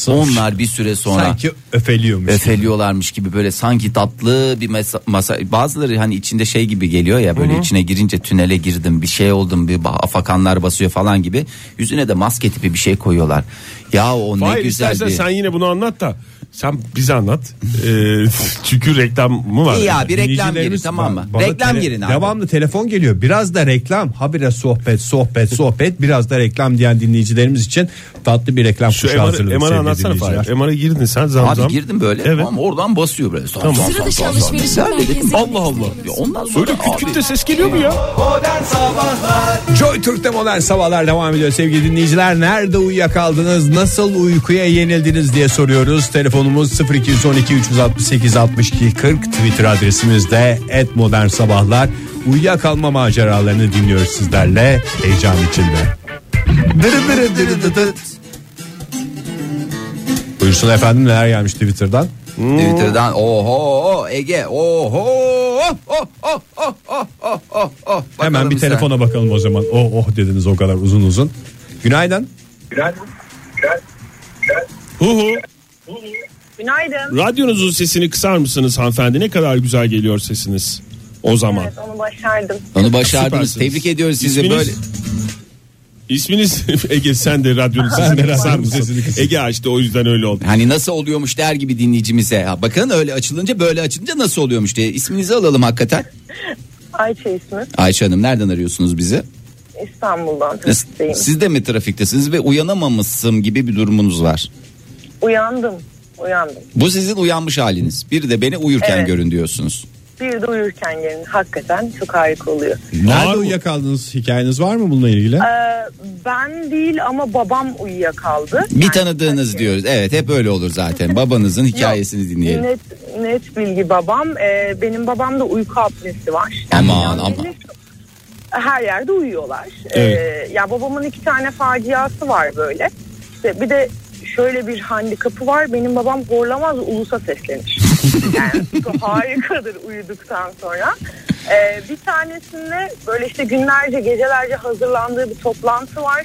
[SPEAKER 2] Onlar bir süre sonra
[SPEAKER 3] Sanki öfeliyormuş.
[SPEAKER 2] öfeliyorlarmış gibi böyle sanki tatlı bir masa, masa bazıları hani içinde şey gibi geliyor ya böyle içine girince tünele girdim bir şey oldum bir ba- afakanlar basıyor falan gibi yüzüne de maske tipi bir şey koyuyorlar. Ya o ne
[SPEAKER 4] Hayır
[SPEAKER 2] güzel
[SPEAKER 4] istersen
[SPEAKER 2] bir.
[SPEAKER 4] sen yine bunu anlat da sen bize anlat. Ee, çünkü reklam mı var?
[SPEAKER 2] İyi ya bir reklam yeri
[SPEAKER 3] Dinleyicilerimiz
[SPEAKER 2] tamam mı?
[SPEAKER 3] ba- bana
[SPEAKER 2] Reklam
[SPEAKER 3] tele-
[SPEAKER 2] yerine abi.
[SPEAKER 3] Devamlı telefon geliyor. Biraz da reklam. Habire sohbet, sohbet, sohbet. Biraz da reklam diyen dinleyicilerimiz için tatlı bir reklam
[SPEAKER 4] Şu
[SPEAKER 3] kuşu
[SPEAKER 4] MR,
[SPEAKER 3] hazırladık.
[SPEAKER 4] MR
[SPEAKER 3] sevgili
[SPEAKER 4] anlatsana
[SPEAKER 3] dinleyiciler.
[SPEAKER 4] Fahir. MR'a girdin sen zam
[SPEAKER 2] Abi
[SPEAKER 4] zam.
[SPEAKER 2] girdim böyle
[SPEAKER 4] Evet.
[SPEAKER 2] ama oradan basıyor böyle. Tamam.
[SPEAKER 10] Sıra dışı alışveriş merkezi.
[SPEAKER 4] Allah Allah.
[SPEAKER 2] Ya ondan sonra
[SPEAKER 4] Böyle küt
[SPEAKER 2] abi-
[SPEAKER 4] küt de ses geliyor mu ya?
[SPEAKER 3] Joy Türk'te modern sabahlar devam ediyor sevgili dinleyiciler. Nerede uyuyakaldınız? Nasıl uykuya yenildiniz diye soruyoruz. Telefonumuz 0212 368 62 40. Twitter adresimiz de @modernsabahlar. Uyuyakalma maceralarını dinliyoruz sizlerle heyecan içinde. Dırı dırı dırı dı dıt. Buyursun efendim neler gelmiş Twitter'dan?
[SPEAKER 2] Hmm. Twitter'dan oho Ege oho oh, oh, oh, oh, oh, oh, oh, oh.
[SPEAKER 3] Hemen
[SPEAKER 2] Bakalım
[SPEAKER 3] bir
[SPEAKER 2] sen.
[SPEAKER 3] telefona bakalım o zaman. Oh oh dediniz o kadar uzun uzun. Günaydın.
[SPEAKER 4] Hu hu.
[SPEAKER 6] Günaydın.
[SPEAKER 4] Radyonuzun sesini kısar mısınız hanımefendi? Ne kadar güzel geliyor sesiniz. O zaman.
[SPEAKER 6] Evet onu başardım.
[SPEAKER 2] Onu başardınız.
[SPEAKER 4] Süpersiniz.
[SPEAKER 2] Tebrik ediyoruz sizi
[SPEAKER 4] İsminiz?
[SPEAKER 2] böyle.
[SPEAKER 4] İsminiz Ege sen de radyonun sesini kısar mısın? Ege açtı o yüzden öyle oldu.
[SPEAKER 2] Hani nasıl oluyormuş der gibi dinleyicimize. Ha, bakın öyle açılınca böyle açılınca nasıl oluyormuş diye. İsminizi alalım hakikaten.
[SPEAKER 6] Ayça ismi.
[SPEAKER 2] Ayşe Hanım nereden arıyorsunuz bizi?
[SPEAKER 6] İstanbul'dan
[SPEAKER 2] Siz-
[SPEAKER 6] trafikteyim.
[SPEAKER 2] Siz de mi trafiktesiniz ve uyanamamışsın gibi bir durumunuz var.
[SPEAKER 6] Uyandım. Uyandım.
[SPEAKER 2] Bu sizin uyanmış haliniz. Bir de beni uyurken
[SPEAKER 6] Evet.
[SPEAKER 2] görün diyorsunuz.
[SPEAKER 6] Bir de uyurken gelin. Hakikaten çok harika oluyor.
[SPEAKER 3] Nerede
[SPEAKER 4] Var mı?
[SPEAKER 3] uyuyakaldınız? Hikayeniz var mı bununla ilgili?
[SPEAKER 6] Ee, ben değil ama babam uyuyakaldı.
[SPEAKER 2] Bir
[SPEAKER 6] Yani
[SPEAKER 2] tanıdığınız
[SPEAKER 6] sanki-
[SPEAKER 2] diyoruz. Evet hep öyle olur zaten. Babanızın hikayesini dinleyelim.
[SPEAKER 6] Net, net bilgi babam. Ee, benim babamda uyku apnesi var.
[SPEAKER 2] Aman,
[SPEAKER 6] yani
[SPEAKER 2] aman.
[SPEAKER 6] belli- Her yerde uyuyorlar. Ee, ya babamın iki tane faciası var böyle. İşte bir de şöyle bir handikapı var. Benim babam horlamaz ulusa seslenir. Yani harikadır uyuduktan sonra. Ee, bir tanesinde böyle işte günlerce gecelerce hazırlandığı bir toplantı var.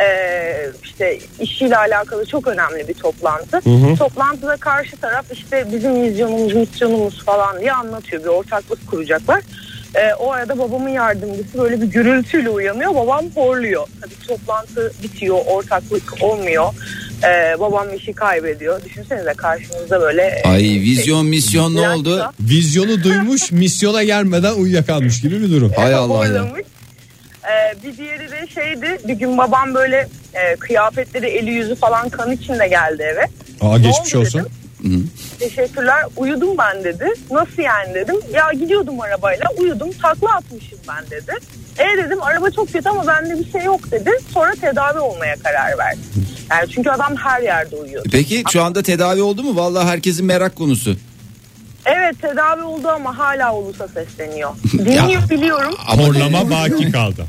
[SPEAKER 6] Ee, işte işiyle alakalı çok önemli bir toplantı. Toplantıda karşı taraf işte bizim vizyonumuz, misyonumuz falan diye anlatıyor. Bir ortaklık kuracaklar. Ee, o arada babamın yardımcısı böyle bir gürültüyle uyanıyor. Babam horluyor. Tabii toplantı bitiyor, ortaklık olmuyor. Ee, babam işi kaybediyor. Düşünsenize karşımızda böyle... e,
[SPEAKER 2] Ay vizyon misyon ne oldu?
[SPEAKER 3] Vizyonu duymuş misyona gelmeden uyuyakalmış gibi bir durum.
[SPEAKER 2] Hay Allah ya.
[SPEAKER 6] Horlamış. Ee, bir diğeri de şeydi bir gün babam böyle e, kıyafetleri eli yüzü falan kan içinde geldi eve.
[SPEAKER 3] Aa,
[SPEAKER 6] Ne
[SPEAKER 3] geçmiş
[SPEAKER 6] oldu
[SPEAKER 3] olsun.
[SPEAKER 6] dedim. Teşekkürler uyudum ben dedi. Nasıl yani dedim. Ya gidiyordum arabayla uyudum takla atmışım ben dedi. E dedim araba çok kötü ama bende bir şey yok dedi. Sonra tedavi olmaya karar verdi. Yani çünkü adam her yerde uyuyordu.
[SPEAKER 2] E Peki şu anda tedavi oldu mu? Vallahi herkesin merak konusu.
[SPEAKER 6] Evet tedavi oldu ama hala ulusa sesleniyor. Dinliyor biliyorum.
[SPEAKER 2] e,
[SPEAKER 3] Horlama baki kaldı.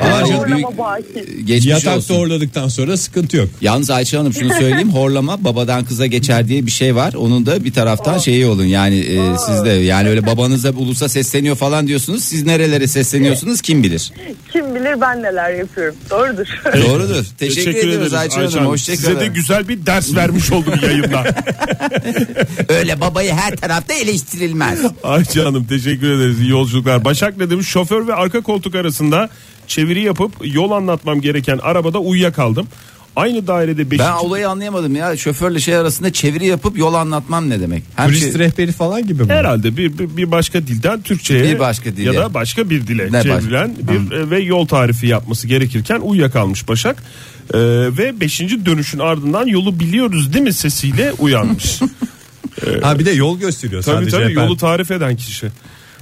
[SPEAKER 2] Hayır, büyük
[SPEAKER 6] Horlama baki.
[SPEAKER 2] geçmiş
[SPEAKER 3] Yatakta
[SPEAKER 2] olsun.
[SPEAKER 3] horladıktan sonra sıkıntı yok.
[SPEAKER 2] Yalnız Ayça Hanım şunu söyleyeyim horlama babadan kıza geçer diye bir şey var. Onun da bir taraftan şeyi olun yani e, siz de yani öyle babanıza ulusa sesleniyor falan diyorsunuz. Siz nerelere sesleniyorsunuz kim bilir.
[SPEAKER 6] Kim bilir ben neler yapıyorum. Doğrudur.
[SPEAKER 2] Doğrudur. Teşekkür, ediyoruz Ayça, Hanım.
[SPEAKER 4] Size de
[SPEAKER 2] Hoşçakalın.
[SPEAKER 4] güzel bir ders vermiş oldum yayında.
[SPEAKER 2] Öyle babayı her tarafta eleştirilmez.
[SPEAKER 4] Ayça Hanım teşekkür ederiz. İyi yolculuklar. Başak ne demiş? Şoför ve arka koltuk arasında çeviri yapıp yol anlatmam gereken arabada uyuyakaldım. Aynı dairede beşinci...
[SPEAKER 2] Ben olayı anlayamadım ya. Şoförle şey arasında çeviri yapıp yol anlatmam ne demek? Hem
[SPEAKER 3] Turist
[SPEAKER 2] şey-
[SPEAKER 3] rehberi falan gibi mi?
[SPEAKER 4] Herhalde bir, bir, bir başka dilden Türkçe'ye
[SPEAKER 2] Bir başka dile.
[SPEAKER 4] ya da başka bir dile
[SPEAKER 2] Ne
[SPEAKER 4] çevrilen bir e, ve yol tarifi yapması gerekirken uyuyakalmış Başak. E, ve 5. dönüşün ardından yolu biliyoruz değil mi sesiyle uyanmış. E,
[SPEAKER 3] Ha bir de yol gösteriyor
[SPEAKER 4] tabii
[SPEAKER 3] sadece.
[SPEAKER 4] tabii
[SPEAKER 3] efendim.
[SPEAKER 4] yolu tarif eden kişi.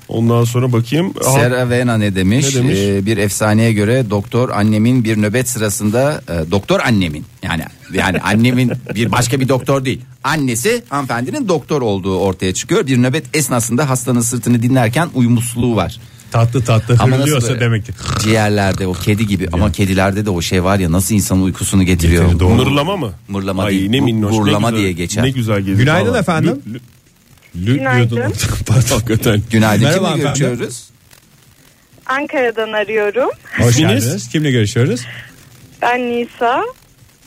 [SPEAKER 4] Ondan sonra bakayım. e, Aha,
[SPEAKER 2] Sera Vena ne demiş?
[SPEAKER 4] Ne demiş?
[SPEAKER 2] Ee, bir efsaneye göre doktor annemin bir nöbet sırasında e, doktor annemin yani yani annemin bir başka bir doktor değil. Annesi hanımefendinin doktor olduğu ortaya çıkıyor. Bir nöbet esnasında hastanın sırtını dinlerken uyumsuzluğu var.
[SPEAKER 3] Tatlı tatlı
[SPEAKER 2] Ama nasıl
[SPEAKER 3] hırlıyorsa
[SPEAKER 2] böyle?
[SPEAKER 3] demek ki.
[SPEAKER 2] Ciğerlerde o kedi gibi ama kedilerde de o şey var ya nasıl insanın uykusunu getiriyor.
[SPEAKER 3] Getirir, doğru.
[SPEAKER 4] Mırlama mı?
[SPEAKER 2] Mırlama
[SPEAKER 4] Ay,
[SPEAKER 2] değil,
[SPEAKER 4] Ne
[SPEAKER 2] bu-
[SPEAKER 4] minnoş, ne
[SPEAKER 2] burlama
[SPEAKER 4] güzel-
[SPEAKER 2] diye geçer.
[SPEAKER 4] Ne güzel gelir.
[SPEAKER 3] Günaydın
[SPEAKER 4] Vallahi.
[SPEAKER 3] efendim.
[SPEAKER 4] Lü- lü-
[SPEAKER 3] Lü-
[SPEAKER 5] Günaydın.
[SPEAKER 3] lüyordun. Pardon.
[SPEAKER 4] Hakikaten.
[SPEAKER 2] Günaydın
[SPEAKER 3] Merhaba
[SPEAKER 2] kimle
[SPEAKER 3] hanımefendi.
[SPEAKER 2] görüşüyoruz?
[SPEAKER 5] Ankara'dan arıyorum.
[SPEAKER 3] Hoş
[SPEAKER 4] İsminiz?
[SPEAKER 3] geldiniz. Kimle görüşüyoruz?
[SPEAKER 5] Ben Nisa.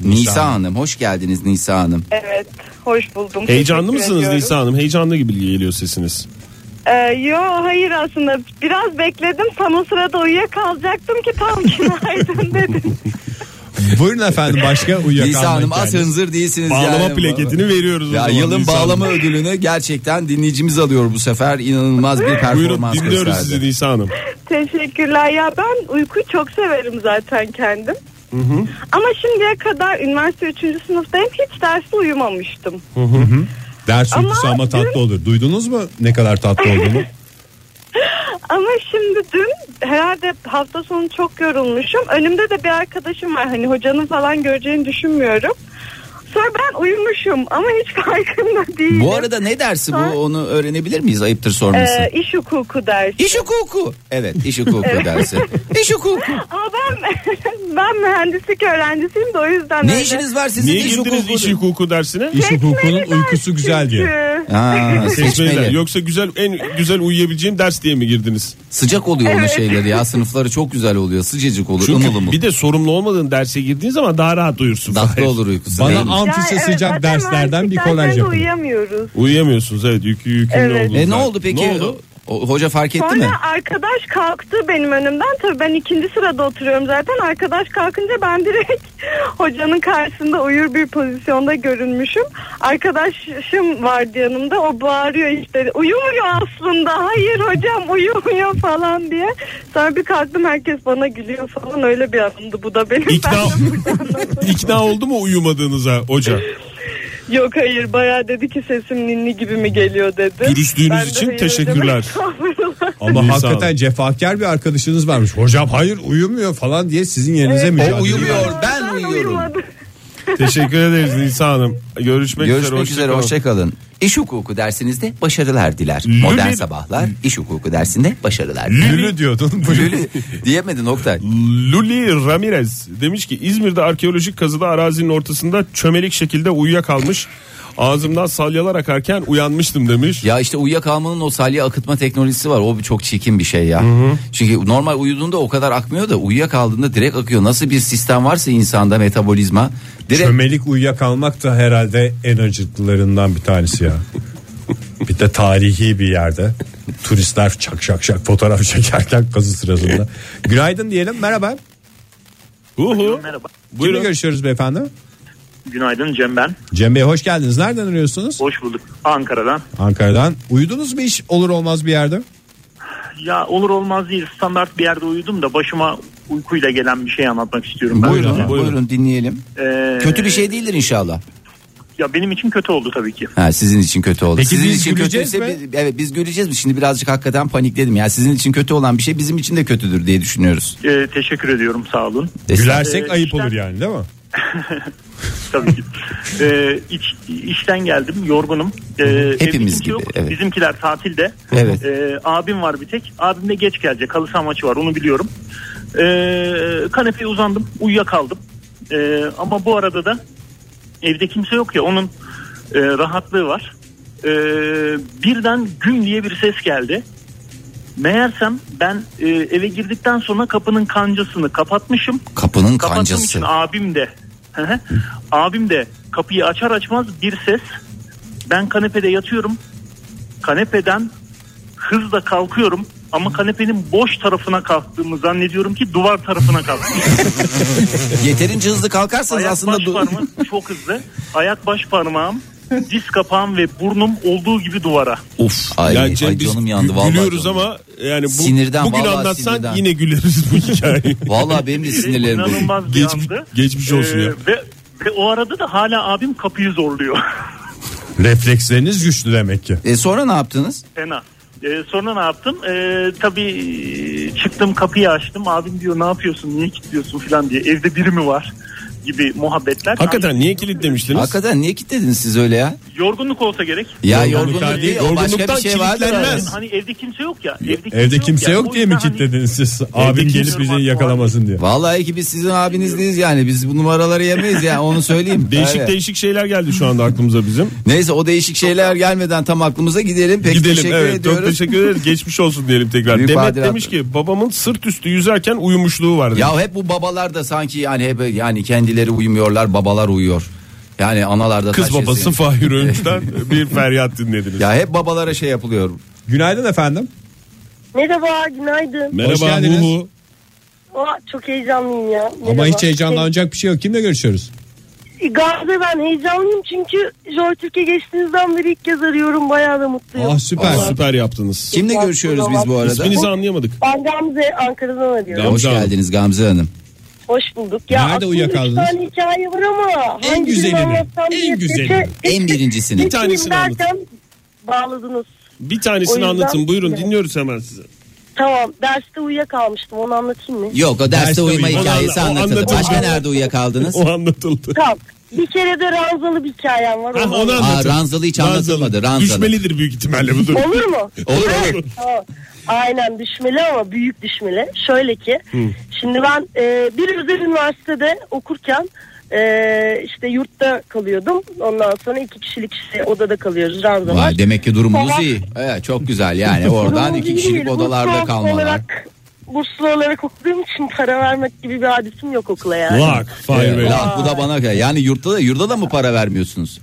[SPEAKER 2] Nisa Hanım hoş geldiniz Nisa Hanım.
[SPEAKER 5] Evet. Hoş buldum.
[SPEAKER 4] Heyecanlı
[SPEAKER 5] Teşekkür
[SPEAKER 4] mısınız
[SPEAKER 5] ediyorum.
[SPEAKER 4] Nisa Hanım? Heyecanlı gibi geliyor sesiniz.
[SPEAKER 5] Ee, yo hayır aslında biraz bekledim. Tam o sırada uyuyakalacaktım ki tam günaydın dedim.
[SPEAKER 3] Buyurun efendim başka uyuyakalma
[SPEAKER 2] Nisa Hanım az
[SPEAKER 3] hikayeniz.
[SPEAKER 2] hınzır değilsiniz
[SPEAKER 4] Bağlama
[SPEAKER 2] yani.
[SPEAKER 4] plaketini veriyoruz. o
[SPEAKER 2] Ya
[SPEAKER 4] zaman
[SPEAKER 2] yılın
[SPEAKER 4] Nisa
[SPEAKER 2] bağlama
[SPEAKER 4] Hanım.
[SPEAKER 2] ödülünü gerçekten dinleyicimiz alıyor bu sefer. İnanılmaz bir
[SPEAKER 4] Buyurun
[SPEAKER 2] performans
[SPEAKER 4] dinliyoruz sizi
[SPEAKER 2] gösterdi.
[SPEAKER 4] Nisa Hanım.
[SPEAKER 5] Teşekkürler. Ya ben uykuyu çok severim zaten kendim. Ama şimdiye kadar üniversite 3. sınıftayım hiç derste uyumamıştım.
[SPEAKER 3] Ders uykusu
[SPEAKER 5] Ama
[SPEAKER 3] ama tatlı olur. Duydunuz mu ne kadar tatlı olduğunu?
[SPEAKER 5] Ama şimdi dün herhalde hafta sonu çok yorulmuşum. Önümde de bir arkadaşım var. Hani hocanın falan göreceğini düşünmüyorum. Sonra ben uyumuşum ama hiç farkında değilim.
[SPEAKER 2] Bu arada ne dersi bu onu öğrenebilir miyiz? Ayıptır sorması.
[SPEAKER 5] Ee, iş hukuku dersi.
[SPEAKER 2] İş hukuku. Evet iş hukuku dersi. İş hukuku.
[SPEAKER 5] Ama ben, ben mühendislik öğrencisiyim de o yüzden
[SPEAKER 2] Ne
[SPEAKER 5] öyle.
[SPEAKER 2] işiniz var sizin
[SPEAKER 4] Niye
[SPEAKER 2] iş
[SPEAKER 4] girdiniz
[SPEAKER 2] hukuku?
[SPEAKER 4] iş hukuku dersine?
[SPEAKER 3] İş hukukunun uykusu güzel diye.
[SPEAKER 5] Çünkü-
[SPEAKER 2] Ha,
[SPEAKER 4] Seçmeli.
[SPEAKER 2] seçmeli.
[SPEAKER 4] Yoksa güzel en güzel uyuyabileceğim ders diye mi girdiniz?
[SPEAKER 2] Sıcak oluyor onun şeyleri ya sınıfları çok güzel oluyor. Sıcacık olur
[SPEAKER 4] Çünkü
[SPEAKER 2] ımıl ımıl.
[SPEAKER 4] bir de sorumlu olmadığın derse girdiğiniz zaman daha rahat uyursun.
[SPEAKER 2] Tatlı
[SPEAKER 4] Fahir.
[SPEAKER 2] olur uykusu.
[SPEAKER 3] Bana
[SPEAKER 2] değil mi?
[SPEAKER 3] anti
[SPEAKER 5] Yani evet,
[SPEAKER 3] sıcak
[SPEAKER 5] zaten
[SPEAKER 3] derslerden bir
[SPEAKER 5] mühendislik
[SPEAKER 3] kolaj
[SPEAKER 5] derslerde
[SPEAKER 3] yapın.
[SPEAKER 5] uyuyamıyoruz.
[SPEAKER 4] Uyuyamıyorsunuz evet yükü yükümlü
[SPEAKER 5] Evet.
[SPEAKER 4] olduğunuz
[SPEAKER 2] E ne
[SPEAKER 4] zaman.
[SPEAKER 2] oldu peki?
[SPEAKER 4] Ne oldu?
[SPEAKER 2] O- hoca fark etti
[SPEAKER 5] Sonra
[SPEAKER 2] mi?
[SPEAKER 5] arkadaş kalktı benim önümden. Tabii ben ikinci sırada oturuyorum zaten. Arkadaş kalkınca ben direkt hocanın karşısında uyur bir pozisyonda görünmüşüm. Arkadaşım vardı yanımda. O bağırıyor işte uyumuyor aslında. Hayır hocam uyumuyor falan diye. Sonra bir kalktım herkes bana gülüyor falan. Öyle bir anımdı bu da benim.
[SPEAKER 4] İkna,
[SPEAKER 5] Ben de-
[SPEAKER 4] ikna oldu mu uyumadığınıza hoca?
[SPEAKER 5] Yok hayır bayağı dedi ki sesim ninni gibi mi geliyor dedi.
[SPEAKER 4] Dürüstlüğünüz
[SPEAKER 5] Ben de
[SPEAKER 4] için
[SPEAKER 5] hayır
[SPEAKER 4] teşekkürler.
[SPEAKER 5] hocam, estağfurullah.
[SPEAKER 3] Ama
[SPEAKER 4] Nisa
[SPEAKER 3] hakikaten
[SPEAKER 4] Hanım.
[SPEAKER 3] cefakar bir arkadaşınız varmış. Hocam hayır uyumuyor falan diye sizin yerinize mücadele
[SPEAKER 2] O uyumuyor ben
[SPEAKER 5] Ben
[SPEAKER 2] uyuyorum.
[SPEAKER 5] uyumadım.
[SPEAKER 4] Teşekkür ederiz Nisa Hanım. Görüşmek,
[SPEAKER 2] Görüşmek
[SPEAKER 4] hoşça
[SPEAKER 2] üzere
[SPEAKER 4] kalın.
[SPEAKER 2] hoşçakalın. İş hukuku dersinizde başarılar diler.
[SPEAKER 4] Lülü-
[SPEAKER 2] Modern sabahlar iş hukuku dersinde başarılar.
[SPEAKER 3] Lülü diyordun.
[SPEAKER 2] Lülü diyemedin Oktay.
[SPEAKER 4] Luli Ramirez demiş ki İzmir'de arkeolojik kazıda arazinin ortasında çömelik şekilde uyuyakalmış. Ağzımdan salyalar akarken uyanmıştım demiş.
[SPEAKER 2] Ya işte uyuyakalmanın o salya akıtma teknolojisi var. O bir çok çirkin bir şey ya. Çünkü normal uyuduğunda o kadar akmıyor da uyuyakaldığında direkt akıyor. Nasıl bir sistem varsa insanda metabolizma direkt
[SPEAKER 3] Çömelik uyuyakalmak da herhalde en acıklılarından bir tanesi ya. bir de tarihi bir yerde. Turistler çak şak şak fotoğraf çekerken kazı sırasında. Günaydın diyelim merhaba.
[SPEAKER 4] Uhu.
[SPEAKER 11] Merhaba.
[SPEAKER 3] Kimle
[SPEAKER 4] Buyurun.
[SPEAKER 3] görüşüyoruz beyefendi?
[SPEAKER 11] Günaydın Cem ben.
[SPEAKER 3] Cem Bey hoş geldiniz. Nereden arıyorsunuz?
[SPEAKER 11] Hoş bulduk Ankara'dan.
[SPEAKER 3] Ankara'dan. Uyudunuz mu hiç olur olmaz bir yerde?
[SPEAKER 11] Ya olur olmaz değil standart bir yerde uyudum da başıma uykuyla gelen bir şey anlatmak istiyorum. Ben Ee,
[SPEAKER 2] Buyurun,
[SPEAKER 11] size.
[SPEAKER 2] buyurun dinleyelim.
[SPEAKER 11] Ee,
[SPEAKER 2] Kötü bir şey değildir inşallah.
[SPEAKER 11] Ya benim için kötü oldu tabii ki.
[SPEAKER 2] Ha, sizin için kötü oldu.
[SPEAKER 3] Peki
[SPEAKER 2] sizin
[SPEAKER 3] biz
[SPEAKER 2] için
[SPEAKER 3] güleceğiz
[SPEAKER 2] kötüyse
[SPEAKER 3] mi?
[SPEAKER 2] bi- evet biz güleceğiz mi? Şimdi birazcık hakikaten panikledim. Ya sizin için kötü olan bir şey bizim için de kötüdür diye düşünüyoruz.
[SPEAKER 11] Ee, teşekkür ediyorum sağ olun.
[SPEAKER 3] Gülersek
[SPEAKER 11] Ee,
[SPEAKER 3] ayıp
[SPEAKER 11] işten-
[SPEAKER 3] olur yani değil mi?
[SPEAKER 11] Tabii ki. Ee, iç- işten geldim yorgunum. Ee,
[SPEAKER 2] Hepimiz
[SPEAKER 11] bizimki
[SPEAKER 2] gibi,
[SPEAKER 11] Yok.
[SPEAKER 2] evet.
[SPEAKER 11] Bizimkiler tatilde.
[SPEAKER 2] Evet.
[SPEAKER 11] Ee, abim var bir tek. Abim de geç gelecek. Halı saha maçı var onu biliyorum. Ee, kanepeye uzandım. Uyuyakaldım. Ee, ama bu arada da evde kimse yok ya onun e, rahatlığı var. Ee, birden güm diye bir ses geldi. Meğersem ben e, eve girdikten sonra kapının kancasını kapatmışım.
[SPEAKER 2] Kapının
[SPEAKER 11] Kapattığım
[SPEAKER 2] kancası.
[SPEAKER 11] için abim de Hı hı. abim de kapıyı açar açmaz bir ses ben kanepede yatıyorum kanepeden hızla kalkıyorum ama kanepenin boş tarafına kalktığımı zannediyorum ki duvar tarafına kalktım.
[SPEAKER 2] Yeterince hızlı kalkarsanız
[SPEAKER 11] Ayak
[SPEAKER 2] aslında
[SPEAKER 11] baş
[SPEAKER 2] du-
[SPEAKER 11] parmağım çok hızlı. Ayak baş parmağım, diz kapağım ve burnum olduğu gibi duvara.
[SPEAKER 2] Uf. Ay,
[SPEAKER 4] Ya Cem
[SPEAKER 2] ay
[SPEAKER 4] biz
[SPEAKER 2] canım yandı
[SPEAKER 4] gü-
[SPEAKER 2] vallahi.
[SPEAKER 4] gülüyoruz
[SPEAKER 2] canım.
[SPEAKER 4] ama yani bu,
[SPEAKER 2] Sinirden,
[SPEAKER 4] bugün
[SPEAKER 2] vallahi
[SPEAKER 4] anlatsan
[SPEAKER 2] sinirden.
[SPEAKER 4] yine güleriz bu hikayeyi.
[SPEAKER 2] Vallahi benim de sinirlerim bozuldu.
[SPEAKER 11] İnanılmaz bir
[SPEAKER 4] Geç,
[SPEAKER 11] andı.
[SPEAKER 4] geçmiş olsun
[SPEAKER 11] Ee,
[SPEAKER 4] ya.
[SPEAKER 11] Ve, ve o arada da hala abim kapıyı zorluyor.
[SPEAKER 3] Refleksleriniz güçlü demek ki.
[SPEAKER 2] E sonra ne yaptınız?
[SPEAKER 11] Fena. Ee, sonra ne yaptım? Ee, tabii e, çıktım kapıyı açtım. Abim diyor ne yapıyorsun, niye kilitliyorsun falan diye. Evde biri mi var gibi muhabbetler.
[SPEAKER 4] Hakikaten
[SPEAKER 11] Abi,
[SPEAKER 4] niye kilitlemiştiniz?
[SPEAKER 2] Hakikaten niye kilitlediniz siz öyle ya?
[SPEAKER 11] Yorgunluk olsa gerek.
[SPEAKER 2] Ya
[SPEAKER 4] Yorgunluk
[SPEAKER 2] yorgunluk,
[SPEAKER 4] hali-
[SPEAKER 2] değil, o başka
[SPEAKER 4] yorgunluktan
[SPEAKER 2] bir şey vardır.
[SPEAKER 4] kilitlenmez.
[SPEAKER 2] herhalde.
[SPEAKER 11] Hani evde kimse yok ya. Evde kimse,
[SPEAKER 3] Evde kimse
[SPEAKER 11] ya.
[SPEAKER 3] yok
[SPEAKER 11] O
[SPEAKER 3] diye mi
[SPEAKER 11] yüzden hani-
[SPEAKER 3] kilitlediniz siz? Abin
[SPEAKER 11] kimse
[SPEAKER 3] gelip
[SPEAKER 11] yok.
[SPEAKER 3] bizi yakalamasın diye.
[SPEAKER 2] Vallahi ki biz sizin abiniz değiliz yani. Biz bu numaraları yemeyiz ya onu söyleyeyim.
[SPEAKER 4] Değişik
[SPEAKER 2] Evet.
[SPEAKER 4] değişik şeyler geldi şu anda aklımıza bizim.
[SPEAKER 2] Neyse o değişik şeyler gelmeden tam aklımıza gidelim. Pek
[SPEAKER 4] Gidelim
[SPEAKER 2] teşekkür
[SPEAKER 4] evet çok
[SPEAKER 2] ediyoruz.
[SPEAKER 4] teşekkür ederiz geçmiş olsun diyelim tekrar.
[SPEAKER 2] Büyük
[SPEAKER 4] Demet
[SPEAKER 2] badirat.
[SPEAKER 4] demiş ki babamın sırt üstü yüzerken uyumuşluğu vardı.
[SPEAKER 2] Ya hep bu babalar da sanki yani hep yani kendileri uyumuyorlar babalar uyuyor. Yani analar da
[SPEAKER 4] Kız
[SPEAKER 2] taş yesin.
[SPEAKER 4] babası Fahir Öğünç'ten bir feryat dinlediniz.
[SPEAKER 2] Ya hep babalara şey yapılıyor.
[SPEAKER 3] Günaydın efendim.
[SPEAKER 12] Merhaba günaydın.
[SPEAKER 3] Hoş
[SPEAKER 4] Merhaba
[SPEAKER 3] geldiniz.
[SPEAKER 4] Muhu.
[SPEAKER 12] Aa, çok heyecanlıyım ya.
[SPEAKER 3] Ama
[SPEAKER 12] Merhaba.
[SPEAKER 3] hiç heyecanlanacak bir şey yok. Kimle görüşüyoruz?
[SPEAKER 12] E, Gamze ben heyecanlıyım çünkü Joy Türkiye geçtiğinizden beri ilk kez arıyorum bayağı da mutluyum.
[SPEAKER 3] Ah süper.
[SPEAKER 4] Aa, süper yaptınız.
[SPEAKER 2] Kimle görüşüyoruz biz bu arada?
[SPEAKER 4] İsminizi anlayamadık.
[SPEAKER 12] Ben Gamze Ankara'dan arıyorum.
[SPEAKER 2] Hoş geldiniz Gamze Hanım.
[SPEAKER 12] Hoş bulduk. Ya
[SPEAKER 3] Nerede
[SPEAKER 12] aklımda üç
[SPEAKER 3] uyuyakaldınız?
[SPEAKER 12] tane hikaye var ama.
[SPEAKER 3] En
[SPEAKER 12] hangisini
[SPEAKER 3] güzelini,
[SPEAKER 12] anlatsam
[SPEAKER 3] en
[SPEAKER 12] diye
[SPEAKER 3] güzelini.
[SPEAKER 12] seçe-
[SPEAKER 2] En birincisini.
[SPEAKER 4] Bir tanesini
[SPEAKER 12] seçeyim
[SPEAKER 4] anlatın.
[SPEAKER 12] derken Bağladınız.
[SPEAKER 4] Bir
[SPEAKER 12] O
[SPEAKER 4] tanesini
[SPEAKER 12] yüzden-
[SPEAKER 4] anlatın buyurun dinliyoruz hemen size.
[SPEAKER 12] Tamam derste uyuyakalmıştım onu anlatayım mı?
[SPEAKER 2] Yok o derste,
[SPEAKER 3] Derste
[SPEAKER 2] uyuma
[SPEAKER 3] uyuma.
[SPEAKER 2] hikayesi
[SPEAKER 4] O
[SPEAKER 2] anlatıldı.
[SPEAKER 4] anlatıldı.
[SPEAKER 2] Başka nerede uyuyakaldınız?
[SPEAKER 4] O anlatıldı.
[SPEAKER 12] Tamam. Bir kere de ranzalı bir hikayem var.
[SPEAKER 4] Ha,
[SPEAKER 12] onu
[SPEAKER 4] onu
[SPEAKER 12] anlatayım.
[SPEAKER 2] Aa,
[SPEAKER 4] anlatın.
[SPEAKER 2] ranzalı hiç anlatılmadı. Ranzalı.
[SPEAKER 4] Düşmelidir büyük ihtimalle bu durum.
[SPEAKER 12] Olur mu?
[SPEAKER 2] Olur olur.
[SPEAKER 12] Tamam. Aynen düşmeli ama büyük düşmeli. Şöyle ki şimdi ben e, bir özel üniversitede okurken e, işte yurtta kalıyordum. Ondan sonra iki kişilik işte odada kalıyoruz ranza var.
[SPEAKER 2] Vay, Ee, demek ki durumunuz
[SPEAKER 12] Sabah-
[SPEAKER 2] iyi. Evet, çok güzel yani oradan
[SPEAKER 12] Durumu
[SPEAKER 2] iki
[SPEAKER 12] iyi
[SPEAKER 2] kişilik
[SPEAKER 12] değil.
[SPEAKER 2] odalarda
[SPEAKER 12] Burslu
[SPEAKER 2] kalmalar.
[SPEAKER 12] Olarak, burslu olarak okuduğum için para vermek gibi bir adetim yok okula yani.
[SPEAKER 4] Lak Fahir Bey.
[SPEAKER 2] Evet, lan, Ee, bu da bana yani yurtta da yurda da mı para vermiyorsunuz?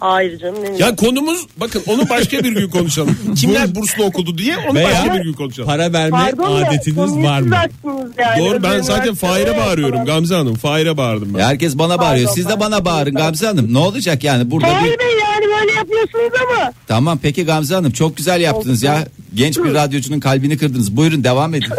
[SPEAKER 12] Hayır canım. ne
[SPEAKER 4] Ya konumuz bakın onu başka bir gün konuşalım. Kimler burslu okudu diye onu
[SPEAKER 3] Veya-
[SPEAKER 4] başka bir gün konuşalım.
[SPEAKER 3] Para verme
[SPEAKER 12] Pardon da,
[SPEAKER 3] adetiniz
[SPEAKER 12] konuyu
[SPEAKER 3] var
[SPEAKER 12] siz
[SPEAKER 3] mı?
[SPEAKER 12] açtınız yani. şey
[SPEAKER 4] Doğru
[SPEAKER 12] Özel
[SPEAKER 4] ben zaten
[SPEAKER 12] üniversitede
[SPEAKER 4] Fahir'e bağırıyorum
[SPEAKER 12] falan.
[SPEAKER 4] Gamze Hanım. Fahir'e bağırdım ben.
[SPEAKER 2] Ya Herkes bana bağırıyor.
[SPEAKER 12] Pardon,
[SPEAKER 2] Siz de
[SPEAKER 12] pardon.
[SPEAKER 2] bana bağırın Gamze Hanım. Ne olacak yani burada bir...
[SPEAKER 12] Hayır Bey yani böyle yapıyorsunuz ama.
[SPEAKER 2] Tamam peki Gamze Hanım çok güzel yaptınız ya. Genç bir radyocunun kalbini kırdınız. Buyurun devam edin.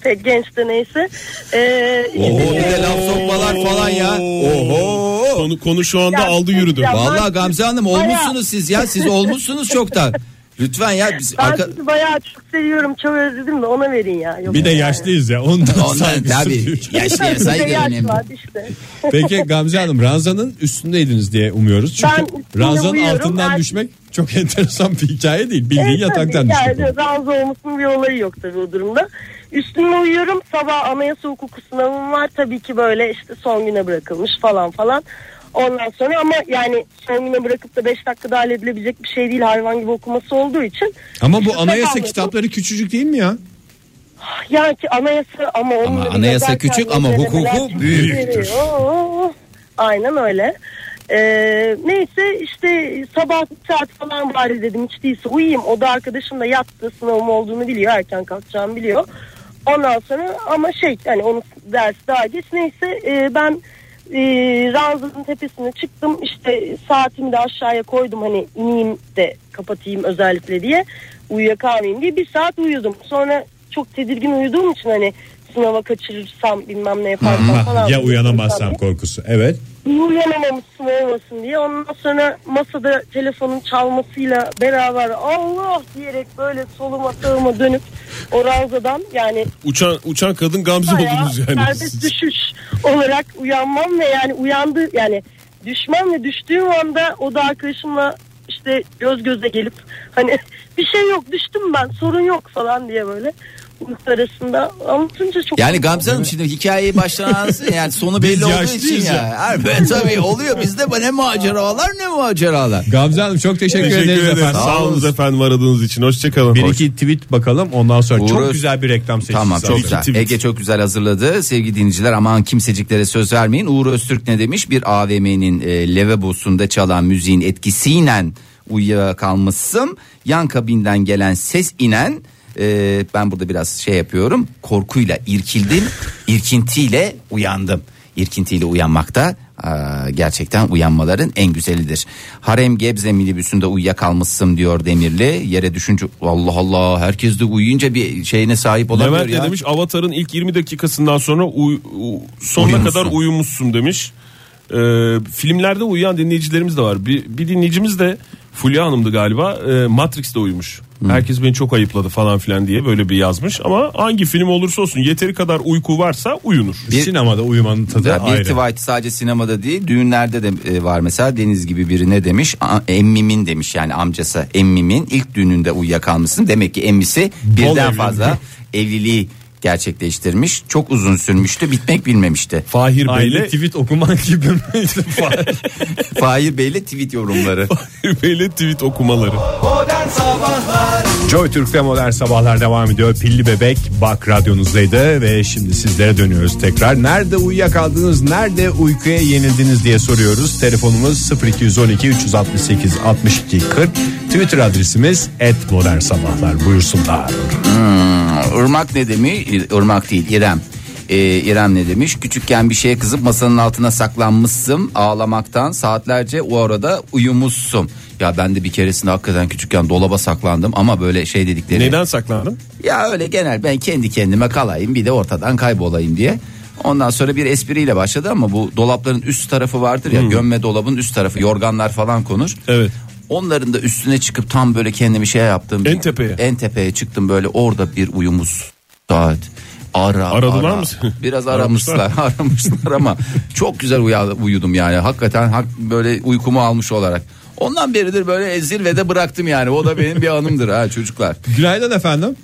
[SPEAKER 12] Pek genç de neyse. Ee,
[SPEAKER 2] Oho bir de laf sokmalar falan ya.
[SPEAKER 4] Oho. Konu, konu şu anda
[SPEAKER 12] Ya,
[SPEAKER 4] aldı yürüdü.
[SPEAKER 12] ya,
[SPEAKER 2] Vallahi Gamze Hanım
[SPEAKER 12] Bayağı.
[SPEAKER 2] olmuşsunuz siz ya. Siz olmuşsunuz çoktan. Lütfen ya biz
[SPEAKER 12] Ben
[SPEAKER 2] arka...
[SPEAKER 12] sizi bayağı çok seviyorum. Çok özledim de ona verin ya. Yok
[SPEAKER 3] Bir de
[SPEAKER 12] yani.
[SPEAKER 3] yaşlıyız ya ondan
[SPEAKER 2] Ondan
[SPEAKER 3] saygısız
[SPEAKER 2] tabii
[SPEAKER 3] diyor.
[SPEAKER 2] yaşlıya
[SPEAKER 12] Bir de
[SPEAKER 2] saygı
[SPEAKER 12] yaş
[SPEAKER 2] önemli.
[SPEAKER 12] var işte.
[SPEAKER 3] Peki Gamze Hanım ranzanın üstündeydiniz diye umuyoruz. Çünkü
[SPEAKER 12] Ben üstünde
[SPEAKER 3] ranzanın
[SPEAKER 12] uyuyorum.
[SPEAKER 3] altından
[SPEAKER 12] Ben-
[SPEAKER 3] düşmek çok enteresan bir hikaye değil. Bildiğin
[SPEAKER 12] Evet,
[SPEAKER 3] yataktan
[SPEAKER 12] tabii.
[SPEAKER 3] düşmek.
[SPEAKER 12] Yani razı olmasının bir olayı yok tabii o durumda. Üstüne uyuyorum. Sabah anayasa hukuku sınavım var. Tabii ki böyle işte son güne bırakılmış falan falan. Ondan sonra ama yani son güne bırakıp da 5 dakikada halledilebilecek bir şey değil. Hayvan gibi okuması olduğu için.
[SPEAKER 3] Ama bu
[SPEAKER 12] İşte
[SPEAKER 3] anayasa
[SPEAKER 12] sakal-
[SPEAKER 3] kitapları küçücük değil mi ya?
[SPEAKER 12] Ah, Yani ki anayasa ama onun
[SPEAKER 2] Ama
[SPEAKER 12] da bir
[SPEAKER 2] anayasa
[SPEAKER 12] zaten
[SPEAKER 2] küçük ama
[SPEAKER 12] incelemeler
[SPEAKER 2] hukuku
[SPEAKER 12] çünkü
[SPEAKER 2] büyüktür.
[SPEAKER 12] veriyor. Oo, oo. Aynen öyle. Ee, neyse işte sabah bir saat falan bari dedim hiç değilse uyuyayım. O da arkadaşım da yattı sınavım olduğunu biliyor erken kalkacağımı biliyor. Ondan sonra ama şey hani onun dersi daha geç neyse e, ben e, ranzanın tepesine çıktım işte saatimi de aşağıya koydum hani ineyim de kapatayım özellikle diye uyuyakalmayayım diye bir saat uyudum. Sonra çok tedirgin uyuduğum için hani sınava kaçırırsam bilmem ne yaparsam falan.
[SPEAKER 3] ya uyanamazsam korkusu. Evet.
[SPEAKER 12] Uyanamamışsın olmasın diye. Ondan sonra masada telefonun çalmasıyla beraber Allah diyerek böyle soluma sağıma dönüp o ranzadan yani
[SPEAKER 4] Uçan uçan kadın Gamze
[SPEAKER 12] bayağı
[SPEAKER 4] oldunuz yani.
[SPEAKER 12] serbest düşüş olarak uyanmam ve yani uyandı yani düşmem ve düştüğüm anda o da arkadaşımla işte göz göze gelip hani bir şey yok düştüm ben sorun yok falan diye böyle uyku arasında anlatınca çok
[SPEAKER 2] Yani Gamze Hanım şimdi hikayeyi baştan anlatsın yani sonu belli olduğu için
[SPEAKER 3] yaşlıyız
[SPEAKER 2] ya.
[SPEAKER 3] ya.
[SPEAKER 2] Harbi, tabii oluyor bizde ne maceralar ne maceralar.
[SPEAKER 3] Gamze Hanım çok teşekkür, ederiz efendim.
[SPEAKER 4] Sağ olun efendim aradığınız için. Hoşçakalın.
[SPEAKER 3] Bir iki tweet bakalım ondan sonra çok
[SPEAKER 2] Uğuruz.
[SPEAKER 3] güzel bir reklam seçtiniz.
[SPEAKER 2] Tamam çok
[SPEAKER 3] zaten.
[SPEAKER 2] güzel.
[SPEAKER 3] Tweet.
[SPEAKER 2] Ege çok güzel hazırladı. Sevgili dinleyiciler aman kimseciklere söz vermeyin. Uğur Öztürk ne demiş? Bir AVM'nin e, levebosunda çalan müziğin etkisiyle uyuyakalmışsın. Yan kabinden gelen ses inen e, ben burada biraz şey yapıyorum. Korkuyla irkildim. irkintiyle uyandım. İrkintiyle uyanmak da aa, gerçekten uyanmaların en güzelidir. Harem Gebze minibüsünde uyuyakalmışsın diyor Demirli. Yere düşünce Allah Allah herkes de uyuyunca bir şeyine sahip olamıyor
[SPEAKER 4] Levent
[SPEAKER 2] ya.
[SPEAKER 4] ne demiş? Avatar'ın ilk 20 dakikasından sonra uy- u- sonuna
[SPEAKER 2] Uyumuşsun.
[SPEAKER 4] kadar uyumuşsun demiş. Ee, filmlerde uyuyan dinleyicilerimiz de var. Bir, bir dinleyicimiz de Fulya Hanım'dı galiba. e, Matrix'te uyumuş. Herkes beni çok ayıpladı falan filan diye böyle bir yazmış. Ama hangi film olursa olsun yeteri kadar uyku varsa uyunur.
[SPEAKER 3] Sinemada uyumanın tadı
[SPEAKER 2] Ya bir
[SPEAKER 3] ayrı.
[SPEAKER 2] White sadece sinemada değil düğünlerde de e, var mesela Deniz gibi biri ne demiş A- emmimin demiş yani amcası emmimin ilk düğününde uyuyakalmışsın demek ki emmisi birden
[SPEAKER 4] evlilik.
[SPEAKER 2] fazla evliliği gerçekleştirmiş çok uzun sürmüştü bitmek bilmemişti.
[SPEAKER 4] Fahir
[SPEAKER 3] Aynı
[SPEAKER 4] Bey'le
[SPEAKER 3] tweet okuman gibi miydi?
[SPEAKER 2] Fahir Bey'le tweet yorumları.
[SPEAKER 4] Fahir Bey'le tweet okumaları.
[SPEAKER 3] Joy Türk'te modern sabahlar devam ediyor. Pilli Bebek Bak radyonuzdaydı ve şimdi sizlere dönüyoruz tekrar. Nerede uyuyakaldınız, nerede uykuya yenildiniz diye soruyoruz. Telefonumuz 0212 368 62 40. Twitter adresimiz et modern sabahlar buyursunlar.
[SPEAKER 2] Irmak Hmm, ne demiş? Irmak değil İrem. Ee, İrem ne demiş? Küçükken bir şeye kızıp masanın altına saklanmışsın. Ağlamaktan saatlerce o arada uyumuşsun. Ya ben de bir keresinde hakikaten küçükken dolaba saklandım ama böyle şey dedikleri.
[SPEAKER 4] Neden saklandın?
[SPEAKER 2] Ya öyle genel ben kendi kendime kalayım bir de ortadan kaybolayım diye. Ondan sonra bir espriyle başladı ama bu dolapların üst tarafı vardır ya gömme dolabın üst tarafı yorganlar falan konur.
[SPEAKER 4] Hmm. Evet.
[SPEAKER 2] Onların da üstüne çıkıp tam böyle kendimi şey yaptım.
[SPEAKER 4] En tepeye.
[SPEAKER 2] En tepeye çıktım böyle orada bir uyumuz saat. Ara,
[SPEAKER 4] Aradılar
[SPEAKER 2] ara.
[SPEAKER 4] mı seni?
[SPEAKER 2] Biraz aramışlar, aramışlar ama çok güzel uya- uyudum yani. Hakikaten hak, böyle uykumu almış olarak. Ondan beridir böyle zirvede bıraktım yani. O da benim bir anımdır ha çocuklar.
[SPEAKER 3] Günaydın efendim.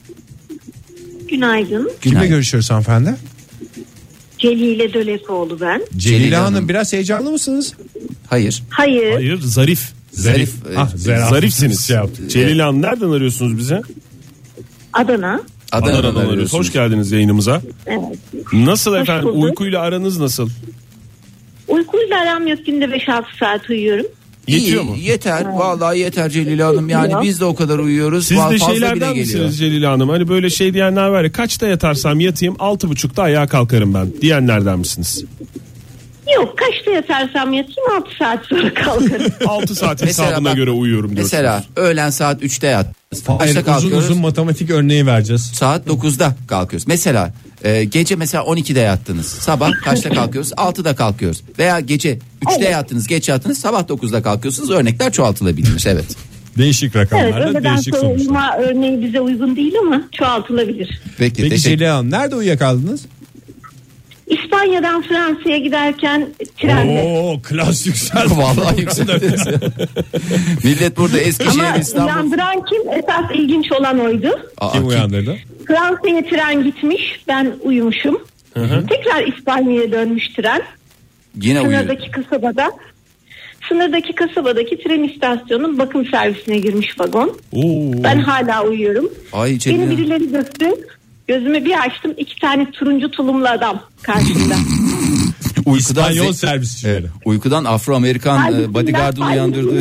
[SPEAKER 13] Günaydın.
[SPEAKER 3] Kimle görüşüyoruz hanımefendi?
[SPEAKER 13] Celile Dölefoğlu ben.
[SPEAKER 3] Celile
[SPEAKER 2] Celile
[SPEAKER 3] Hanım.
[SPEAKER 2] Hanım.
[SPEAKER 3] biraz heyecanlı mısınız?
[SPEAKER 2] Hayır.
[SPEAKER 13] Hayır.
[SPEAKER 4] Hayır zarif.
[SPEAKER 2] Zarif.
[SPEAKER 3] Ah,
[SPEAKER 2] e,
[SPEAKER 3] zaraf.
[SPEAKER 4] Zarifsiniz.
[SPEAKER 3] Şey yaptı.
[SPEAKER 4] Celil Hanım nereden arıyorsunuz bize?
[SPEAKER 13] Adana.
[SPEAKER 2] Adana'dan
[SPEAKER 4] Adana'dan arıyoruz.
[SPEAKER 2] arıyorsunuz.
[SPEAKER 4] Hoş geldiniz yayınımıza.
[SPEAKER 13] Evet.
[SPEAKER 4] Nasıl
[SPEAKER 13] Hoş
[SPEAKER 4] efendim?
[SPEAKER 13] bulduk.
[SPEAKER 4] Uykuyla aranız nasıl?
[SPEAKER 13] Uykuyla aram yok. Günde 5-6 saat uyuyorum.
[SPEAKER 4] Yetiyor
[SPEAKER 2] İyi,
[SPEAKER 4] mu?
[SPEAKER 2] Yeter. Vallahi yeter Celil Hanım. Yani
[SPEAKER 13] Ya.
[SPEAKER 2] biz de o kadar uyuyoruz.
[SPEAKER 4] Siz
[SPEAKER 2] Fa-
[SPEAKER 4] de
[SPEAKER 2] fazla bile
[SPEAKER 4] şeylerden
[SPEAKER 2] geliyor.
[SPEAKER 4] misiniz Celil Hanım? Hani böyle şey diyenler var ya kaçta yatarsam yatayım altı buçukta ayağa kalkarım ben diyenlerden misiniz?
[SPEAKER 13] Yok kaçta yatarsam yatayım 6 saat sonra kalkarım.
[SPEAKER 4] 6 saat
[SPEAKER 2] Mesela
[SPEAKER 4] hesabına
[SPEAKER 2] bak-
[SPEAKER 4] göre uyuyorum diyorsunuz.
[SPEAKER 2] Mesela öğlen saat 3'te yat.
[SPEAKER 3] Hayır,
[SPEAKER 2] Kaçta
[SPEAKER 3] uzun
[SPEAKER 2] kalkıyoruz?
[SPEAKER 3] uzun matematik örneği vereceğiz.
[SPEAKER 2] Saat 9'da kalkıyoruz. Mesela e, gece mesela 12'de yattınız. Sabah kaçta kalkıyoruz? 6'da kalkıyoruz. Veya gece 3'te yattınız, geç yattınız. Sabah 9'da kalkıyorsunuz. Örnekler çoğaltılabilir. Evet.
[SPEAKER 3] Değişik
[SPEAKER 13] evet
[SPEAKER 3] rakamlarla
[SPEAKER 13] öğleden
[SPEAKER 3] değişik
[SPEAKER 13] sonra
[SPEAKER 3] sonuçlar.
[SPEAKER 13] uyuma örneği bize uygun değil ama çoğaltılabilir.
[SPEAKER 2] Peki,
[SPEAKER 3] Peki
[SPEAKER 2] teşekkür
[SPEAKER 3] Celil Hanım nerede uyuyakaldınız?
[SPEAKER 13] İspanya'dan Fransa'ya giderken trenle.
[SPEAKER 3] Oo klas yükseldi.
[SPEAKER 2] Vallahi yükseldi. Millet burada
[SPEAKER 13] Ama
[SPEAKER 2] Eskişehir, İstanbul.
[SPEAKER 13] uyandıran kim? Esas ilginç olan oydu.
[SPEAKER 2] Aa,
[SPEAKER 3] Kim
[SPEAKER 2] kim-
[SPEAKER 3] uyandırdı?
[SPEAKER 13] Fransa'ya tren gitmiş. Ben uyumuşum. Tekrar İspanya'ya dönmüş tren.
[SPEAKER 2] Yine uyuyor.
[SPEAKER 13] Sınırdaki kasabada sınırdaki kasabadaki tren istasyonunun bakım servisine girmiş vagon.
[SPEAKER 4] Oo.
[SPEAKER 13] Ben hala uyuyorum.
[SPEAKER 2] Ay
[SPEAKER 13] Beni
[SPEAKER 2] Celil
[SPEAKER 13] birileri döktü. Gözümü bir açtım iki tane turuncu tulumlu adam karşımda.
[SPEAKER 2] uykudan
[SPEAKER 3] İspanyol
[SPEAKER 2] servisçileri. uykudan Afro Amerikan e, bodyguard'ın uyandırdığı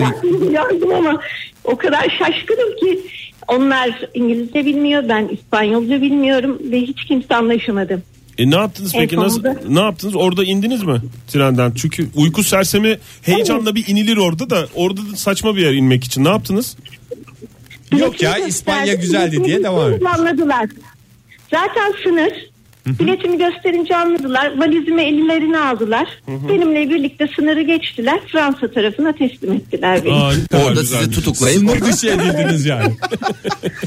[SPEAKER 13] Yardım ama o kadar şaşkınım ki onlar İngilizce bilmiyor ben İspanyolca bilmiyorum ve hiç kimse anlaşamadı.
[SPEAKER 4] E ne yaptınız
[SPEAKER 13] En
[SPEAKER 4] peki? Nasıl,
[SPEAKER 13] sonunda-
[SPEAKER 4] ne yaptınız? Orada indiniz mi trenden? Çünkü uyku sersemi heyecanla bir inilir orada da orada da saçma bir yer inmek için. Ne yaptınız?
[SPEAKER 3] Yok ya İspanya güzeldi diye devam
[SPEAKER 13] Biletimi Anladılar. Zaten sınır. Biletimi gösterince anladılar. Valizimi ellerine aldılar. Benimle birlikte sınırı geçtiler. Fransa tarafına teslim ettiler beni.
[SPEAKER 2] Orada sizi tutuklayıp
[SPEAKER 3] Sınır dışı edildiniz yani.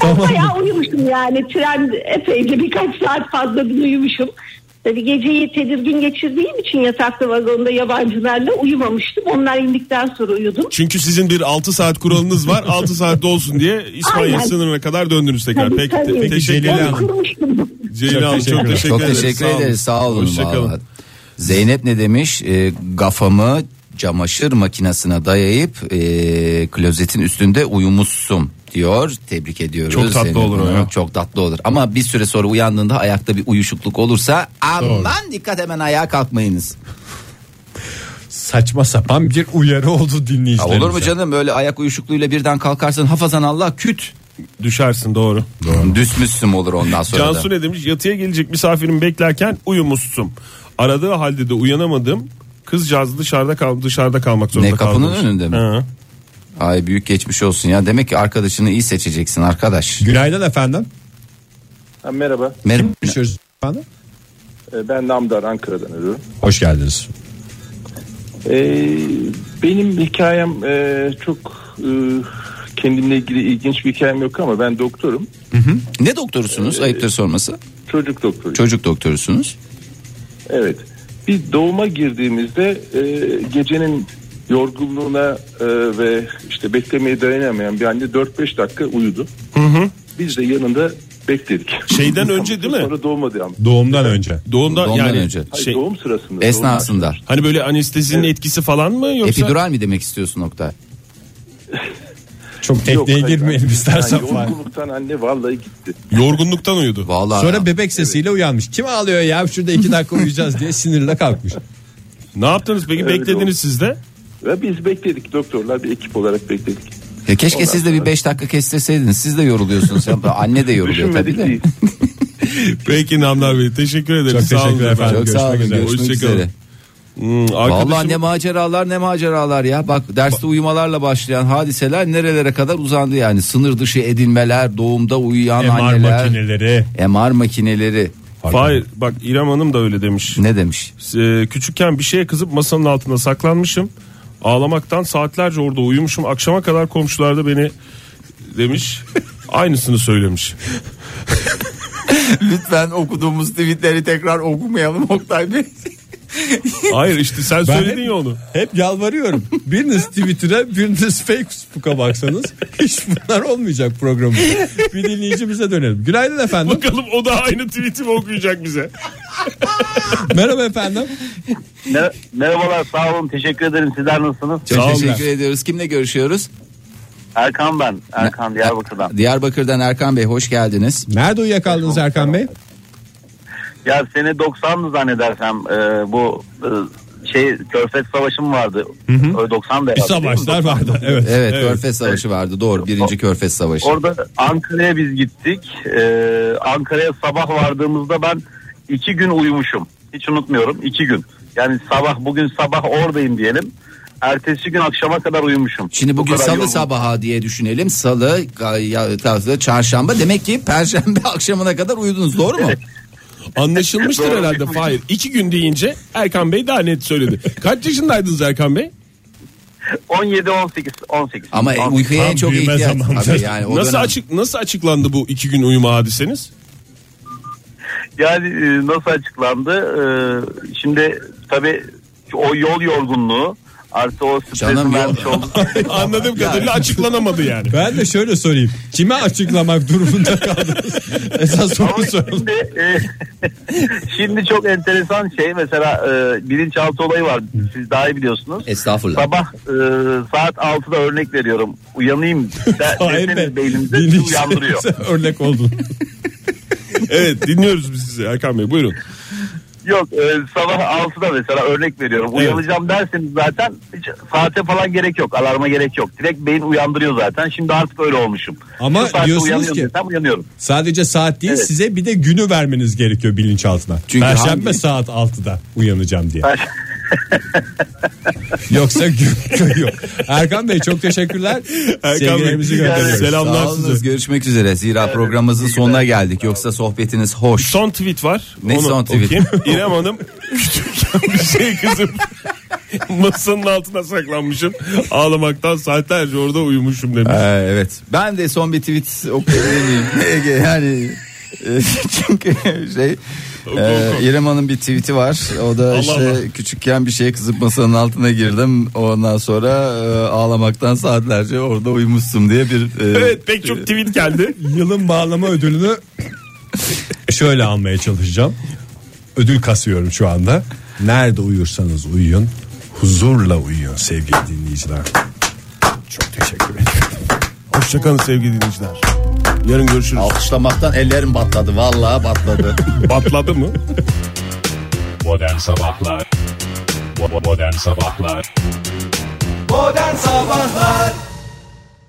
[SPEAKER 13] Bayağı uyumuşum yani. Tren epeyce birkaç saat fazla uyumuşum. Tabii geceyi tedirgin geçirdiğim için yataklı vagonda yabancılarla uyumamıştım. Onlar indikten sonra uyudum.
[SPEAKER 4] Çünkü sizin bir 6 saat kuralınız var. 6 saatte olsun diye İspanya
[SPEAKER 13] Aynen.
[SPEAKER 4] sınırına kadar döndünüz tekrar. Peki, te- teşekkür
[SPEAKER 13] Ben
[SPEAKER 4] ederim.
[SPEAKER 13] kurmuştum.
[SPEAKER 4] Ceylin Hanım çok teşekkür
[SPEAKER 2] Çok
[SPEAKER 4] ederim.
[SPEAKER 2] teşekkür
[SPEAKER 4] Sağ olun.
[SPEAKER 2] ederiz. Sağ olun.
[SPEAKER 4] Hoşça kalın.
[SPEAKER 2] vallahi. Zeynep ne demiş? E, gafamı camaşır makinesine dayayıp e, klozetin üstünde uyumuşsun diyor. Tebrik ediyoruz.
[SPEAKER 4] Çok tatlı
[SPEAKER 2] Zeynep
[SPEAKER 4] olur o
[SPEAKER 2] Hanım.
[SPEAKER 4] ya.
[SPEAKER 2] Çok tatlı olur. Ama bir süre sonra uyandığında ayakta bir uyuşukluk olursa aman dikkat hemen ayağa kalkmayınız.
[SPEAKER 3] Saçma sapan bir uyarı oldu
[SPEAKER 2] Ya
[SPEAKER 3] dinleyicilerimize.
[SPEAKER 2] olur mu canım böyle ayak uyuşukluğuyla birden kalkarsan hafazan Allah küt.
[SPEAKER 4] Düşersin doğru.
[SPEAKER 2] Düsmüssüm olur ondan sonra da.
[SPEAKER 4] Cansu ne demiş? Yatıya gelecek misafirimi beklerken uyumuşsun. Aradığı halde de uyanamadım. Kızcağız dışarıda kal dışarıda kalmak zorunda
[SPEAKER 2] Ne kapının
[SPEAKER 4] kalmış.
[SPEAKER 2] önünde mi? Ay büyük geçmiş olsun ya. Demek ki arkadaşını iyi seçeceksin arkadaş.
[SPEAKER 3] Günaydın efendim.
[SPEAKER 14] Ha, merhaba.
[SPEAKER 2] Merhaba.
[SPEAKER 3] efendim?
[SPEAKER 14] Ee, Ben Namdar Ankara'dan arıyorum.
[SPEAKER 3] Hoş geldiniz.
[SPEAKER 14] Ee, benim hikayem e, çok e, kendimle ilgili ilginç bir hikayem yok ama ben doktorum. Ee,
[SPEAKER 2] Ne doktorusunuz? Ayıptır sorması.
[SPEAKER 14] Çocuk doktoru.
[SPEAKER 2] Çocuk doktorusunuz.
[SPEAKER 14] Evet. Bir doğuma girdiğimizde e, gecenin yorgunluğuna e, ve işte beklemeye dayanamayan bir anne 4-5 dakika uyudu. Biz de yanında bekledik.
[SPEAKER 4] Şeyden önce değil mi?
[SPEAKER 14] Sonra doğmadı yani.
[SPEAKER 3] Doğumdan önce.
[SPEAKER 4] Doğumdan,
[SPEAKER 2] Doğumdan
[SPEAKER 4] yani
[SPEAKER 2] önce.
[SPEAKER 14] Hayır,
[SPEAKER 4] şey
[SPEAKER 14] doğum sırasında.
[SPEAKER 2] Esnasında.
[SPEAKER 4] hani böyle anestezinin etkisi falan mı yoksa
[SPEAKER 2] Epidural mi demek istiyorsun nokta?
[SPEAKER 3] Çok tekneye girmeyelim istersen.
[SPEAKER 14] Yani yorgunluktan anne vallahi gitti.
[SPEAKER 4] yorgunluktan uyudu?
[SPEAKER 2] Vallahi
[SPEAKER 3] Sonra bebek sesiyle uyanmış. Kim ağlıyor ya şurada iki dakika uyuyacağız diye sinirle kalkmış.
[SPEAKER 4] Ne yaptınız peki?
[SPEAKER 14] Öyle oldu.
[SPEAKER 4] Beklediniz siz de.
[SPEAKER 14] Ve biz bekledik doktorlar bir ekip olarak bekledik.
[SPEAKER 2] Ya keşke
[SPEAKER 14] Ondan
[SPEAKER 2] siz de bir 5 dakika kestirseydiniz. Siz de yoruluyorsunuz. Ya, Anne de yoruluyor tabii
[SPEAKER 14] Düşünmedik
[SPEAKER 2] de.
[SPEAKER 14] değil.
[SPEAKER 4] Peki Namlar Bey teşekkür
[SPEAKER 3] Çok
[SPEAKER 4] ederiz. Sağ olun
[SPEAKER 3] teşekkür efendim.
[SPEAKER 2] Çok sağ olun. Görüşmek
[SPEAKER 4] Hoşçakalın.
[SPEAKER 2] üzere.
[SPEAKER 4] Hmm, arkadaşım-
[SPEAKER 2] Vallahi ne maceralar ne maceralar ya. Bak derste uyumalarla başlayan hadiseler nerelere kadar uzandı yani. Sınır dışı edilmeler, doğumda uyuyan
[SPEAKER 3] MR
[SPEAKER 2] anneler.
[SPEAKER 3] makineleri.
[SPEAKER 2] MR makineleri.
[SPEAKER 4] Hayır bak İrem Hanım da öyle demiş.
[SPEAKER 2] Ne demiş?
[SPEAKER 4] Ee, küçükken bir şeye kızıp masanın altında saklanmışım. Ağlamaktan saatlerce orada uyumuşum. Akşama kadar komşular da beni demiş. Aynısını söylemiş.
[SPEAKER 2] Lütfen okuduğumuz tweetleri tekrar okumayalım Oktay Bey.
[SPEAKER 4] Hayır işte sen
[SPEAKER 3] Ben
[SPEAKER 4] söyledin
[SPEAKER 3] hep-
[SPEAKER 4] ya onu.
[SPEAKER 3] Hep yalvarıyorum. Biriniz Twitter'a biriniz Facebook'a baksanız hiç bunlar olmayacak programı. Bir dinleyicimize dönelim. Günaydın efendim.
[SPEAKER 4] Bakalım o da aynı tweet'i mi okuyacak bize?
[SPEAKER 3] Merhaba efendim.
[SPEAKER 15] Mer- Merhabalar sağ olun teşekkür ederim sizler nasılsınız?
[SPEAKER 2] Çok
[SPEAKER 4] Sağ olun.
[SPEAKER 2] teşekkür ediyoruz. Kimle görüşüyoruz?
[SPEAKER 15] Erkan ben Erkan Diyarbakır'dan.
[SPEAKER 2] Diyarbakır'dan Erkan Bey hoş geldiniz.
[SPEAKER 3] Nerede uyuyakaldınız Erkan Bey?
[SPEAKER 15] Ya sene 90'lı zannedersem e, bu e, şey Körfez Savaşı mı vardı? Ö, 90 da
[SPEAKER 3] Bir
[SPEAKER 15] herhalde değil mi?
[SPEAKER 3] savaşlar vardı. Evet.
[SPEAKER 2] Evet, Körfez Savaşı vardı doğru birinci Körfez Savaşı.
[SPEAKER 15] Orada Ankara'ya biz gittik. E, Ankara'ya sabah vardığımızda ben iki gün uyumuşum. Hiç unutmuyorum iki gün. Yani sabah bugün sabah oradayım diyelim. Ertesi gün akşama kadar uyumuşum.
[SPEAKER 2] Şimdi
[SPEAKER 15] Bu
[SPEAKER 2] bugün
[SPEAKER 15] kadar
[SPEAKER 2] salı
[SPEAKER 15] yorgun-
[SPEAKER 2] sabaha diye düşünelim. Salı, ga- ya- ta- çarşamba demek ki perşembe akşamına kadar uyudunuz doğru mu?
[SPEAKER 4] Anlaşılmıştır
[SPEAKER 15] Doğru.
[SPEAKER 4] herhalde Fahir. İki gün deyince Erkan Bey daha net söyledi. Kaç yaşındaydınız Erkan Bey?
[SPEAKER 15] 17 18 18.
[SPEAKER 2] Ama en- uykuya en çok
[SPEAKER 3] büyüme
[SPEAKER 2] ihtiyaç
[SPEAKER 3] zamanı.
[SPEAKER 2] Tabii yani o
[SPEAKER 4] nasıl
[SPEAKER 2] dönem-
[SPEAKER 4] açık nasıl açıklandı bu iki gün uyuma hadiseniz?
[SPEAKER 15] Yani e, nasıl açıklandı? E, şimdi tabii o yol yorgunluğu artı o
[SPEAKER 2] Canım
[SPEAKER 15] stresin vermiş
[SPEAKER 2] yol-
[SPEAKER 15] olduğu
[SPEAKER 4] Anladığım kadarıyla açıklanamadı yani.
[SPEAKER 3] Ben de şöyle sorayım. Kime açıklamak durumunda kaldınız? Esas soru soralım.
[SPEAKER 15] Şimdi, e, şimdi çok enteresan şey mesela e, bilinçaltı olayı var. Siz daha iyi biliyorsunuz.
[SPEAKER 2] Estağfurullah.
[SPEAKER 15] Sabah e, saat 6'da örnek veriyorum. Uyanayım de,
[SPEAKER 3] Hayır
[SPEAKER 15] deseniz
[SPEAKER 3] be.
[SPEAKER 15] beynimizi sizi uyandırıyor.
[SPEAKER 3] Dinleyicilerimize örnek oldun.
[SPEAKER 4] Evet dinliyoruz biz sizi Erkan Bey buyurun.
[SPEAKER 15] Yok e, sabah 6'da mesela örnek veriyorum. Uyanacağım derseniz zaten hiç saate falan gerek yok. Alarma gerek yok. Direkt beyin uyandırıyor zaten. Şimdi artık öyle olmuşum.
[SPEAKER 3] Ama
[SPEAKER 15] Şu saatte
[SPEAKER 3] diyorsunuz
[SPEAKER 15] uyanıyorum
[SPEAKER 3] ki-
[SPEAKER 15] desem uyanıyorum.
[SPEAKER 3] Sadece saat değil
[SPEAKER 15] Evet.
[SPEAKER 3] size bir de günü vermeniz gerekiyor bilinçaltına.
[SPEAKER 15] Çünkü
[SPEAKER 3] Perşembe
[SPEAKER 15] hangi-
[SPEAKER 3] saat 6'da uyanacağım diye. Yoksa gün yok. Erkan Bey çok teşekkürler. Sevgilerimizi gönderiyoruz.
[SPEAKER 2] Sağ olunuz, Görüşmek üzere. Zira programımızın sonuna geldik. Yoksa sohbetiniz hoş.
[SPEAKER 4] Son tweet var.
[SPEAKER 2] Ne
[SPEAKER 4] Onu
[SPEAKER 2] son tweet?
[SPEAKER 4] okuyayım. İrem Hanım küçükken bir şey kızım masanın altına saklanmışım. Ağlamaktan saatlerce orada uyumuşum demiş.
[SPEAKER 2] Ee, evet. Ben de son bir tweet okuyabilir miyim? Ege, yani e, çünkü şey e, İrem Hanım bir tweet'i var. O da
[SPEAKER 4] Allah
[SPEAKER 2] işte
[SPEAKER 4] Allah.
[SPEAKER 2] küçükken bir şeye kızıp masanın altına girdim. Ondan sonra e, ağlamaktan saatlerce orada uyumuşsun diye bir e,
[SPEAKER 4] Evet pek çok tweet geldi.
[SPEAKER 3] Yılın bağlama ödülünü şöyle almaya çalışacağım. Ödül kasıyorum şu anda. Nerede uyursanız uyuyun. Huzurla uyuyun sevgili dinleyiciler. Çok teşekkür ederim.
[SPEAKER 4] Hoşçakalın sevgili dinleyiciler. Yarın görüşürüz.
[SPEAKER 2] Alkışlamaktan ellerim batladı. Vallahi batladı.
[SPEAKER 4] Batladı mı?
[SPEAKER 1] Modern Sabahlar Bo- bo- Modern Sabahlar
[SPEAKER 16] Modern Sabahlar